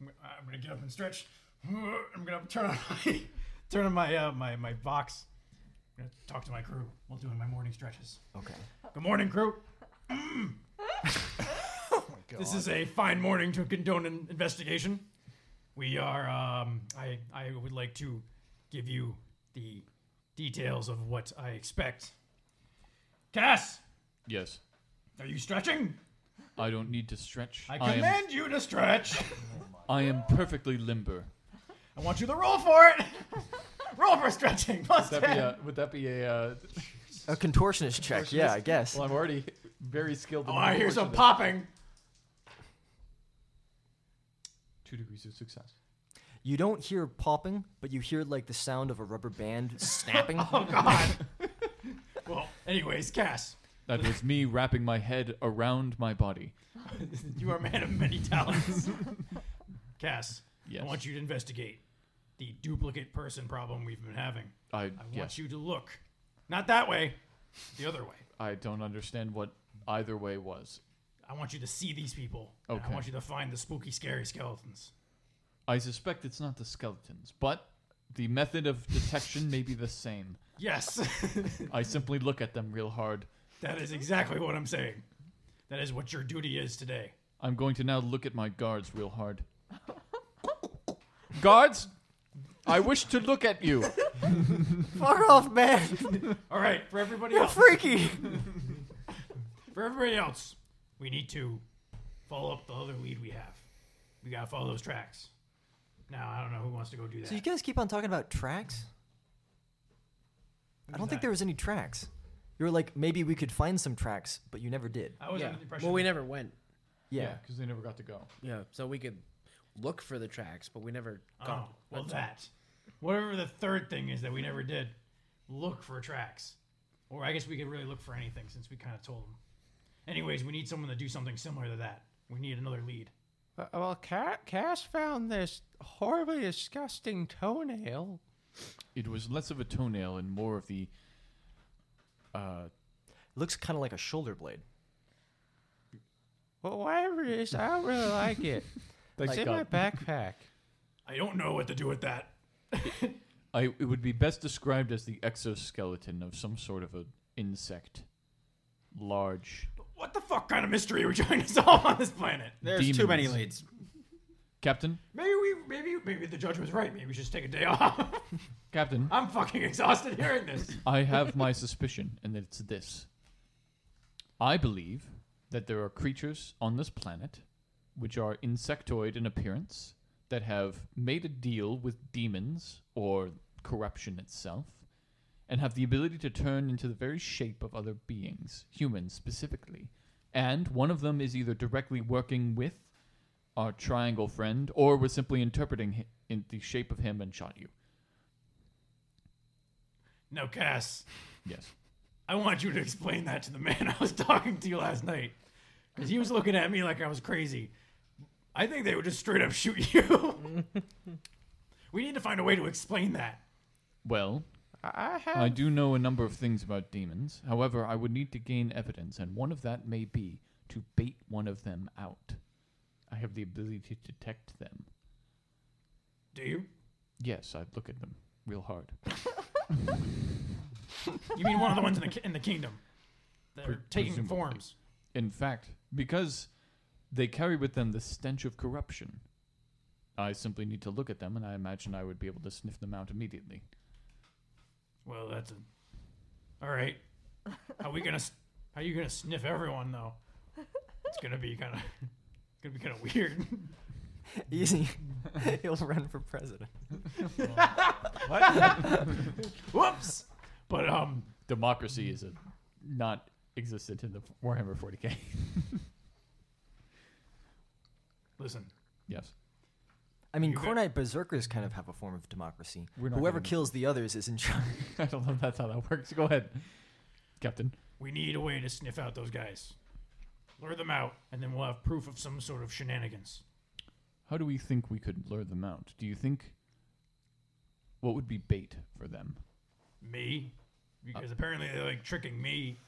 gonna- I'm gonna get up and stretch. I'm gonna turn on my turn on my uh, my my Vox. I'm gonna talk to my crew while doing my morning stretches.
Okay.
Good morning, crew. This is a fine morning to condone an investigation. We are. Um, I I would like to give you the details of what I expect. Cass,
Yes,
are you stretching?
I don't need to stretch.
I
am-
command you to stretch.
I am perfectly limber.
I want you to roll for it. roll for stretching. Plus
Would that be a? Would that be a uh,
a contortionist check. Yeah, I guess.
well, I'm already very skilled. In
Oh, I hear some
proportion of-
popping.
Two degrees of success.
You don't hear popping, but you hear like the sound of a rubber band snapping.
Oh God. well, anyways, Cass,
That was me wrapping my head around my body.
you are a man of many talents. Cass,
Yes.
I want you to investigate the duplicate person problem we've been having. I
I,
want
yes,
you to look, not that way, the other way.
I don't understand what either way was.
I want you to see these people. and I
Okay.
want you to find the spooky, scary skeletons.
I suspect it's not the skeletons, but the method of detection may be the same.
Yes.
I simply look at them real hard.
That is exactly what I'm saying. That is what your duty is today.
I'm going to now look at my guards real hard. guards, I wish to look at you.
Fuck off, man.
All right, for everybody
You're
else.
freaky.
for everybody else, we need to follow up the other lead we have. We gotta follow those tracks. Now I don't know who wants to go do that.
So you guys keep on talking about tracks. I don't think there was any tracks. You were like, maybe we could find some tracks, but you never did.
I was
yeah.
under the impression.
Well, we never went.
Yeah.
because they never got to go.
Yeah, so we could look for the tracks, but we never
Oh,
got.
well, that. Whatever the third thing is that we never did, look for tracks. Or I guess we could really look for anything since we kind of told them. Anyways, we need someone to do something similar to that. We need another lead.
Uh, Well, Ca- Cass found this horribly disgusting toenail.
It was less of a toenail and more of the. Uh,
looks kind of like a shoulder blade.
Well, whatever it is, I don't really like it.
Thank
it's in my
God.
backpack.
I don't know what to do with that.
I, it would be best described as the exoskeleton of some sort of an insect. Large.
What the fuck kind of mystery are we trying to solve on this planet?
There's too many
Demons.
leads.
Captain?
Maybe we, maybe, maybe the judge was right. Maybe we should just take a day off.
Captain,
I'm fucking exhausted hearing this.
I have my suspicion, and it's this. I believe that there are creatures on this planet which are insectoid in appearance that have made a deal with demons or corruption itself and have the ability to turn into the very shape of other beings, humans specifically. And one of them is either directly working with our triangle friend or was simply interpreting hi- in the shape of him and shot you.
No, Cass.
Yes.
I want you to explain that to the man I was talking to last night. Because he was looking at me like I was crazy. I think they would just straight up shoot you. we need to find a way to explain that.
Well,
I I have.
I do know a number of things about demons. However, I would need to gain evidence, and one of that may be to bait one of them out. I have the ability to detect them.
Do you?
Yes, I look at them real hard.
You mean one of the ones in the, in the kingdom that
Pre-
are taking
presumably.
forms?
In fact, because they carry with them the stench of corruption, I simply need to look at them, and I imagine I would be able to sniff them out immediately.
Well, that's a. All right. How we gonna? s- How you gonna sniff everyone though? It's gonna be kind of. Gonna be kind of weird.
Easy. He'll run for president.
Whoops. But um,
Democracy is a not existent in the Warhammer 40k.
listen.
yes.
I mean,
You bet.
Cornite Berserkers kind of have a form of democracy.
We're not
Whoever
gonna-
kills the others is in charge.
I don't know if that's how that works. Go ahead, Captain.
We need a way to sniff out those guys. Lure them out, and then we'll have proof of some sort of shenanigans.
How do we think we could lure them out? Do you think what would be bait for them?
Me?
Uh.
Because apparently they're like tricking me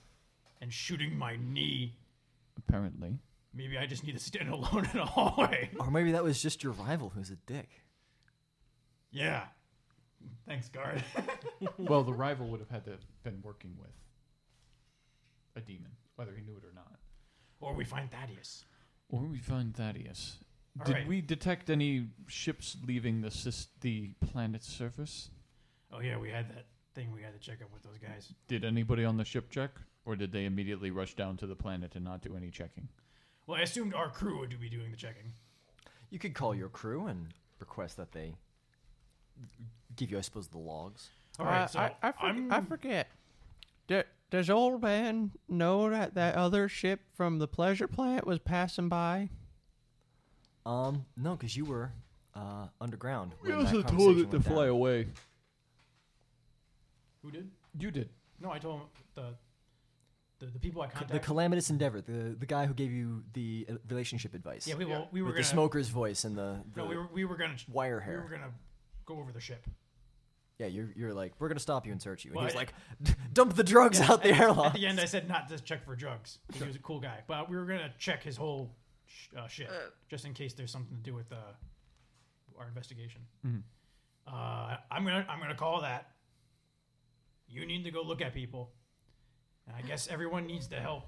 and shooting my knee.
Apparently,
Maybe I just need to stand alone in a hallway.
or maybe that was just your rival who's a dick.
Yeah. Thanks, guard.
well, the rival would have had to have been working with a demon, whether he knew it or not.
or we find Thaddeus.
Or we find Thaddeus.
All
Did
right.
we detect any ships leaving the sys- the planet's surface?
Oh yeah, we had that thing. We had to check up with those guys.
Did anybody on the ship check, or did they immediately rush down to the planet and not do any checking?
Well, I assumed our crew would be doing the checking.
You could call your crew and request that they give you, I suppose, the logs.
All right,
Uh,
so
I, I, for-
am
I forget. Do, does old man know that that other ship from the pleasure plant was passing by?
Um, no, because you were uh, underground.
We
when that
also told
conversation
it to
went
fly
down.
away.
Who did?
You did.
No, I told him the the, the people I
C- The
contacted.
calamitous endeavor, the the guy who gave you the uh, relationship advice.
yeah, we, will- we were
with
gonna
the smoker's voice and the, the
No, we were we were gonna
wire
we
hair.
were gonna go over the ship.
Yeah, you're, you're like, we're gonna stop you and search you. And
Well,
he's
I-
like, dump the drugs
Yeah,
out the
at-
airlock.
At the end, I said not to check for drugs. 'cause He was a cool guy, but we were gonna check his whole sh- uh, shit just in case there's something to do with uh, our investigation.
Mhm.
Uh, I'm gonna I'm gonna call that. You need to go look at people, and I guess everyone needs to help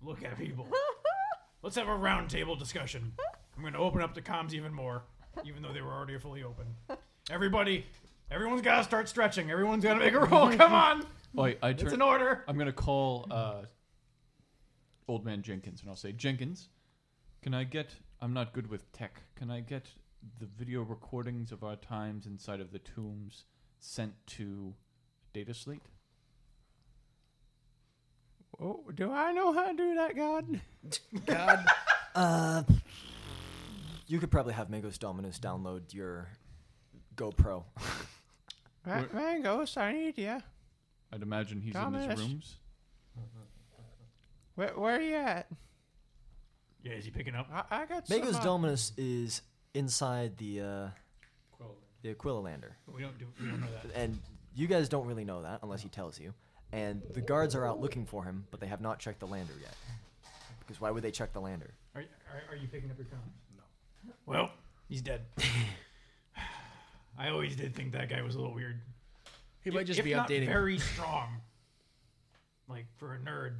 look at people. Let's have a roundtable discussion. I'm gonna open up the comms even more, even though they were already fully open. Everybody, everyone's gotta start stretching. Everyone's gotta make a roll. Come on.
Oi, I
It's
turn-
an order.
I'm gonna call uh, old man Jenkins, and I'll say, Jenkins, can I get? I'm not good with tech. Can I get the video recordings of our times inside of the tombs sent to Data Slate?
Oh, do I know how to do that, God?
God. uh, you could probably have Magos Dominus download your GoPro.
Ma- Mangos, I need you.
I'd imagine he's in
Thomas.
his rooms.
Where, where are you at?
Yeah, is he picking up?
I, I got
Magos
some, uh,
Dominus is inside the uh, the Aquila Lander.
We don't do. We don't know that.
And you guys don't really know that unless he tells you. And the guards are out looking for him, but they have not checked the lander yet. Because why would they check the lander?
Are, are, are you picking up your comms? No.
Well,
Well, he's dead. I always did think that guy was a little weird.
He
If-
might just
if
be
not
updating.
Very strong. Like for a nerd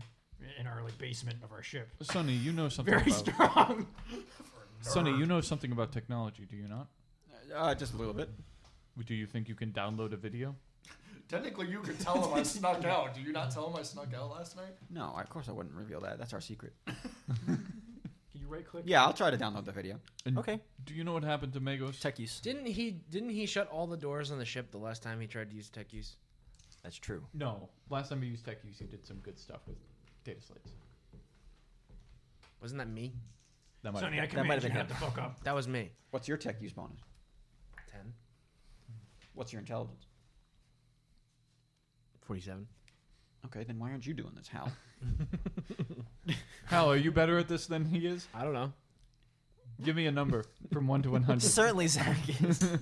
in our like basement of our ship.
Sonny, you know something
Very
about
strong.
Sonny, you know something about technology, do you not?
Uh, just a little bit.
Do you think you can download a video?
Technically, you could tell him I snuck out. Do you not tell him I snuck out last night?
No, of course I wouldn't reveal that. That's our secret.
Can you right click?
yeah, I'll try to download the video.
And
Okay.
Do you know what happened to Magos?
Tech use.
Didn't he? Didn't he shut all the doors on the ship the last time he tried to use tech use?
That's true.
No. Last time we used tech use, you did some good stuff with data slates.
Wasn't that me?
That
Sonny,
might
I
have
command you
been
not
him.
to fuck up.
That was me.
What's your tech use bonus?
Ten.
What's your intelligence?
Forty-seven.
Okay, then why aren't you doing this, Hal?
Hal, are you better at this than he is?
I don't know.
Give me a number from 1 to 100.
Certainly, Zach is.
I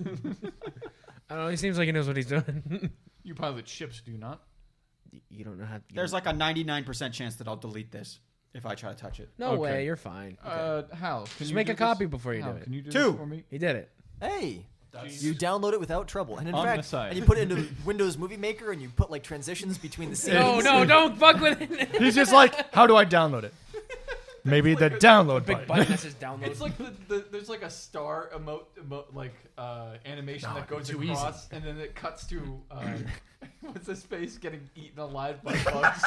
don't know. He seems like he knows what he's doing.
you pilot ships, do you not?
Y- you don't know how. You
There's like a 99% chance that I'll delete this if I try to touch it.
no
okay.
way. You're fine.
Uh, Hal, can
Just
you
make
do
a
this?
copy before you
Hal,
do it.
Can you do
Two.
this for me?
He did it.
Hey, you download it without trouble, and in
On the
fact,
side.
and you put it into Windows Movie Maker, and you put like transitions between the scenes.
No, no, don't fuck with it.
He's just like, how do I download it? Maybe the download button.
Button that says download.
It's like the, the there's like a star emote, emote like uh, animation that goes
too easy.
across, and then it cuts to uh, what's his face getting eaten alive by bugs.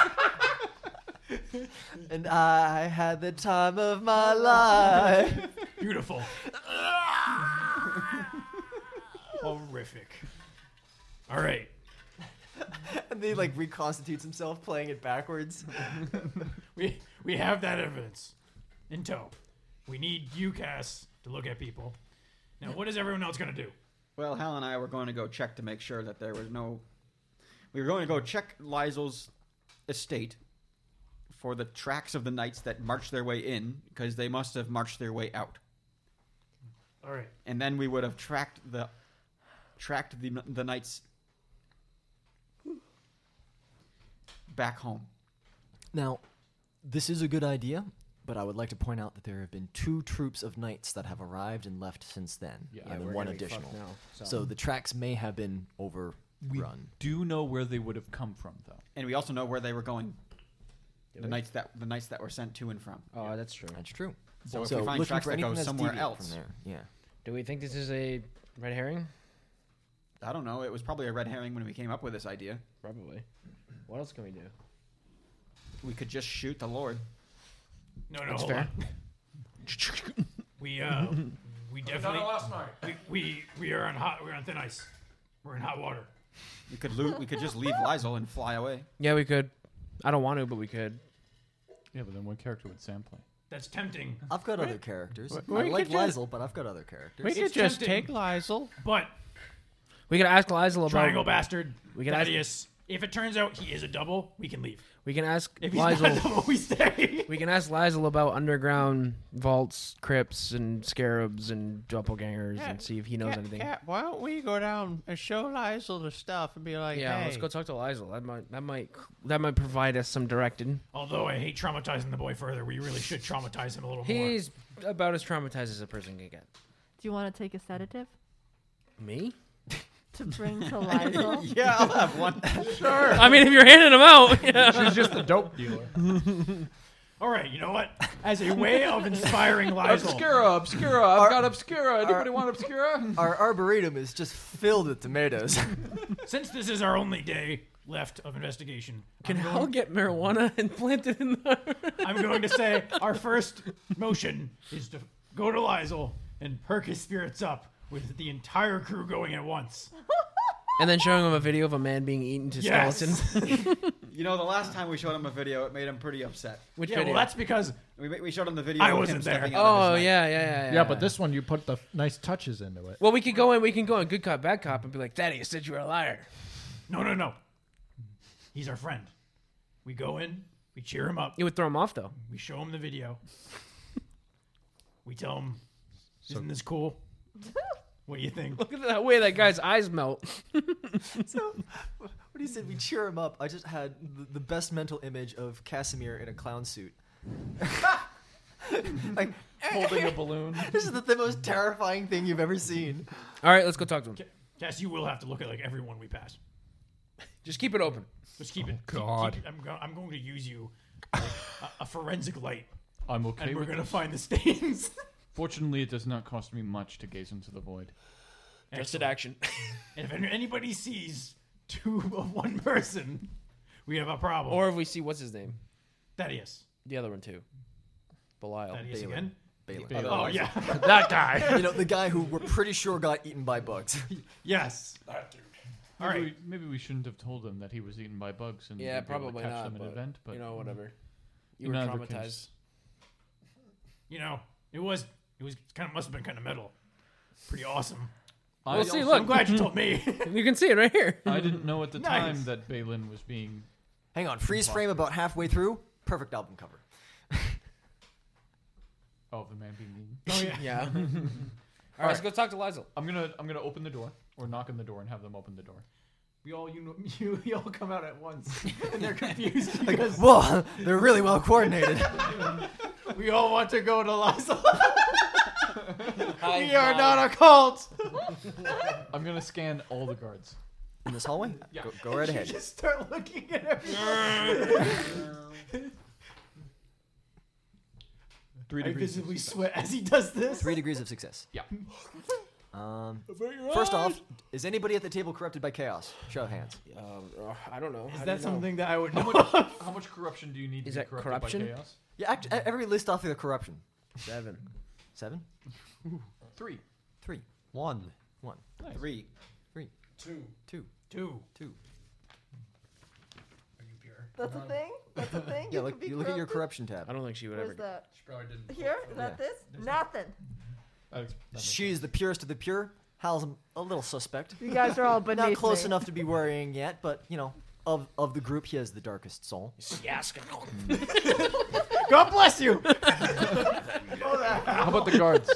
And I had the time of my life.
Beautiful. Horrific. All right.
and then he like reconstitutes himself, playing it backwards.
We we have that evidence in tow. We need you, Cass, to look at people. Now, what is everyone else gonna do?
Well, Hal and I were going to go check to make sure that there was no. We were going to go check Lysel's estate for the tracks of the knights that marched their way in, because they must have marched their way out.
All right.
And then we would have tracked the tracked the the knights back home.
Now, this is a good idea, but I would like to point out that there have been two troops of knights that have arrived and left since then,
Yeah,
and then one additional. so. the tracks may have been overrun.
Do you know where they would have come from, though?
And we also know where they were going.
Did
the
we?
knights that the knights that were sent to and from.
Oh, that's true.
That's true.
So if we find
looking
tracks
for
that go
anything that's
somewhere
deviant
else.
from there, yeah.
Do we think this is a red herring?
I don't know. It was probably a red herring when we came up with this idea.
Probably. What else can we do?
We could just shoot the Lord.
No, no,
That's
hold
fair.
on. We uh, we definitely we, we we are on hot. We're on thin ice. We're in hot water.
We could loot. We could just leave Lysol and fly away.
Yeah, we could. I don't want to, but we could.
Yeah, but then what character would Sam play?
That's tempting,
I've got other characters.
we
I like
could just-
Lizel, but I've got other characters.
We could
It's
just
tempting.
take Lysol.
but
We could ask Liza about.
triangle bastard.
We
We
can
can
ask-
Thaddeus If it turns out he is a double, we can leave.
We can ask
If he's not
Lizel.
double, we stay.
we can ask Lizel about underground vaults, crypts, and scarabs and doppelgangers, and see if he knows
Cat-
anything.
Cat, why don't we go down and show Lizel the stuff and be like,
yeah,
hey,
let's go talk to Lizel. That might that might that might provide us some directed.
Although I hate traumatizing the boy further, we really should traumatize him a little more.
He's about as traumatized as a person can get.
Do you want to take a sedative
Me?
to bring to Lizel?
yeah, I'll have one. sure.
I mean, if you're handing them out,
She's just a dope dealer.
All right, you know what? As a way of inspiring Lizel,
Obscura, obscura. I've got obscura. Anybody want obscura?
Our arboretum is just filled with tomatoes.
since this is our only day left of investigation,
can
I'm,
Hal get marijuana and plant it in the?
I'm going to say our first motion is to go to Lizel and perk his spirits up with the entire crew going at once.
and then showing him a video of a man being eaten to
Yes.
skeletons.
You know, the last time we showed him a video, it made him pretty upset.
Which
Yeah,
video?
well, that's because
We, we showed him the video.
I
of him
wasn't there.
stepping out of
oh
his
yeah, yeah, yeah, yeah.
Yeah, but this one you put the f- nice touches into it.
Well, we could go in. We can go in good cop, bad cop, and be like, "Daddy, you said you were a liar."
no, no, no. He's our friend. We go in, we cheer him up,
It would throw him off though.
we show him the video, we tell him, "Isn't this cool? What do you think?"
Look at that way that guy's eyes melt.
so when he said we cheer him up, I just had the, the best mental image of Casimir in a clown suit. like holding a balloon. This is the, the most terrifying thing you've ever seen.
All right, let's go talk to him.
Cass, you will have to look at like everyone we pass.
Just keep it open.
Just keep it. keep-
God.
keep it- I'm, go- I'm going to use you like, a, a forensic light,
I'm okay
and we're
with
going to
this.
find the stains.
Fortunately, it does not cost me much to gaze into the void.
Arrested action.
and if any- anybody sees two of one person, we have a problem.
or if we see what's his name,
Thaddeus.
the other one too, Belial.
Thaddeus
Balin.
again.
Balin.
Oh yeah.
That guy.
You know, the guy who we're pretty sure got eaten by bugs.
yes. All
Maybe
right.
We, maybe we shouldn't have told them that he was eaten by bugs and
Yeah,
we'd be able to
probably
catch
not.
them at
but,
an event. But
you know, whatever. You
In
were
either
traumatized.
case.
You know, it was it was kind of must have been kind of metal. Pretty awesome.
I,
We'll see.
I'm
Look,
glad you told me.
you can see it right here.
I didn't know at the
Nice.
time that Balin was being.
Hang on, freeze frame about halfway through. Perfect album cover.
Oh, the man being eaten.
oh yeah.
Yeah. All right, let's go talk to Lizel.
I'm gonna I'm gonna open the door or knock on the door and have them open the door.
We all you, you you all come out at once, and they're confused because
Whoa, they're really well coordinated.
we all want to go to Lhasa.
Hi,
we are
Lizel.
not a cult.
I'm gonna scan all the guards.
In this hallway? Go, go right ahead.
Just start looking at everyone.
Three
I
degrees. of
visibly
suspect.
sweat as he does this.
Three degrees of success.
Yeah.
Um, first off, is anybody at the table corrupted by chaos? Show of hands.
Um, uh, I don't know.
Is
I
that
don't know.
something that I would
How
know?
much, how much corruption do you need
Is
to
that
be corrupted
corruption?
by chaos?
Yeah, act, every list off their corruption.
Seven.
Seven,
Three.
three,
One.
one,
mouth. Three.
three,
Two.
two,
Two.
two.
Are you pure?
That's a thing. That's a thing.
Yeah,
You
look,
could be
you look at your
corrupted?
corruption tab.
I don't think she would ever.
Where's that?
She probably didn't.
Here? Is that this? Nothing.
Alex, that makes
She is the purest of the pure. Hal's a little suspect.
You guys are all beneath
Not close
me.
enough to be worrying yet, but you know, of of the group, he has the darkest soul.
Yes.
God bless you.
sense. How about the guards?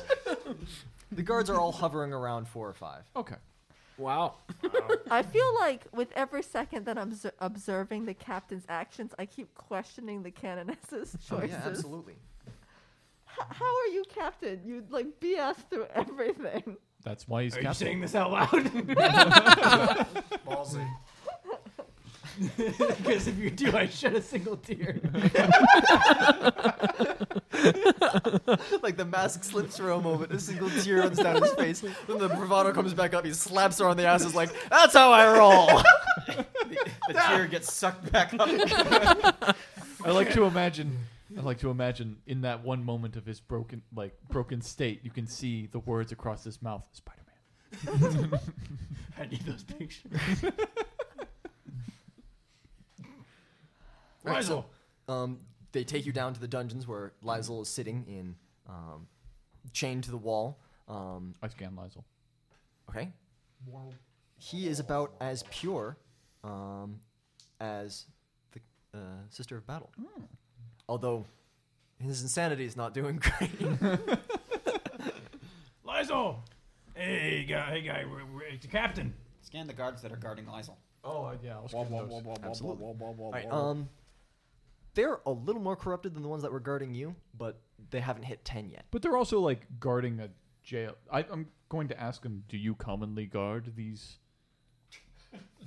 The guards are all hovering around four or five.
okay.
Wow.
I feel like with every second that I'm obser- observing the captain's actions, I keep questioning the canoness's
Oh,
choices.
absolutely.
H- how are you captain? You like BS through everything.
That's why he's
Are you
captain.
saying this out loud?
Ballsy.
Because if you do, I shed a single tear.
like the mask slips for a moment, a single tear runs down his face. Then the bravado comes back up. He slaps her on the ass. Is like, that's how I roll.
The tear gets sucked back up.
I like to imagine. I like to imagine in that one moment of his broken, like broken state, you can see the words across his mouth. Spider Man.
I need those pictures. Rizel.
Um, they take you down to the dungeons where Lizel is sitting in, um, chained to the wall. Um,
I scan Lizel.
okay, he is about as pure um, as the uh, Sister of Battle. Although his insanity is not doing great.
Lizel! Hey, guy, hey, guy, we're, we're, it's the captain.
Scan the guards that are guarding Lizel.
Oh, uh, yeah, I'll scan those.
Absolutely. All right, um, they're a little more corrupted than the ones that were guarding you, but they haven't hit ten yet.
But they're also like guarding a jail. I, I'm going to ask him. Do you commonly guard these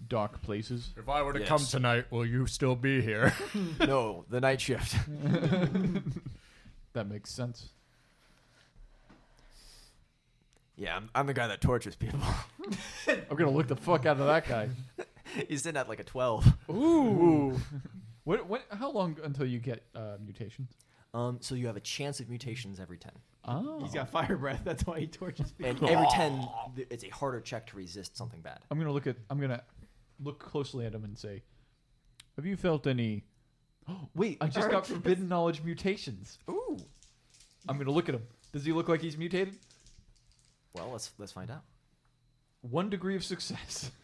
dark places?
If I were to come tonight, will you still be here?
no, the night shift.
that makes sense.
Yeah, I'm, I'm the guy that tortures people.
I'm gonna look the fuck out of that guy.
He's in at like a twelve. Ooh.
What? What? How long until you get uh, mutations?
Um, so you have a chance of mutations every ten.
Oh.
He's
got
fire breath. That's why he tortures
And
people.
every ten, th- it's a harder check to resist something bad.
I'm gonna look at. I'm gonna look closely at him and say, "Have you felt any?" Wait, I just got
Alright.
forbidden knowledge mutations.
Ooh.
I'm gonna look at him. Does he look like he's mutated?
Well, let's let's find out.
One degree of success.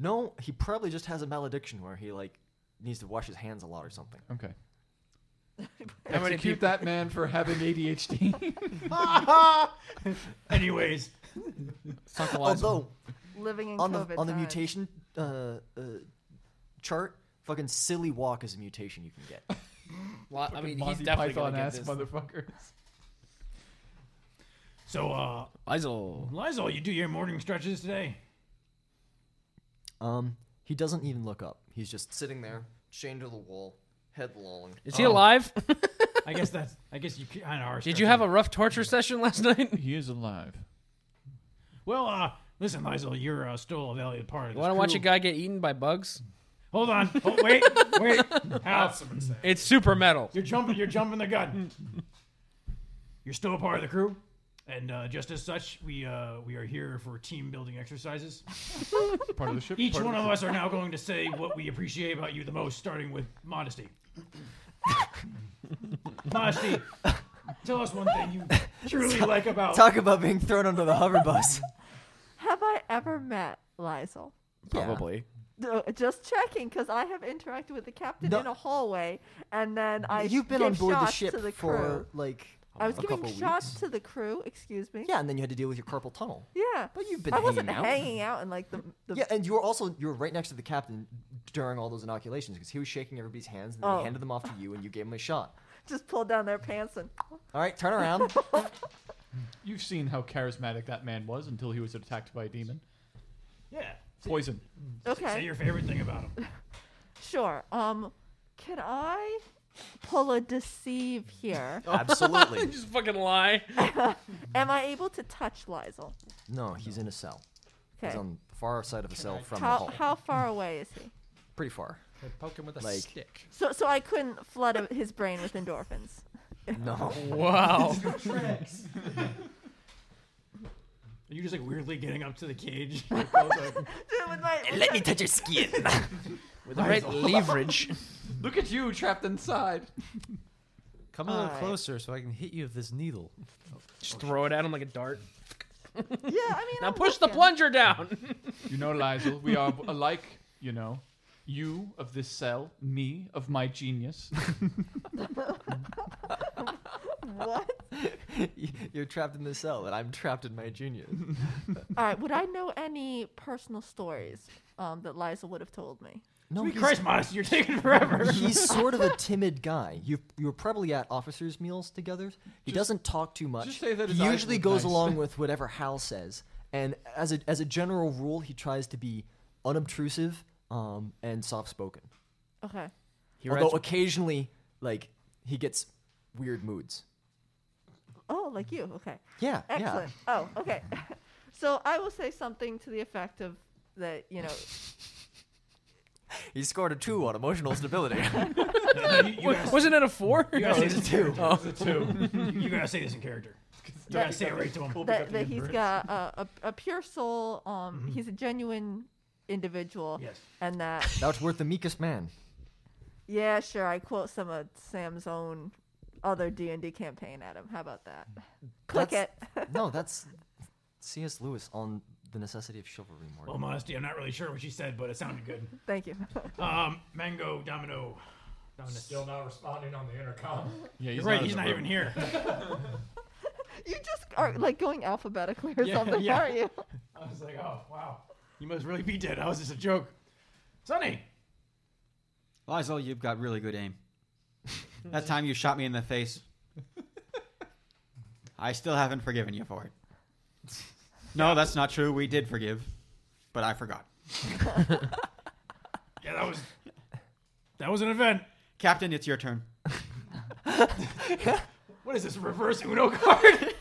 No, he probably just has a malediction where he like needs to wash his hands a lot or something.
Okay.
How many
Execute that man for having ADHD.
Anyways, although
Living in
on the
COVID
on the
times.
mutation uh, uh, chart, fucking silly walk is a mutation you can get.
Lot, I
Fucking
mean, he's
Monty
definitely
Python
going to get
ass
this.
motherfuckers.
So, uh,
Lizel.
Lizel, you do your morning stretches today?
Um, he doesn't even look up. He's just sitting there, chained to the wall, head long.
Is he alive?
I guess that's. I guess you kind of are.
Did you have a rough torture session last night?
He is alive.
Well, uh, listen, Lizel, you're uh, still a valued part of
You
this.
want to watch a
crew.
guy get eaten by bugs?
Hold on. Oh, wait, wait. How?
It's super metal.
You're jumping. You're jumping the gun. You're still a part of the crew, and uh, just as such, we uh, we are here for team building exercises.
Part of the ship.
Each
part
one
the
of
ship.
us are now going to say what we appreciate about you the most, starting with modesty. modesty. Tell us one thing you truly like
Oh.
about.
Talk about being thrown under the hover bus.
Have I ever met Lizel?
Probably.
No, Just checking, because I have interacted with the captain
No.
in a hallway, and then I
You've been
gave
on board the
shots
ship
to the crew.
for like
I was
a
giving
couple
shots
weeks.
to the crew. Excuse me.
Yeah, and then you had to deal with your carpal tunnel.
Yeah.
But you've been
I wasn't
hanging out.
hanging out in like the. the
yeah, and you were also you were right next to the captain during all those inoculations because he was shaking everybody's hands, and then
Oh.
he handed them off to you, and you gave him a shot.
Just pulled down their pants and.
All right, turn around.
You've seen how charismatic that man was until he was attacked by a demon.
Yeah.
Poison.
Okay.
Say your favorite thing about him.
Sure. Um, can I pull a deceive here?
Absolutely.
just fucking lie.
Am I able to touch Lizel?
no, he's in a cell. He's
Okay.
on the far side of a cell from the
How
hall.
how far away is he?
Pretty far.
Poke him with a
Like-
stick.
So so I couldn't flood a- his brain with endorphins.
No.
Wow.
Are you just like weirdly getting up to the cage?
Dude, with my, with
Let me
my-
touch your skin.
With the right leverage.
Look at you trapped inside.
Come a little
Alright.
closer so I can hit you with this needle.
Just throw it at him like a dart.
Yeah, I mean.
Now
I'm
push the
looking.
plunger down.
You know, Lizel, we are alike, you know. You of this cell, me of my genius.
What?
You're trapped in the cell, and I'm trapped in my junior.
All right. Would I know any personal stories um, that Lizel would have told me?
No,
Sweet
he's-
Christ, modesty, you're taking forever.
He's sort of a timid guy. You you were probably at officers' meals together. He doesn't talk too much.
just say that his
he
eyes
usually
look
goes
nice.
along with whatever Hal says, and as a as a general rule, he tries to be unobtrusive um, and soft spoken.
Okay.
He
Although
rides-
occasionally, like he gets weird moods.
Oh, like you. Okay.
Yeah,
Excellent. Oh, okay. So I will say something to the effect of that. You know,
yeah. He scored a two on emotional stability.
you, you
Wa-
gotta,
Wasn't it a four?
you gotta say this in character.
Oh.
You gotta say this in character. You gotta say it right to him.
that, that he's got a, a, a pure soul. Um,
Mm-hmm.
he's a genuine individual.
Yes.
And that,
That's worth the meekest man.
yeah, sure. I quote some of Sam's own other D and D campaign at him. How about that? Click
That's-
it.
No, that's C.S. Lewis on the necessity of chivalry, Morgan.
Well, modesty, I'm not really sure what she said, but it sounded good.
Thank you.
Um, Mango Domino. Domino.
Still not responding on the intercom.
Yeah, he's right. He's not even here.
You just are like going alphabetically or
Yeah,
something,
yeah.
aren't you?
I was like, oh wow, you must really be dead. How is this a joke? Sonny,
Lizel, you've got really good aim. that time you shot me in the face. I still haven't forgiven you for it. No, that's not true. We did forgive, but I forgot.
yeah, that was that was an event.
Captain, it's your turn.
what is this a reverse Uno card?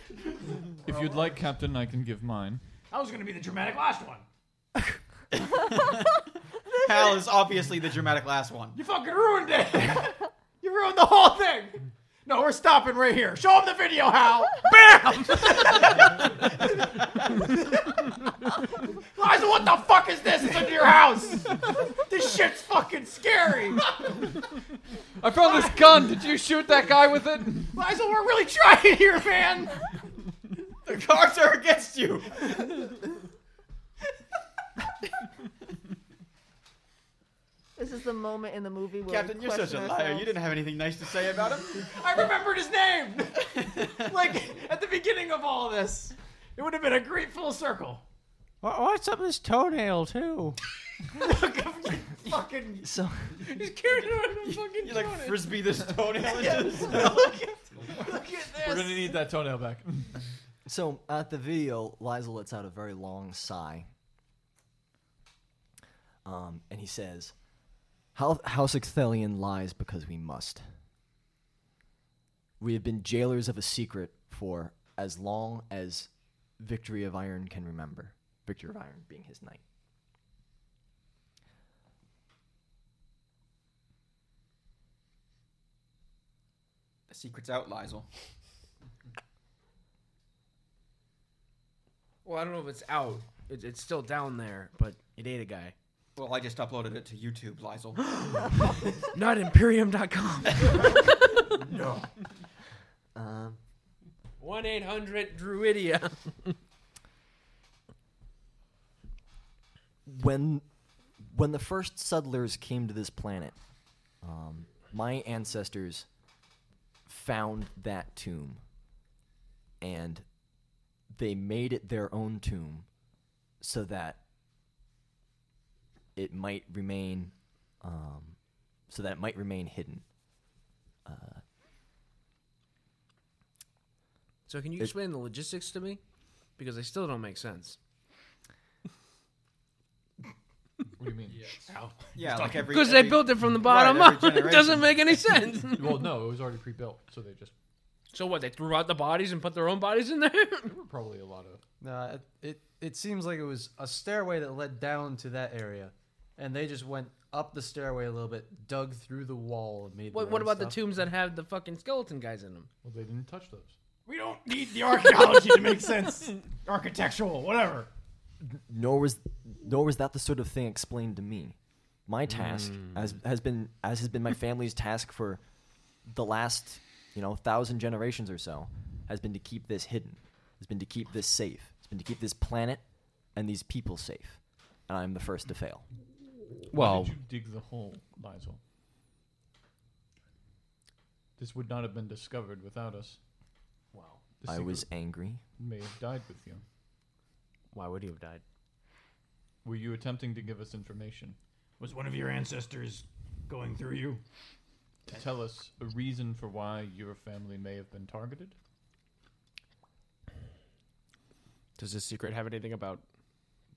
If you'd like, Captain, I can give mine.
That was going to be the dramatic last one.
Hal is obviously the dramatic last one.
You fucking ruined it. you ruined the whole thing. No, we're stopping right here. Show him the video, Hal. Bam. Liza, what the fuck is this? It's under your house. This shit's fucking scary.
I found this gun. Did you shoot that guy with it?
Liza, we're really trying here, man.
The cards are against you.
This is the moment in the movie where
Captain,
we
you're such a
question
liar.
ourselves.
You didn't have anything nice to say about him.
I remembered his name. like at the beginning of all this, it would have been a great full circle.
Wha- What's up with this toenail too?
Fucking
so.
He's carrying it on a fucking. You like
frisbee this toenail?
yeah. Look at, look at
We're
this.
gonna need that toenail back.
So at the video, Liza lets out a very long sigh. Um, and he says, Hal- House Ecthelion lies because we must. We have been jailers of a secret for as long as Victory of Iron can remember. Victory of Iron being his knight.
The secret's out, Lizel.
Well, I don't know if it's out. It, it's still down there, but it ate a guy.
Well, I just uploaded it to YouTube, Lizel.
Not Imperium.com.
No.
Um,
1 800 Druidia.
when when the first settlers came to this planet, um, my ancestors found that tomb, and they made it their own tomb, so that it might remain, um, so that it might remain hidden. Uh,
so, can you explain the logistics to me? Because they still don't make sense.
What do you mean?
How?
Yeah, like every.
Because they
every-
built it from the
Right,
bottom
every
up. It
generation.
doesn't make any sense.
well, no, it was already pre-built, so they just
So, what? They threw out the bodies and put their own bodies in there?
probably a lot of.
Nah, it, it it seems like it was a stairway that led down to that area, and they just went up the stairway a little bit, dug through the wall, and made.
What,
their
what
own
about the
stuff.
tombs that have the fucking skeleton guys in them?
Well, they didn't touch those.
We don't need the archaeology to make sense. Architectural, whatever.
nor was nor was that the sort of thing explained to me. My task as has been as has been my family's task for the last you know thousand generations or so has been to keep this hidden. Has been to keep this safe. Has been to keep this planet and these people safe. And I'm the first to fail.
Well, did you dig the hole, Lizel? This would not have been discovered without us. Wow.
I was angry.
May have died with you.
Why would he have died?
Were you attempting to give us information
Was one of your ancestors going through you?
to tell us a reason for why your family may have been targeted?
Does this secret have anything about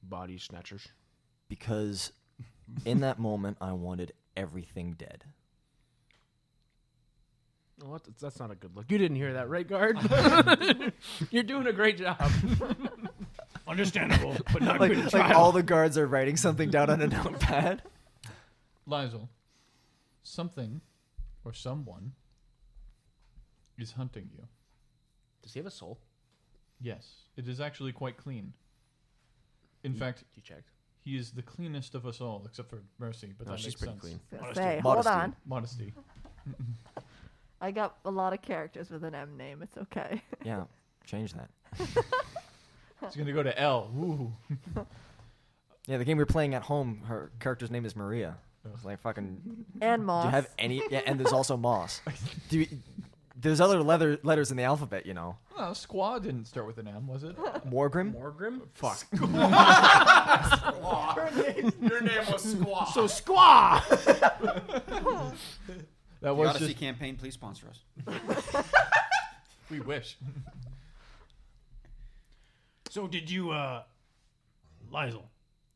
body snatchers?
because in that moment I wanted everything dead.
Well, that's- that's not a good look. You didn't hear that, right, guard? You're doing a great job.
Understandable, but not
like,
good
like
trial.
all the guards are writing something down on a notepad.
Lizel, something or someone is hunting you.
Does he have a soul?
Yes, it is actually quite clean. In fact,
you checked.
He is the cleanest of us all, except for Mercy. But
No,
that
she's
makes
pretty
sense.
clean.
Gonna say, hold
Modesty.
on.
Modesty.
I got a lot of characters with an M name. It's okay.
Yeah, change that.
It's gonna go to L. Ooh.
Yeah, the game we were playing at home, her character's name is Maria. It's like fucking.
And
Do
Moss.
you have any? Yeah, and there's also Moss. Do you, there's other leather letters in the alphabet, you know.
Oh, squad didn't start with an M, was it?
Morgrim.
Morgrim. Fuck.
Your name was Squaw.
So Squaw.
that
That
was
was
the Odyssey
just-
campaign. Please sponsor us.
we wish.
So did you, uh, Lizel?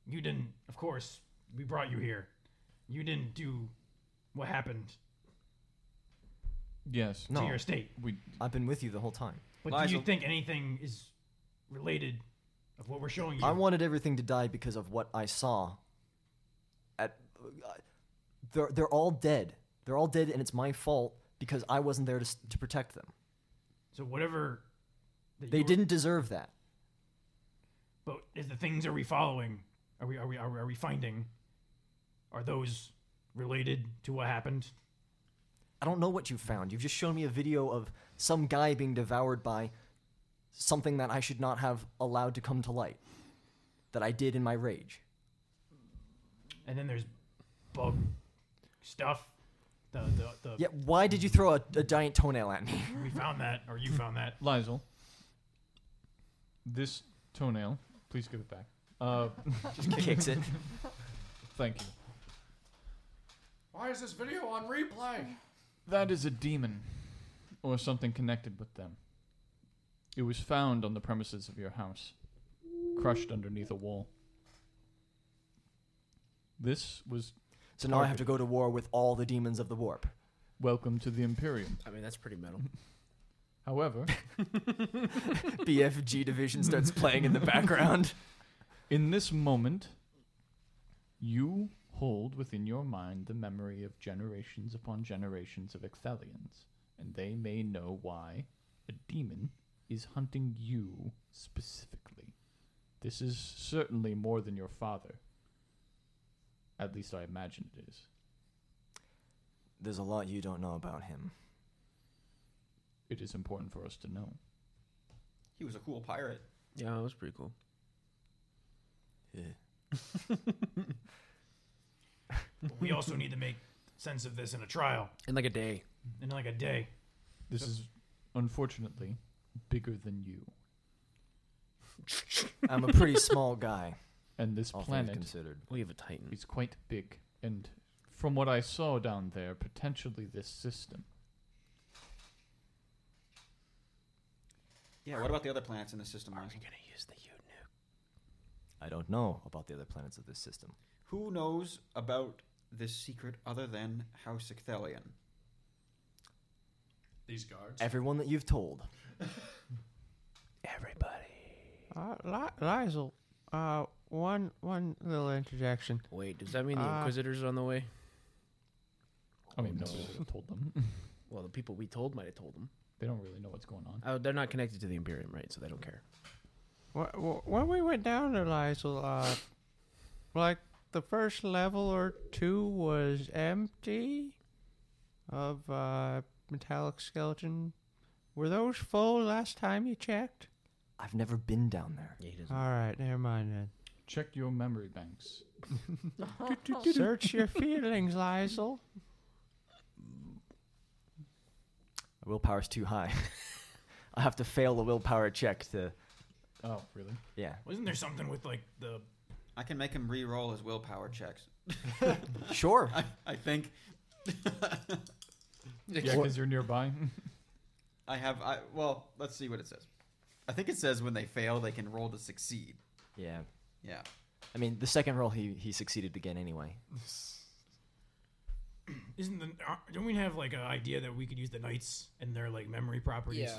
You didn't. Of course, we brought you here. You didn't do what happened
Yes.
to your estate.
We.
I've been with you the whole time.
But do you think anything is related of what we're showing you?
I wanted everything to die because of what I saw. At, uh, they're they're all dead. They're all dead, and it's my fault because I wasn't there to s- to protect them.
so whatever. that
They
you were-
didn't deserve that.
But is the things are we following? Are we are we are we, are we finding? Are those related to what happened?
I don't know what you found. You've just shown me a video of some guy being devoured by something that I should not have allowed to come to light. That I did in my rage.
And then there's bug stuff. The the, the
Yeah, why did you throw a, a giant toenail at me?
we found that or you found that.
Lizel. This toenail, please give it back. Uh,
Just kicks it.
Thank you.
Why is this video on replay?
That is a demon, or something connected with them. It was found on the premises of your house, crushed underneath a wall. This was.
So now I have to go to war with all the demons of the warp.
Welcome to the Imperium.
I mean, that's pretty metal.
However,
BFG Division starts playing in the background.
In this moment, you hold within your mind the memory of generations upon generations of Ecthelians, and they may know why a demon is hunting you specifically. This is certainly more than your father. At least I imagine it is.
There's a lot you don't know about him.
It is important for us to know.
He was a cool pirate.
Yeah, it was pretty cool.
But we also need to make sense of this in a trial
In like a day.
in like a day.
This is, unfortunately, bigger than you.
I'm a pretty small guy.
And this
all things
planet
considered.
We have a titan.
is quite big. And from what I saw down there, potentially this system.
Yeah. What about the other planets in the system? Are we
gonna use the U nuke?
I don't know about the other planets of this system.
Who knows about this secret other than House Ecthelion?
These guards.
Everyone that you've told.
Uh, Li- Lizel, uh, one one little interjection.
Wait, does that mean the
Uh,
Inquisitor's on the way?
I mean, nobody would have told them.
Well, the people we told might have told them.
They don't really know what's going on.
Oh, they're not connected to the Imperium, right? So they don't care.
Wh- wh- When we went down to Lizel, uh, like the first level or two was empty of uh, metallic skeleton. Were those full last time you checked?
I've never been down there.
Yeah, he
All right, never mind then.
Check your memory banks.
Search your feelings, Lizel.
Willpower's too high. I have to fail a willpower check to.
Oh, really?
Yeah.
Wasn't there something with like the
I can make him re-roll his willpower checks.
Sure.
I, I think
Yeah, because you're nearby.
I have. I well, let's see what it says. I think it says when they fail, they can roll to succeed.
Yeah.
Yeah.
I mean, the second roll, he, he succeeded again anyway.
isn't the uh, don't we have like an idea that we could use the knights and their like memory properties?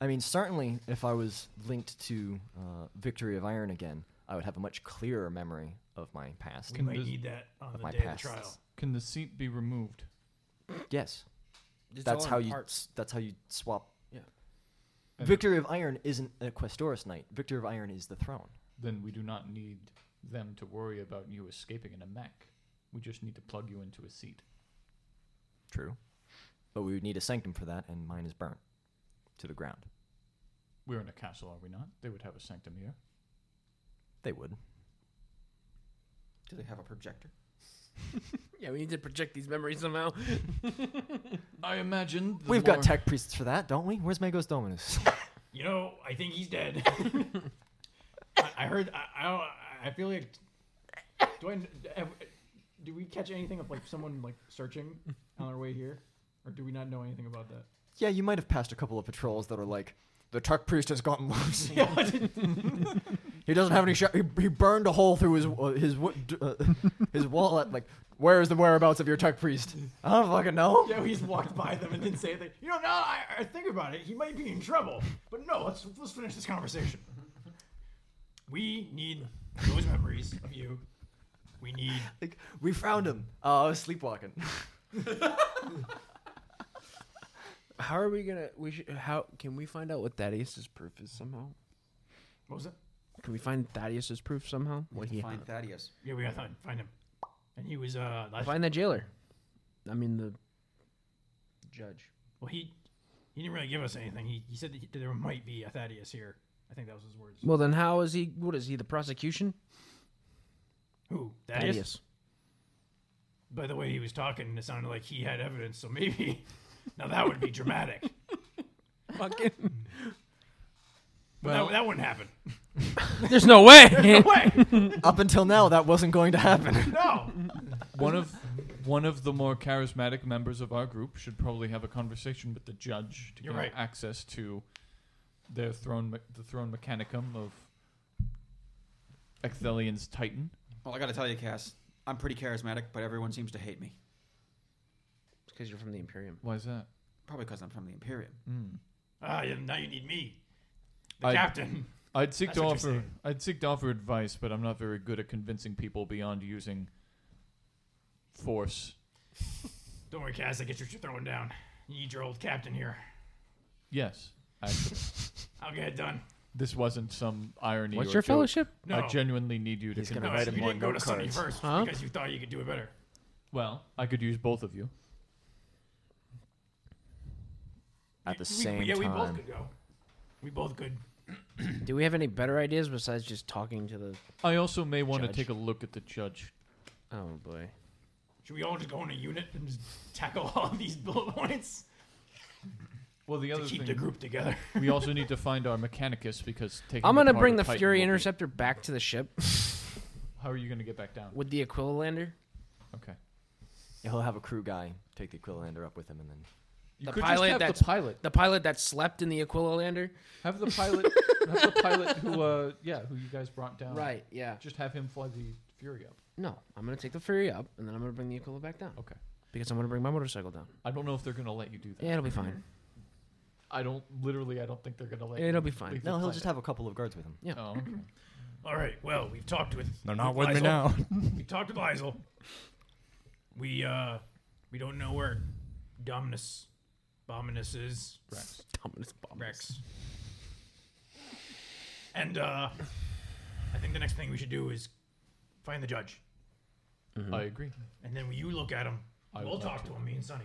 I mean, certainly, if I was linked to uh, Victory of Iron again, I would have a much clearer memory of my past.
We might need that on
of
the
my
day of the
past.
trial.
Can the seat be removed?
Yes.
It's
that's
all
how
in
you.
parts.
That's how you swap.
Yeah.
And-
Victory of Iron isn't a Questorus knight. Victory of Iron is the throne.
Then we do not need them to worry about you escaping in a mech. We just need to plug you into a seat.
True. But we would need a sanctum for that, and mine is burnt to the ground.
We're in a castle, are we not? They would have a sanctum here.
They would.
Do they have a projector?
yeah, we need to project these memories somehow.
I imagine
We've got tech priests for that, don't we? Where's Magos Dominus?
You know, I think he's dead. I, I heard. I, I don't. I feel like. Do I? have- Do we catch anything of like someone like searching on their way here, or do we not know anything about that?
yeah, you might have passed a couple of patrols that are like, the tech priest has gotten loose. he doesn't have any. Sh- he, he burned a hole through his uh, his wo- d- uh, his wallet. Like, where is the whereabouts of your tech priest? I don't fucking know.
Yeah, we just walked by them and didn't say anything. You know, now I, I think about it, he might be in trouble. But no, let's let's finish this conversation. We need those memories of you. We need.
Like, we found him. Uh, I was sleepwalking.
How are we gonna? We should. How can we find out what Thaddeus's proof is somehow?
What was it?
Can we find Thaddeus's proof somehow? What he had?
Thaddeus.
Yeah, we gotta find, find him. And he was uh. Last,
Find that jailer. I mean the judge.
Well, he he didn't really give us anything. He he said that, he, that there might be a Thaddeus here. I think that was his words.
Well, then how is he? What is he? The prosecution?
Who? Thaddeus. By the way, he was talking, it sounded like he had evidence. So maybe now that would be dramatic.
Fucking.
But
Well-
that, that wouldn't happen.
There's no way.
Up until now, that wasn't going to happen.
No.
One of one of the more charismatic members of our group should probably have a conversation with the judge to
You're
get
right.
access to their throne, me- the throne mechanicum of Ecthelion's Titan.
Well, I gotta tell you, Cass, I'm pretty charismatic, but everyone seems to hate me.
Because you're from the Imperium.
Why is that?
Probably because I'm from the Imperium.
Mm.
Ah, yeah, now you need me, the
I'd-
captain.
I'd seek
That's
to
what you're
offer.
saying.
I'd seek to offer advice, but I'm not very good at convincing people beyond using force.
Don't worry, Cass. I get what you're throwing down. You need your old captain here.
Yes, actually,
I'll get it done.
this wasn't some irony.
What's
or
your
joke.
fellowship?
I
No.
genuinely need you to
He's gonna
convince.
No,
write
you
him more
didn't go to
note
Sunny
cards.
first
Huh?
because you thought you could do it better.
Well, I could use both of you.
At the
We-
same
yeah, we both
time,
could go. We both could.
Do we have any better ideas besides just talking to the?
I also may want to
Judge.
take a look at the judge.
Oh boy.
Should we all just go in a unit and just tackle all of these bullet points
Well, the
to
other
keep
thing,
the group together?
we also need to find our mechanicus because taking.
I'm gonna
apart
bring
a
the
Titan
Fury
will be-
Interceptor back to the ship
How are you gonna get back down?
with the Aquila lander.
Okay.
he'll have a crew guy take the Quillander up with him, and then
You
the
could
pilot
just have
that's
the pilot.
The pilot that slept in the Aquila lander.
Have the pilot. have the pilot who, uh, yeah, who you guys brought down.
Right. Yeah.
Just have him fly the Fury up.
No, I'm gonna take the Fury up and then I'm gonna bring the Aquila back down
Okay.
because I'm gonna bring my motorcycle down.
I don't know if they're gonna let you do that.
Yeah, it'll be fine.
I don't. Literally, I don't think they're gonna let.
It'll
you
be fine.
leave the
no, he'll
planet.
just have a couple of guards with him.
Yeah.
Oh, okay.
all right. Well, we've talked with.
They're not
with
with me
Lysol.
now.
We talked with Lizel. We uh, we don't know where Dominus, Dominus is.
Rex.
Dominus bomb.
Rex. And uh, I think the next thing we should do is find the judge,
I agree.
and then you look at him.
I
we'll
would love
talk to
to.
him, me and Sonny.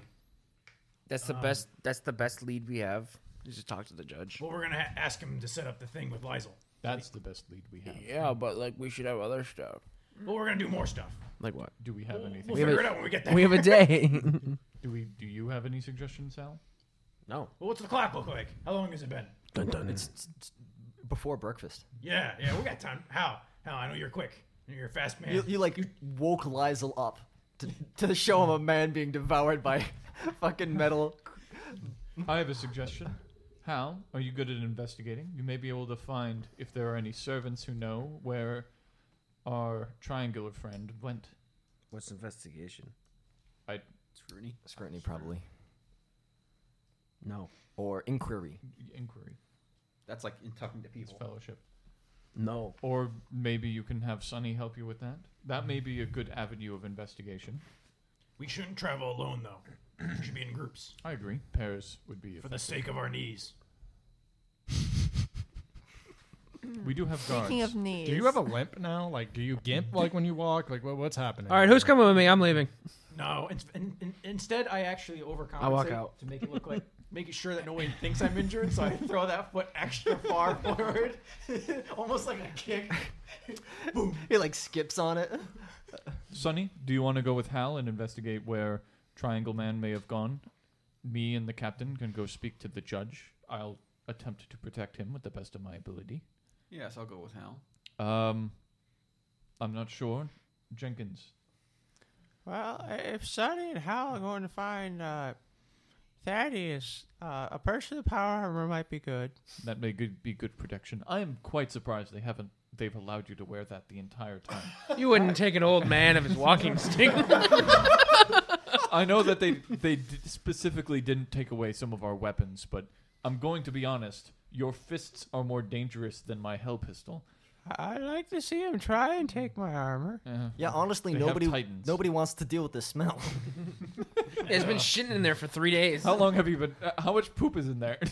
That's the
Um,
best. That's the best lead we have. is Just talk to the judge.
Well, we're gonna ha- ask him to set up the thing with Lizel.
That's the best lead we have.
Yeah, but like we should have other stuff.
Well, we're gonna do more stuff.
Like what?
Do we have
We'll,
anything?
we'll
have
figure it
a-
out when we get there.
We have a day.
Do we? Do you have any suggestions, Sal?
no.
well, what's the clock look like? How long has it been?
It's, it's- it's before breakfast.
Yeah, yeah, we got time. How? How? I know you're quick. and You're a fast man.
You, you like woke Lizel up to, to show him a man being devoured by fucking metal.
I have a suggestion. Hal, are you good at investigating? You may be able to find if there are any servants who know where our triangular friend went.
What's investigation?
Scrutiny.
Scrutiny, probably,
No.
or inquiry.
Inquiry,
That's like in talking to
his
people.
fellowship.
No.
Or maybe you can have Sonny help you with that. That may be a good avenue of investigation.
we shouldn't travel alone though. we should be in groups
I agree. Pairs would be.
for the sake of our knees.
we do have guards.
Speaking of knees,
Do you have a limp now? Like, do you gimp like when you walk? Like, what, what's happening?
All right, who's coming with me? I'm leaving.
No, in, in, in, instead I actually overcompensate
I walk out.
to make it look like making sure that no one thinks I'm injured, so I throw that foot extra far forward, almost like a kick. Boom.
He like skips on it.
Sonny, do you want to go with Hal and investigate where Triangle Man may have gone? Me and the captain can go speak to the judge. I'll attempt to protect him with the best of my ability.
Yes, I'll go with Hal.
Um, I'm not sure. Jenkins,
Well, if Sonny and Hal are going to find uh, Thaddeus, uh, a person of power armor might be good.
that may good, be good protection. I am quite surprised they haven't. They've allowed you to wear that the entire time.
You wouldn't take an old man of his walking stick.
I know that they they d- specifically didn't take away some of our weapons, but I'm going to be honest. Your fists are more dangerous than my hell pistol.
I- I'd like to see him try and take my armor.
Yeah, honestly,
They have
nobody
titans.
nobody wants to deal with this smell.
It's been shitting in there for three days.
How long have you been? Uh, how much poop is in there?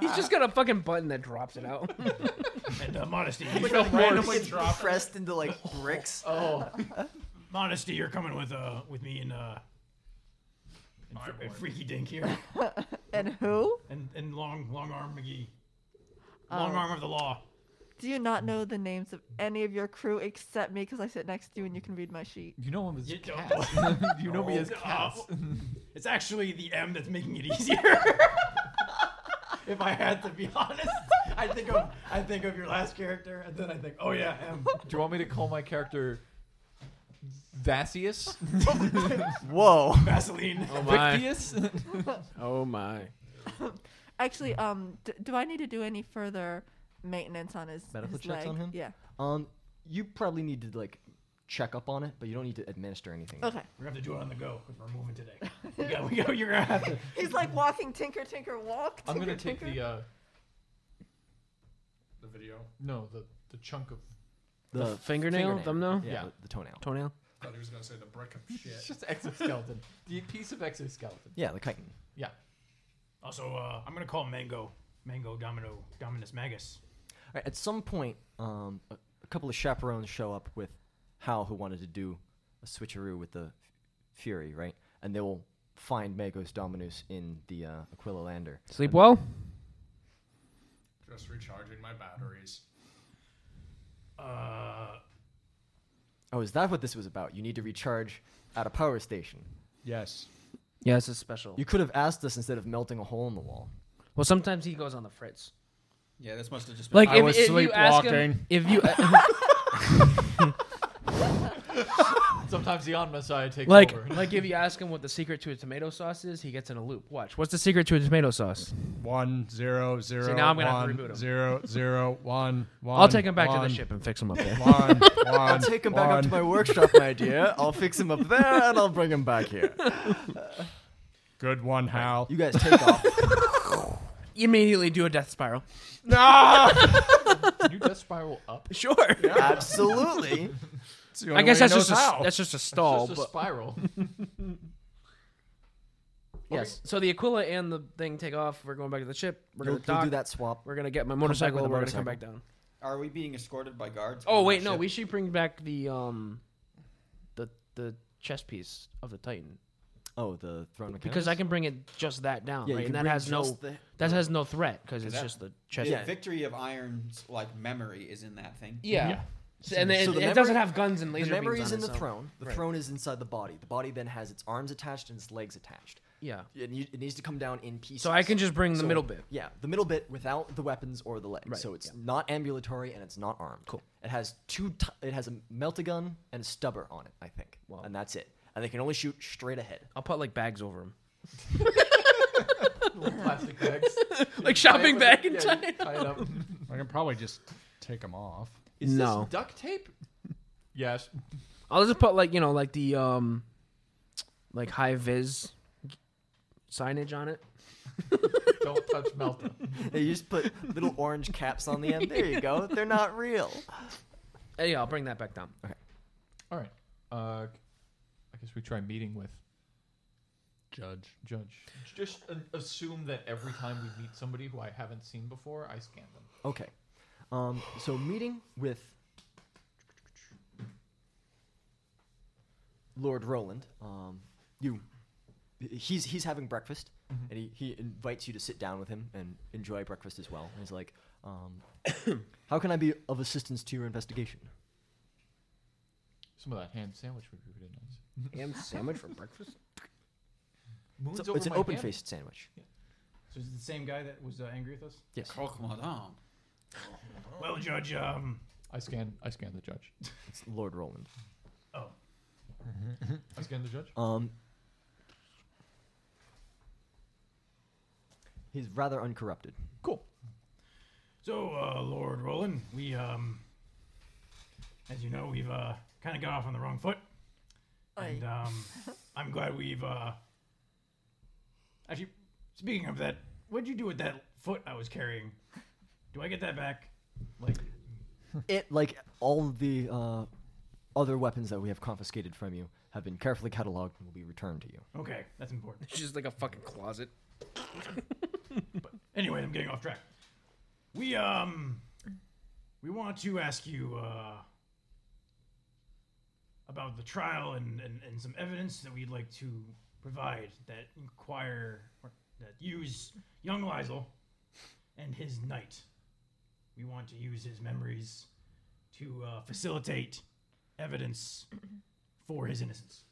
He's just got a fucking button that drops it out.
And uh, modesty.
Like
you
a
randomly
horse
drop
pressed into like bricks.
Oh, modesty, you're coming with uh with me and uh and, Fre- and Freaky Dink here,
and who?
and and long long arm McGee, long
Oh.
arm of the law.
Do you not know the names of any of your crew except me because I sit next to you and you can read my sheet?
You know him as
You don't-
Cass. you know me as
No.
Cass.
it's actually the M that's making it easier. if I had to be honest, I think of I think of your last character, and then I think, oh yeah, M.
Do you want me to call my character Vassius?
Whoa.
Vaseline.
Oh my. Victius?
oh my.
Actually, um, d- do I need to do any further maintenance on his
medical
his
checks
leg?
on him?
Yeah.
Um, you probably need to like check up on it, but you don't need to administer anything.
Okay.
We're gonna have to do it on the go because we're moving today. We got, we got, you're gonna have to.
He's like walking Tinker Tinker walk.
I'm gonna
tinker,
take
tinker.
the uh,
The video.
no the the chunk of.
The fingernail? Thumbnail?
Yeah,
Yeah.
The, the toenail.
Toenail?
thought he was gonna say the brick of shit.
It's just exoskeleton. the piece of exoskeleton.
Yeah, the chitin.
Yeah.
Also, uh, I'm gonna call Mango, Mango Domino, Dominus Magus.
All right, at some point, um, a, a couple of chaperones show up with Hal, who wanted to do a switcheroo with the F- Fury, right? And they will find Magos Dominus in the uh, Aquila Lander.
Sleep well?
Just recharging my batteries.
Uh,
Oh, is that what this was about? You need to recharge at a power station.
Yes.
Yeah, it's a special.
You could have asked us instead of melting a hole in the wall.
Well, sometimes he goes on the fritz.
Yeah, this must have just been.
Like if, if you ask him, if you
Sometimes the on Messiah takes
like,
over.
like if you ask him what the secret to a tomato sauce is, he gets in a loop. Watch. What's the secret to a tomato sauce?
One zero zero.
See, now I'm gonna have to
one,
reboot him.
Zero zero one one.
I'll take him back to the
one,
ship and fix him up there.
One, one,
I'll take him back up to
one.
my workshop, my dear. I'll fix him up there and I'll bring him back here.
Good one, Hal.
You guys take off.
You immediately do a death spiral.
No.
Can you just spiral up?
Sure.
Absolutely.
It's the
I
only
guess
way he
that's
knows
just a, s-
how.
that's just a stall.
just a
but-
spiral.
yes. So the Aquila and the thing take off. We're going back to the ship. We're
You'll-
gonna
you'll
dock.
do that swap.
We're gonna get my
back
motorcycle.
with
We're
the
gonna come back
motorcycle.
down.
Are we being escorted by guards?
Oh
on the
wait, no,
ship?
we should bring back the um, the the chest piece of the Titan
Oh, the throne of
because I can bring it just that down,
Yeah, you
right?
can
And that
bring
has no
just the-
that has no threat because it's
that-
just the chest.
The victory of Iron's like memory is in that thing.
Yeah.
Yeah.
So- and then it, it doesn't have guns and laser
The memory
beams
is
on
in
it,
the
so-
throne. The
Right.
throne is inside the body. The body then has its arms attached and its legs attached.
Yeah.
It, need- it needs to come down in pieces.
So I can just bring the middle bit.
Yeah, the middle bit without the weapons or the legs.
Right,
So it's not ambulatory and it's not armed. Cool. It has two. T- it has a meltagun and a stubber on it, I think. And that's it. And they can only shoot straight ahead.
I'll put like bags over them,
Plastic bags.
like shopping bag in
Yeah,
China.
you tie it up.
I can probably just take him off.
Is
No.
this duct tape? Yes.
I'll just put like you know like the um, like high vis signage on it.
Don't touch Melta.
Yeah, you just put little orange caps on the end. There you go. They're not real.
Uh, Yeah, I'll bring that back down.
All right. Uh, I guess we try meeting with
Judge.
Judge. Just uh, assume that every time we meet somebody who I haven't seen before, I scan them.
Okay. Um, so meeting with Lord Roland, um, you he's he's having breakfast,
Mm-hmm.
and he, he invites you to sit down with him and enjoy breakfast as well. And he's like, um, "How can I be of assistance to your investigation?"
Some of that ham sandwich would be really nice.
Ham sandwich for breakfast?
Moon's
It's,
over
it's an
my hand.
open-faced sandwich.
So is it the same guy that was uh, angry with us?
Yes.
Well, Judge, um,
I scan. I scan the judge.
It's Lord Roland.
Oh.
I scan the judge.
Um, he's rather uncorrupted.
Cool.
So, uh, Lord Roland, we, um, as you know, we've, uh, kind of got off on the wrong foot. And, um, I'm glad we've, uh, actually, speaking of that, what'd you do with that foot I was carrying? Do I get that back? Like,
it like all the uh, other weapons that we have confiscated from you have been carefully cataloged and will be returned to you.
okay, that's important.
It's just like a fucking closet.
Anyway, I'm getting off track. We, um, we want to ask you, uh, about the trial and, and, and some evidence that we'd like to provide that inquire or that use young Lizel and his knight. We want to use his memories to uh, facilitate evidence for his innocence.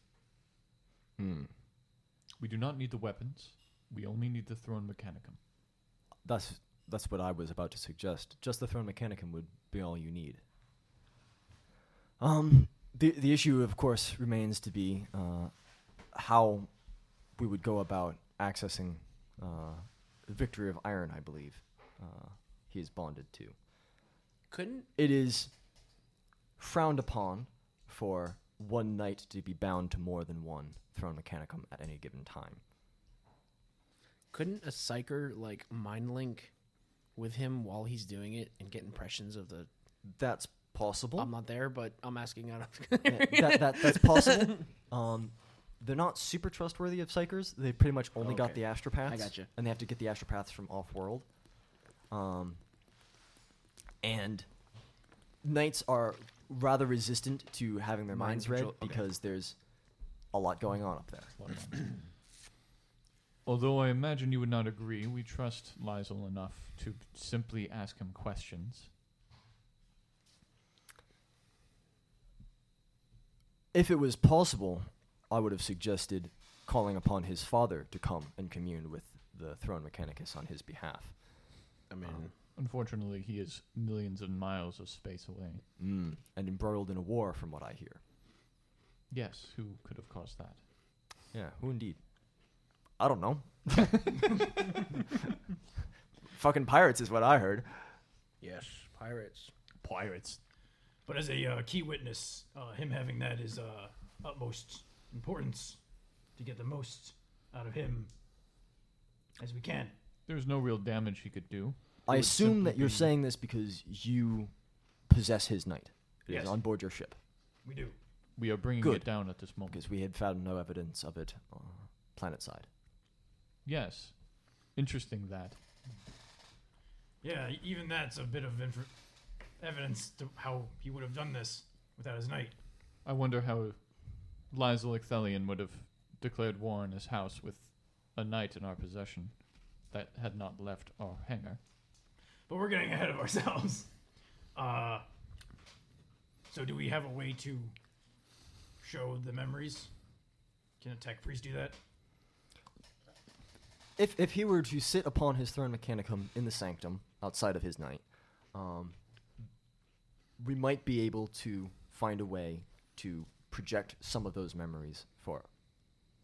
We do not need the weapons. We only need the throne mechanicum.
That's that's what I was about to suggest. Just the throne mechanicum would be all you need. Um, the the issue, of course, remains to be uh, how we would go about accessing uh, the victory of iron. I believe uh, he is bonded to.
Couldn't
It is frowned upon for one knight to be bound to more than one throne mechanicum at any given time.
couldn't a psyker like mind link with him while he's doing it and get impressions of the?
That's possible.
I'm not there, but I'm asking out
Yeah,
of.
Um, that, that, that's possible. Um, they're not super trustworthy of psychers. They pretty much only got
Okay.
the astropaths.
I gotcha.
And they have to get the astropaths from off world. Um, and knights are rather resistant to having their
Mind
minds read
control- okay.
because there's a lot going on up there.
Although I imagine you would not agree, we trust Lizel enough to simply ask him questions.
If it was possible, I would have suggested calling upon his father to come and commune with the throne mechanicus on his behalf.
I mean,
Unfortunately, he is millions of miles of space away.
Mm, and embroiled in a war, from what I hear.
Yes, who could have caused that?
Yeah, who indeed? I don't know. Fucking pirates is what I heard.
yes, pirates.
Pirates.
But as a uh, key witness, uh, him having that is uh, utmost importance to get the most out of him as we can.
There's no real damage he could do.
I
It would
assume
simply
that you're
be-
saying this because you possess his knight. It is
Yes.
on board your ship.
We do.
We are bringing
Good.
it down at this moment.
Because we had found no evidence of it uh, planet side.
Yes. Interesting that.
Yeah, e- even that's a bit of infor- evidence to how he would have done this without his knight.
I wonder how Lizel Ecthelian would have declared war on his house with a knight in our possession that had not left our hangar.
But we're getting ahead of ourselves. Uh, so, do we have a way to show the memories? Can a tech priest do that?
If, if he were to sit upon his throne mechanicum in the sanctum outside of his knight, um, we might be able to find a way to project some of those memories for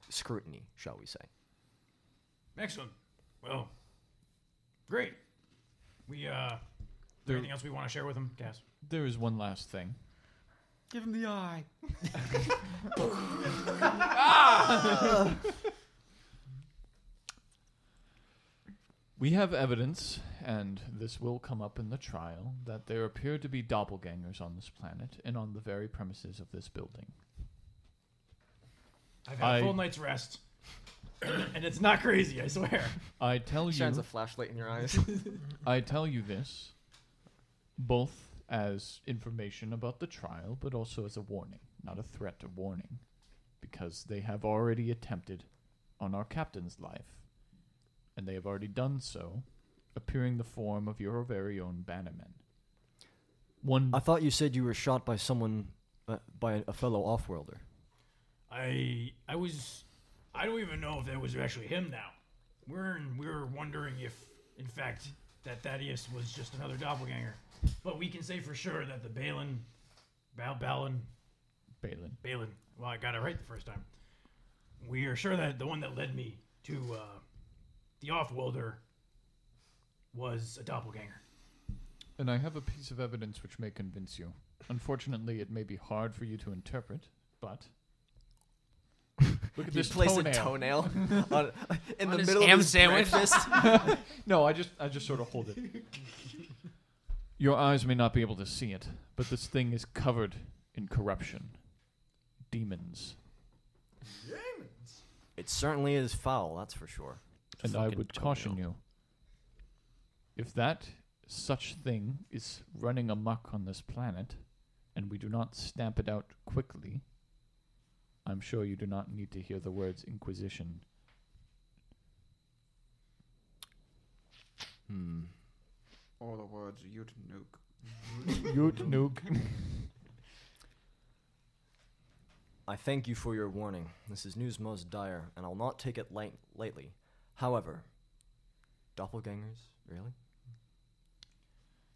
scrutiny, shall we say.
Excellent. Well, great. We uh, is there
There-
anything else we want to share with him, Cass?
There is one last thing.
Give him the eye.
We have evidence, and this will come up in the trial, that there appear to be doppelgangers on this planet and on the very premises of this building.
I've had
I-
a full night's rest, and it's not crazy. I swear.
I tell you,
Shines a flashlight in your eyes.
I tell you this, both as information about the trial, but also as a warning, not a threat, a warning, because they have already attempted on our captain's life, and they have already done so, appearing the form of your very own bannerman. One.
I thought you said you were shot by someone, uh, by a fellow off-worlder.
I I was I don't even know if that was actually him now. We're in, we're wondering if in fact that Thaddeus was just another doppelganger. But we can say for sure that the Balin Bal Balin
Balin.
Balin. Well, I got it right the first time. We are sure that the one that led me to uh, the Offworlder was a doppelganger.
And I have a piece of evidence which may convince you. Unfortunately, it may be hard for you to interpret, but. Look at
He
this
placed a
toenail,
toenail on- in On the his middle of
of
ham his sandwich. breakfast.
no, I just I just sort of hold it. Your eyes may not be able to see it, but this thing is covered in corruption, demons,
It certainly is foul, that's for sure.
and I would caution you. If that such thing is running amok on this planet, and we do not stamp it out quickly, I'm sure you do not need to hear the words Inquisition.
Hmm.
All the words Ute Nuke.
Ute Nuke.
I thank you for your warning. This is news most dire, and I'll not take it light- lightly. However, doppelgangers, really?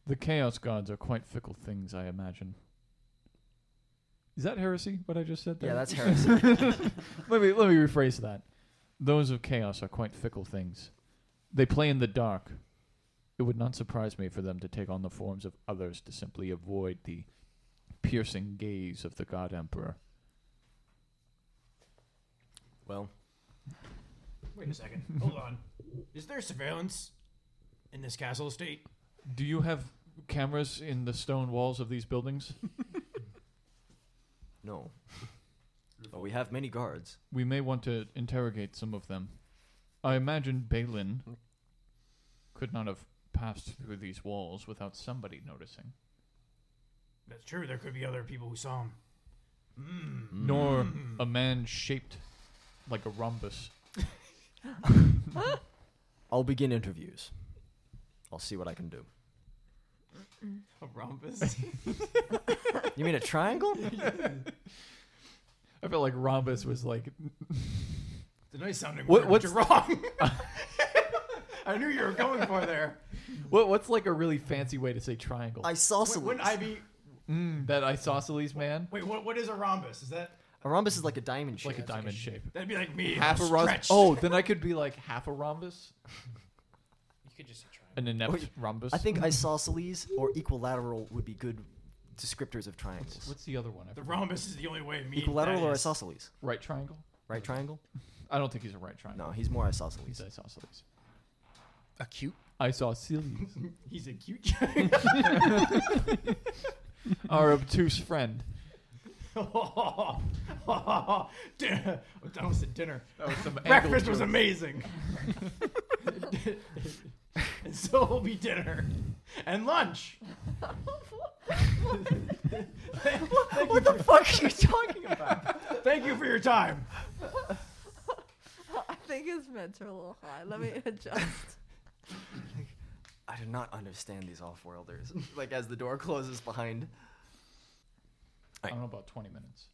The Chaos Gods are quite fickle things, I imagine. Is that heresy? What I just said? There?
Yeah, that's heresy.
let me let me rephrase that. Those of chaos are quite fickle things. They play in the dark. It would not surprise me for them to take on the forms of others to simply avoid the piercing gaze of the God Emperor.
Well,
Wait a second. Hold on. Is there surveillance in this castle estate?
do you have cameras in the stone walls of these buildings?
no. But we have many guards.
We may want to interrogate some of them. I imagine Balin could not have passed through these walls without somebody noticing.
That's true. There could be other people who saw him. Mm.
Hmm. nor a man shaped like a rhombus.
I'll begin interviews. I'll see what I can do.
A rhombus.
You mean a triangle?
I felt like rhombus was like.
It's a nice sounding
What-
word.
what's-
but you're wrong. I knew you were going for there.
What, what's like a really fancy way to say triangle?
Isosceles.
Wouldn't I be?
Mm, that isosceles man?
Wait, what? What is a rhombus? Is that
A rhombus is like a diamond shape.
Like a diamond shape.
that'd be like me?
Half a rhombus.
stretched.
Oh, then I could be like half a rhombus?
You could just say try.
An inept
Wait,
rhombus?
I think isosceles or equilateral would be good descriptors of triangles.
What's the other one? I
The
forgot.
rhombus is the only way. Me. and
equilateral or
Thaddeus-
isosceles?
Right triangle?
Right triangle?
I don't think he's a right triangle.
No, he's more isosceles.
He's isosceles.
Acute.
Isosceles.
He's a cute.
Our obtuse friend.
dinner. That was the dinner.
That was some
Breakfast
ankle
was
jokes.
amazing. and so will be dinner and lunch. what the
fuck are you talking
about? Thank you for your time.
I think his meds are a little high. Let me adjust.
I do not understand these off-worlders. like as the door closes behind.
I don't know, about 20 minutes.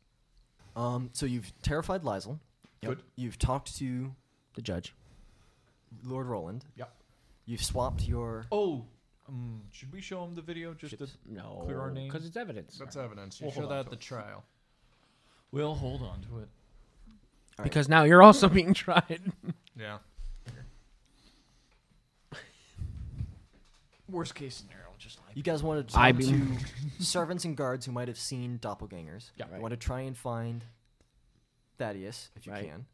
Um, so you've terrified Lizel.
Yep. Good.
You've talked to
the judge,
Lord Roland.
Yep.
You've swapped your.
Oh, um, should we show him the video just to
No,
clear our name?
because it's evidence.
That's evidence. You
We'll
show
hold
that
on
at
to
the trial.
We'll hold on to it.
Because now you're also being tried.
Yeah.
Worst case scenario, just like
You guys want to
I
talk to
believe-
servants and guards who might have seen doppelgangers.
Yeah.
You want to try and find Thaddeus if you
Right.
can.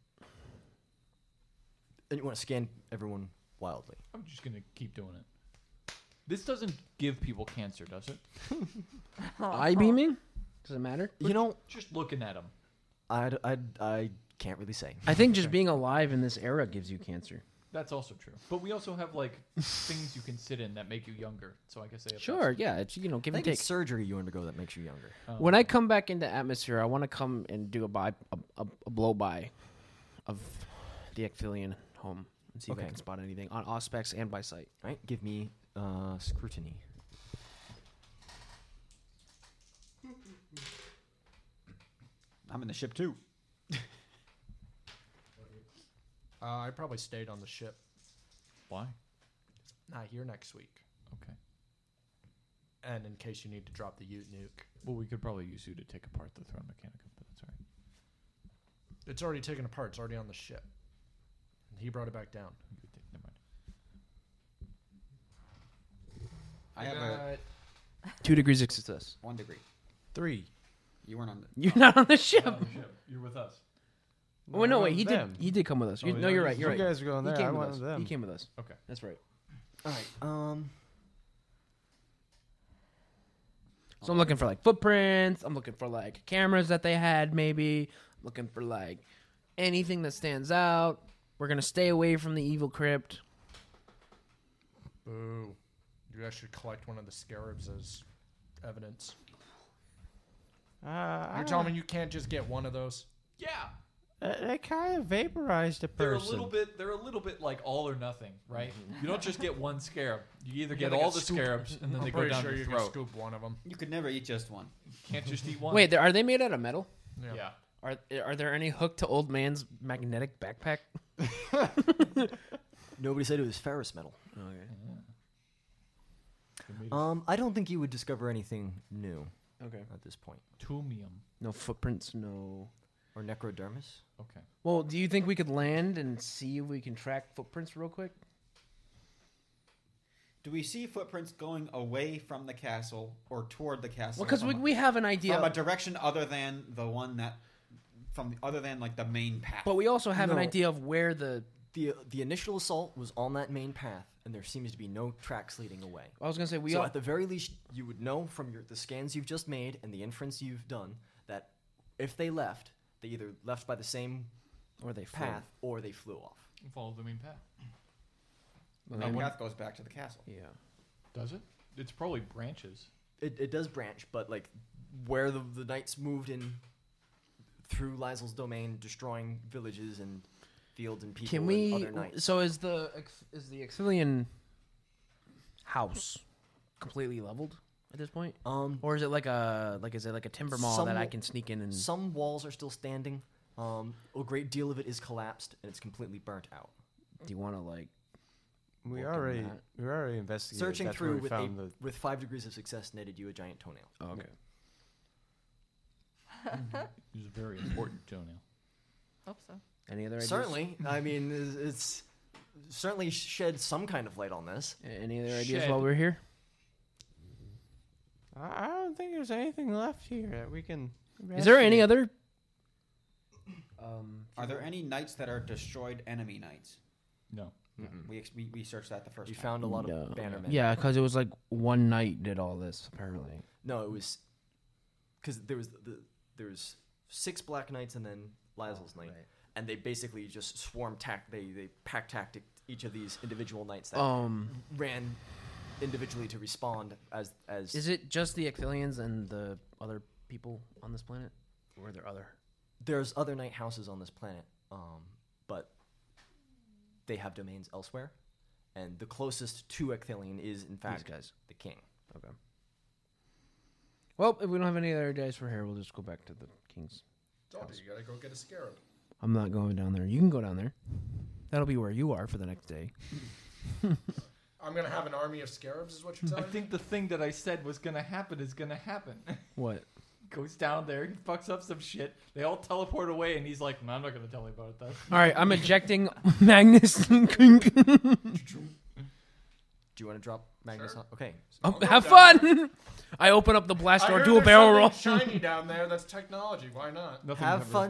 And you want to scan everyone wildly.
I'm just gonna keep doing it. This doesn't give people cancer, does it?
Eye beaming? Does it matter?
You know,
Just looking at them.
I I I can't really say.
I think just being alive in this era gives you cancer.
That's also true. But we also have like things you can sit in that make you younger. So I guess they have
Sure, yeah, it's you know
I
give and
think
take.
it's surgery you undergo that makes you younger.
Oh,
When I come back into atmosphere, I want to come and do a buy a, a, a blow by of the Ecthelion home and see if
Okay.
I can spot anything on Auspex and by sight.
All right, give me uh, scrutiny.
I'm in the ship too.
Uh, I probably stayed on the ship.
Why?
Not here next week.
Okay.
And in case you need to drop the Ute nuke,
Well, we could probably use you to take apart the throne mechanicum, but that's all right.
it's already taken apart. It's already on the ship. And he brought it back down.
I have a
Two degrees of success.
one degree.
Three.
You weren't on the.
You're not on the ship.
Oh, You're with us.
Oh no,
I'm
wait, he
with them.
did. He did come with us. You-
Oh,
no,
yeah,
you're right.
you
You're right.
guys were going
He
there,
came
I
with
went
us.
with them.
He came with us.
Okay,
that's right.
All right. Um.
So I'm looking for like footprints. I'm looking for like cameras that they had, maybe. I'm looking for like anything that stands out. We're gonna stay away from the evil crypt.
Boo. You guys should collect one of the scarabs as evidence.
Uh,
You're telling me you can't just get one of those?
Yeah.
Uh, they kind of vaporized a
They're a
person.
little bit. They're a little bit like all or nothing, right?
Mm-hmm.
You don't just get one scarab. You either
You
get
gotta
all
get
the
scoop-
scarabs and then
I'm
they go
pretty
down
sure
your
you can
throat.
scoop one of them.
You could never eat just one.
Can't just eat one.
Wait, there- are they made out of metal?
Yeah.
Yeah.
Are are there any hooked to old man's magnetic backpack?
Nobody said it was ferrous metal. Um, I don't think you would discover anything new.
Okay.
At this point.
Tumium.
No footprints. No.
Or necrodermis.
Okay.
Well, do you think we could land and see if we can track footprints real quick?
Do we see footprints going away from the castle or toward the castle?
Well, 'cause we-
from a-
we have an idea-
from a direction other than the one that from the other than like the main path.
But we also have an
No.
idea of where the
the the initial assault was on that main path, and there seems to be no tracks leading away.
I was gonna say, we
so
all-
at the very least you would know from your the scans you've just made and the inference you've done that if they left, they either left by the same
or they
flew.
path or they flew off.
Follow the main path.
The main path goes back to the castle.
Yeah.
Does it? It's probably branches.
It, it does branch, but like where the the knights moved in through Lysel's domain, destroying villages and fields and people.
Can
and
we?
other knights.
So is the is the Exilian house completely leveled at this point?
Um,
or is it like a like is it like a timber mall
Some
that I
wa-
can sneak
Hmm.
in and?
Some walls are still standing. Um, a great deal of it is collapsed and it's completely burnt out.
do you want to like?
We
work on
already
that?
we already investigated.
Searching
That's where
through
we
with a,
found the
with five degrees of success netted you a giant toenail.
Oh, okay.
It was a very important toenail.
Hope Oh, so.
Any other ideas?
Certainly, I mean it's, it's certainly shed some kind of light on this.
Any other ideas while we're here?
I I don't think there's anything left here that we can.
Is there any
investigate.
other? Um,
Are there any knights that are destroyed enemy knights?
No.
We, ex- we we searched that the first.
You
time.
found a lot of bannermen.
Yeah, because it was like one knight did all this apparently.
No, it was because there was the there was six black knights and then Lysel's knight, and they basically just swarm tact. They they pack tactic each of these individual knights that
Um.
ran individually to respond as as
Is it just the Ecthelians and the other people on this planet, or are there other?
there's other night houses on this planet, um, but they have domains elsewhere, and the closest to Ecthelion is in fact
guys.
the king.
Okay. Well, if we don't have any other days for here, we'll just go back to the king's.
Told you, you gotta go get a scarab.
I'm not going down there. You can go down there. That'll be where you are for the next day.
I'm gonna have an army of scarabs, is what you're
I
telling me?
think the thing that I said was gonna happen is gonna happen.
What?
Goes down there, he fucks up some shit. They all teleport away, and he's like, "No, I'm not gonna tell you about it." Though.
All right, I'm ejecting Magnus and Kunk.
Do you want to drop Magnus? on- Okay.
Oh, have fun. I open up the blast
I
door,
heard
do a
there's
barrel roll.
something Shiny down there. That's technology. Why not?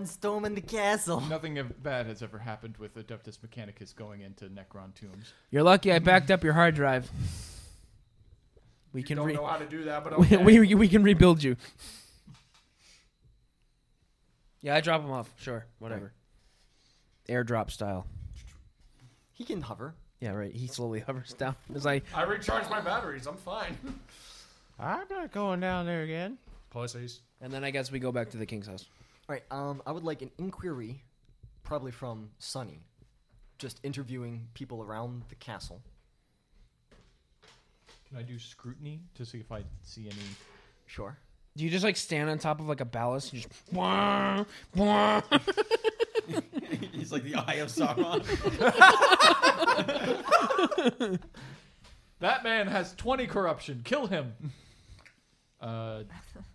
storming the castle.
Nothing of bad has ever happened with Adeptus Mechanicus going into Necron tombs.
You're lucky I backed up your hard drive. We can
don't
re-
know how to do that, but
we-
okay.
we, we, can rebuild you. Yeah, I drop him off. Sure, whatever. Airdrop style.
He can hover.
Yeah, right. He slowly hovers down as I
I recharged my batteries. I'm fine.
I'm not going down there again.
Pussies.
And then I guess we go back to the king's house.
All right. Um, I would like an inquiry, probably from Sunny, just interviewing people around the castle.
Can I do scrutiny to see if I see any?
Sure.
Do you just like stand on top of like a ballast and just? Wah, wah.
He's like the Eye of Sauron.
that man has 20 corruption. Kill him. Uh,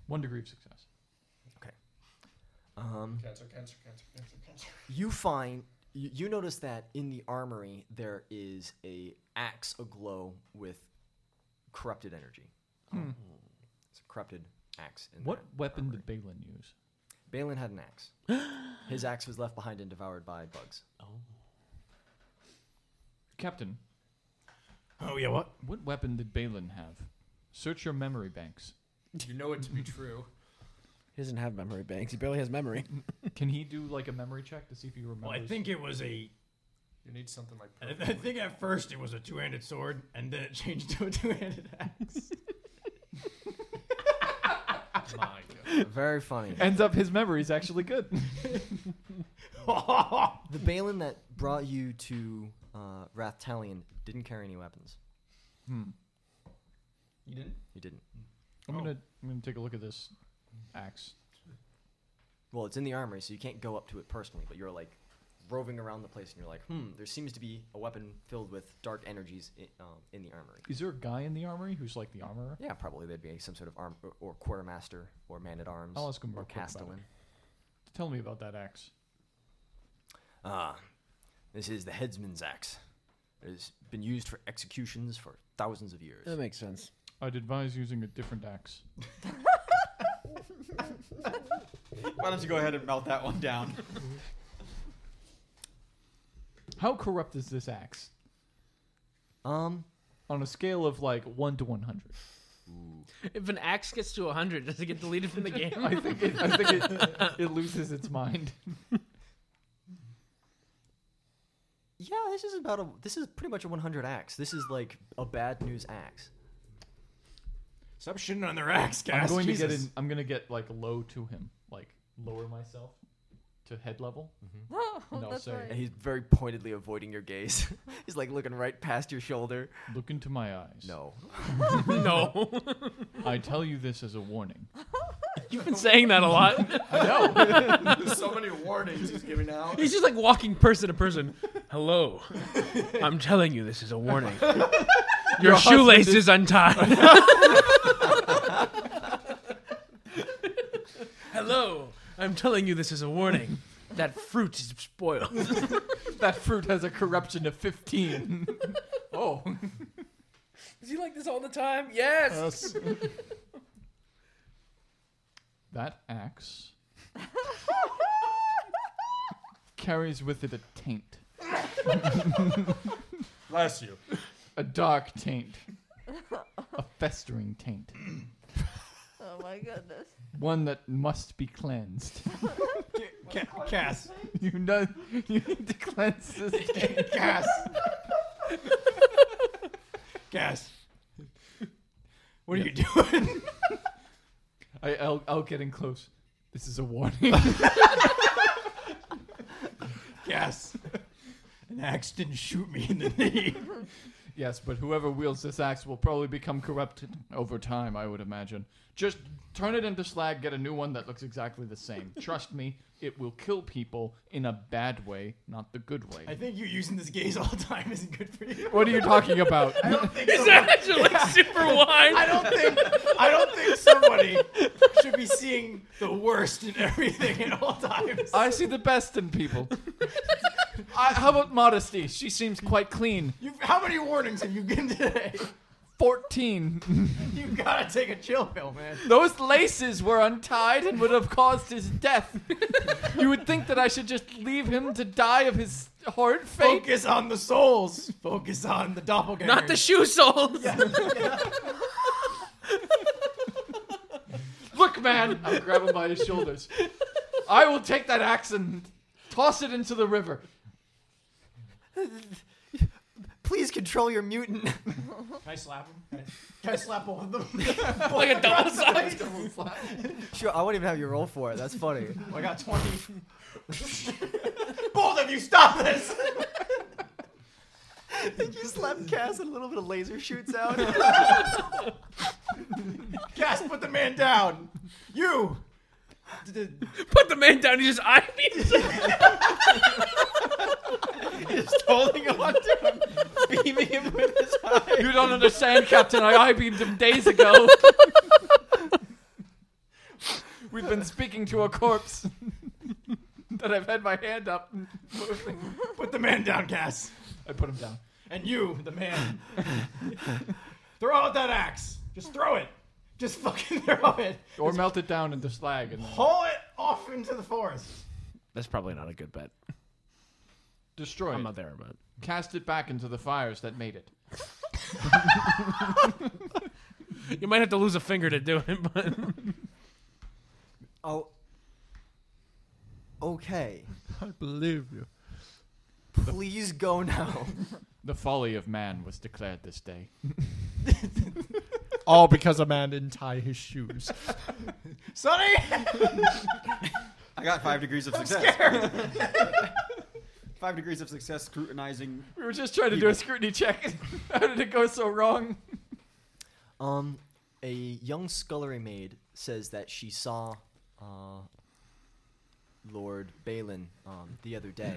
one degree of success.
Um,
Cancer, cancer, cancer, cancer, cancer.
you find you, you notice that in the armory there is a axe aglow with corrupted energy. Oh,
Hmm.
It's a corrupted axe. In
What
there.
weapon did Balin use?
Balin had an axe. His axe was left behind and devoured by bugs. Oh.
Captain.
Oh, yeah, what?
What weapon did Balin have? Search your memory banks.
You know it to be true.
He doesn't have memory banks. He barely has memory.
Can he do like a memory check to see if he remembers?
Well, I think it was a.
You need something like.
I, I think at first it was a two-handed sword, and then it changed to a two-handed axe.
Very funny.
Ends up his memory is actually good.
the Balin that brought you to uh, Rathtalion didn't carry any weapons.
Hmm.
You didn't?
He didn't.
I'm gonna I'm gonna take a look at this axe.
Well, it's in the armory, so you can't go up to it personally, but you're like roving around the place and you're like, hmm, there seems to be a weapon filled with dark energies in, um, in the armory.
Is there a guy in the armory who's like the armorer?
Yeah, probably there'd be some sort of arm or, or quartermaster or man at arms
I'll ask him
or
real quick about
castellan.
Tell me about that axe.
Ah, this is the headsman's axe. It has been used for executions for thousands of years.
That makes sense.
I'd advise using a different axe.
Why don't you go ahead and melt that one down?
How corrupt is this axe?
Um,
on a scale of like one to one hundred.
If an axe gets to 100, does it get deleted from the game?
I think it, I think it, it loses its mind.
Yeah, this is about a. This is pretty much a 100 axe. This is like a bad news axe.
Stop shitting on their axe,
I'm
guys.
going to get in, I'm going to get like low to him, like lower myself to head level.
Oh,
And I'll
that's
say,
And he's very pointedly avoiding your gaze. he's like looking right past your shoulder.
Look into my eyes.
No.
no.
I tell you this as a warning.
You've been saying that a lot.
I know.
so many warnings he's giving out.
He's just like walking person to person. Hello. I'm telling you, this is a warning. Your,
Your husband
shoelace
is-
is untied. Hello. I'm telling you, this is a warning. That fruit is spoiled.
that fruit has a corruption of 15. oh.
Is he like this all the time? Yes.
That axe carries with it a taint.
Bless you.
A dark taint. A festering taint.
Oh my goodness.
One that must be cleansed.
Ca- Cass.
You know, you need to cleanse this taint.
Cass. Cass. What are you doing?
I, I'll, I'll get in close. This is a warning.
Cass. An axe didn't shoot me in the knee.
yes, but whoever wields this axe will probably become corrupted over time, I would imagine. Just turn it into slag, get a new one that looks exactly the same. Trust me, it will kill people in a bad way, not the good way.
I think you using this gaze all the time isn't good for you.
What are you talking about?
I don't think
He's
so.
actually super wide.
I don't think I don't think somebody should be seeing the worst in everything at all times.
I see the best in people. I, how about modesty? She seems quite clean.
You've, how many warnings have you given today?
14.
You gotta take a chill pill, man.
Those laces were untied and would have caused his death. you would think that I should just leave him to die of his horrid fate.
Focus on the souls. Focus on the doppelganger.
Not the shoe soles.
Look, man, I'll grab him by his shoulders. I will take that axe and toss it into the river.
Please control your mutant.
Can I slap him? Can I, can I slap both of them?
like a double size.
sure, I wouldn't even have you roll for it. That's funny.
I got 20. both of you, stop this!
slap Cass and a little bit of laser shoots out.
Cass, put the man down. You.
Put the man down. He just eyed
me.
just holding on to him, beaming him with his eyes.
You don't understand, Captain. I eye beamed him days ago. We've been speaking to a corpse that I've had my hand up. and moving.
Put the man down, Cass.
I put him down.
And you, the man. throw out that axe. Just throw it. Just fucking throw it.
Or melt it down into slag and
Haul it off into the forest.
That's probably not a good bet.
destroy
I'm
it.
not there, but
Cast it back into the fires that made it.
You might have to lose a finger to do it, but
Oh. Okay.
I believe you.
Please go now.
The folly of man was declared this day.
All because a man didn't tie his shoes.
Sonny!
I got five degrees of
I'm
success.
scared.
five degrees of success scrutinizing.
We were just trying to do a scrutiny check. How did it go so wrong?
Um, a young scullery maid says that she saw uh, Lord Balin um, the other day.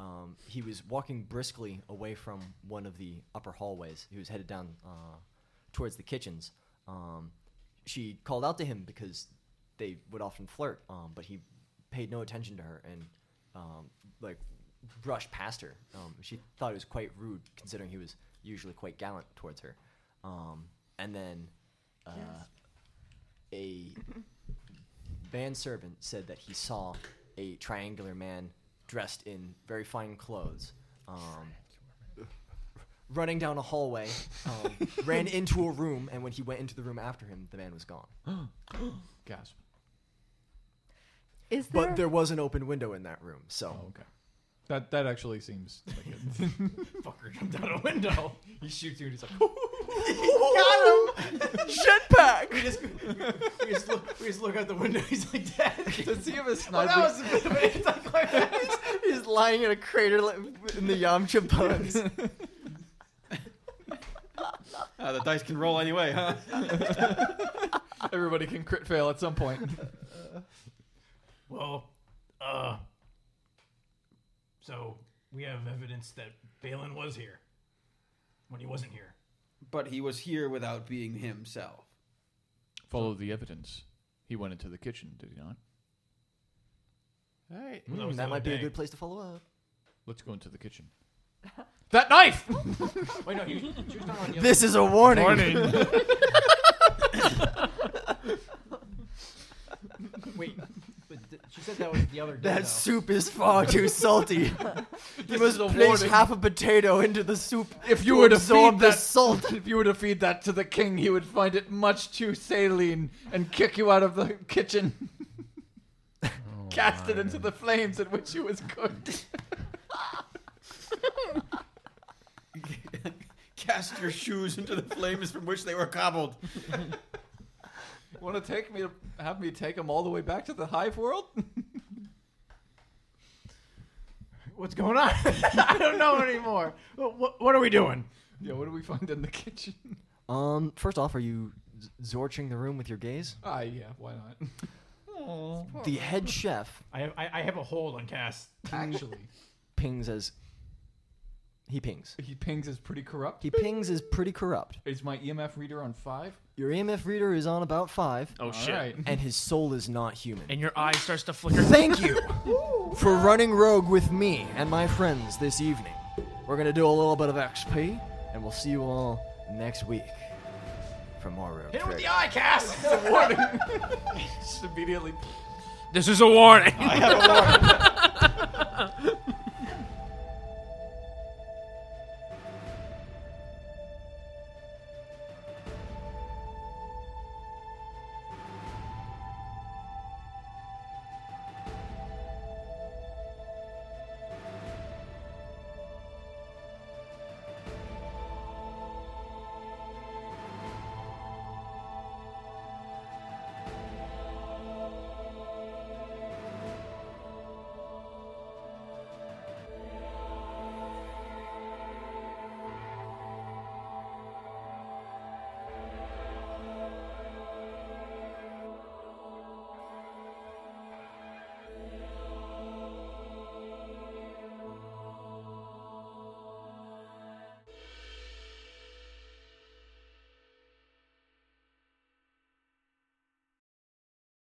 Um, he was walking briskly away from one of the upper hallways. He was headed down uh, towards the kitchens. Um, she called out to him because they would often flirt, um, but he paid no attention to her and um, like brushed past her. Um, she thought it was quite rude, considering he was usually quite gallant towards her. Um, and then uh, a manservant said that he saw a triangular man dressed in very fine clothes. Um, Running down a hallway, um, ran into a room, and when he went into the room after him, the man was gone.
Gasp.
Is there,
But there was an open window in that room, so.
Oh, okay. That that actually seems like it.
Fucker jumped out a window.
he shoots you and he's like,
Got him! Jetpack! We just, we, just look, we just look out the window. He's like, Dad.
Does he have a
Well,
sniper?
that was a bit of an anticlimax.
He's lying in a crater li- in the Yamcha pose.
Ah, the dice can roll anyway, huh?
Everybody can crit fail at some point.
Well, uh. So, we have evidence that Balin was here when he wasn't here.
But he was here without being himself.
Follow the evidence. He went into the kitchen, did he not?
All right.
Well, that was the
that might
other
be a
day.
good place to follow up.
Let's go into the kitchen. That knife!
Wait, no, you, she was talking about the
This
other-
is a warning.
Wait, but th- she said that was the other day.
That
though.
soup is far too salty. you must
This is a
place
warning.
half a potato into the soup
If you were to
absorb
feed
the
that-
salt.
If you were to feed that to the king, he would find it much too saline and kick you out of the kitchen. Cast it into the flames at which it was cooked.
Cast your shoes into the flames from which they were cobbled.
Want to take me? To have me take him all the way back to the hive world?
What's going on? I don't know anymore. What, what are we doing?
Yeah. What do we find in the kitchen?
Um, first off, are you z- zorching the room with your gaze?
Ah, yeah. Why not?
Oh.
The head chef
I have, I, I have a hold on Cass.
Actually,
pings as. He pings.
he pings is pretty corrupt.
He pings is pretty corrupt.
Is my EMF reader on five?
Your EMF reader is on about five,
oh shit!
Alright.
and his soul is not human.
And your eye starts to flicker.
Thank you for running rogue with me and my friends this evening. We're going to do a little bit of XP, and we'll see you all next week for more rogue.
Hit him with
Trip.
the eye, Cass!
Just immediately.
This is a warning.
I have a warning.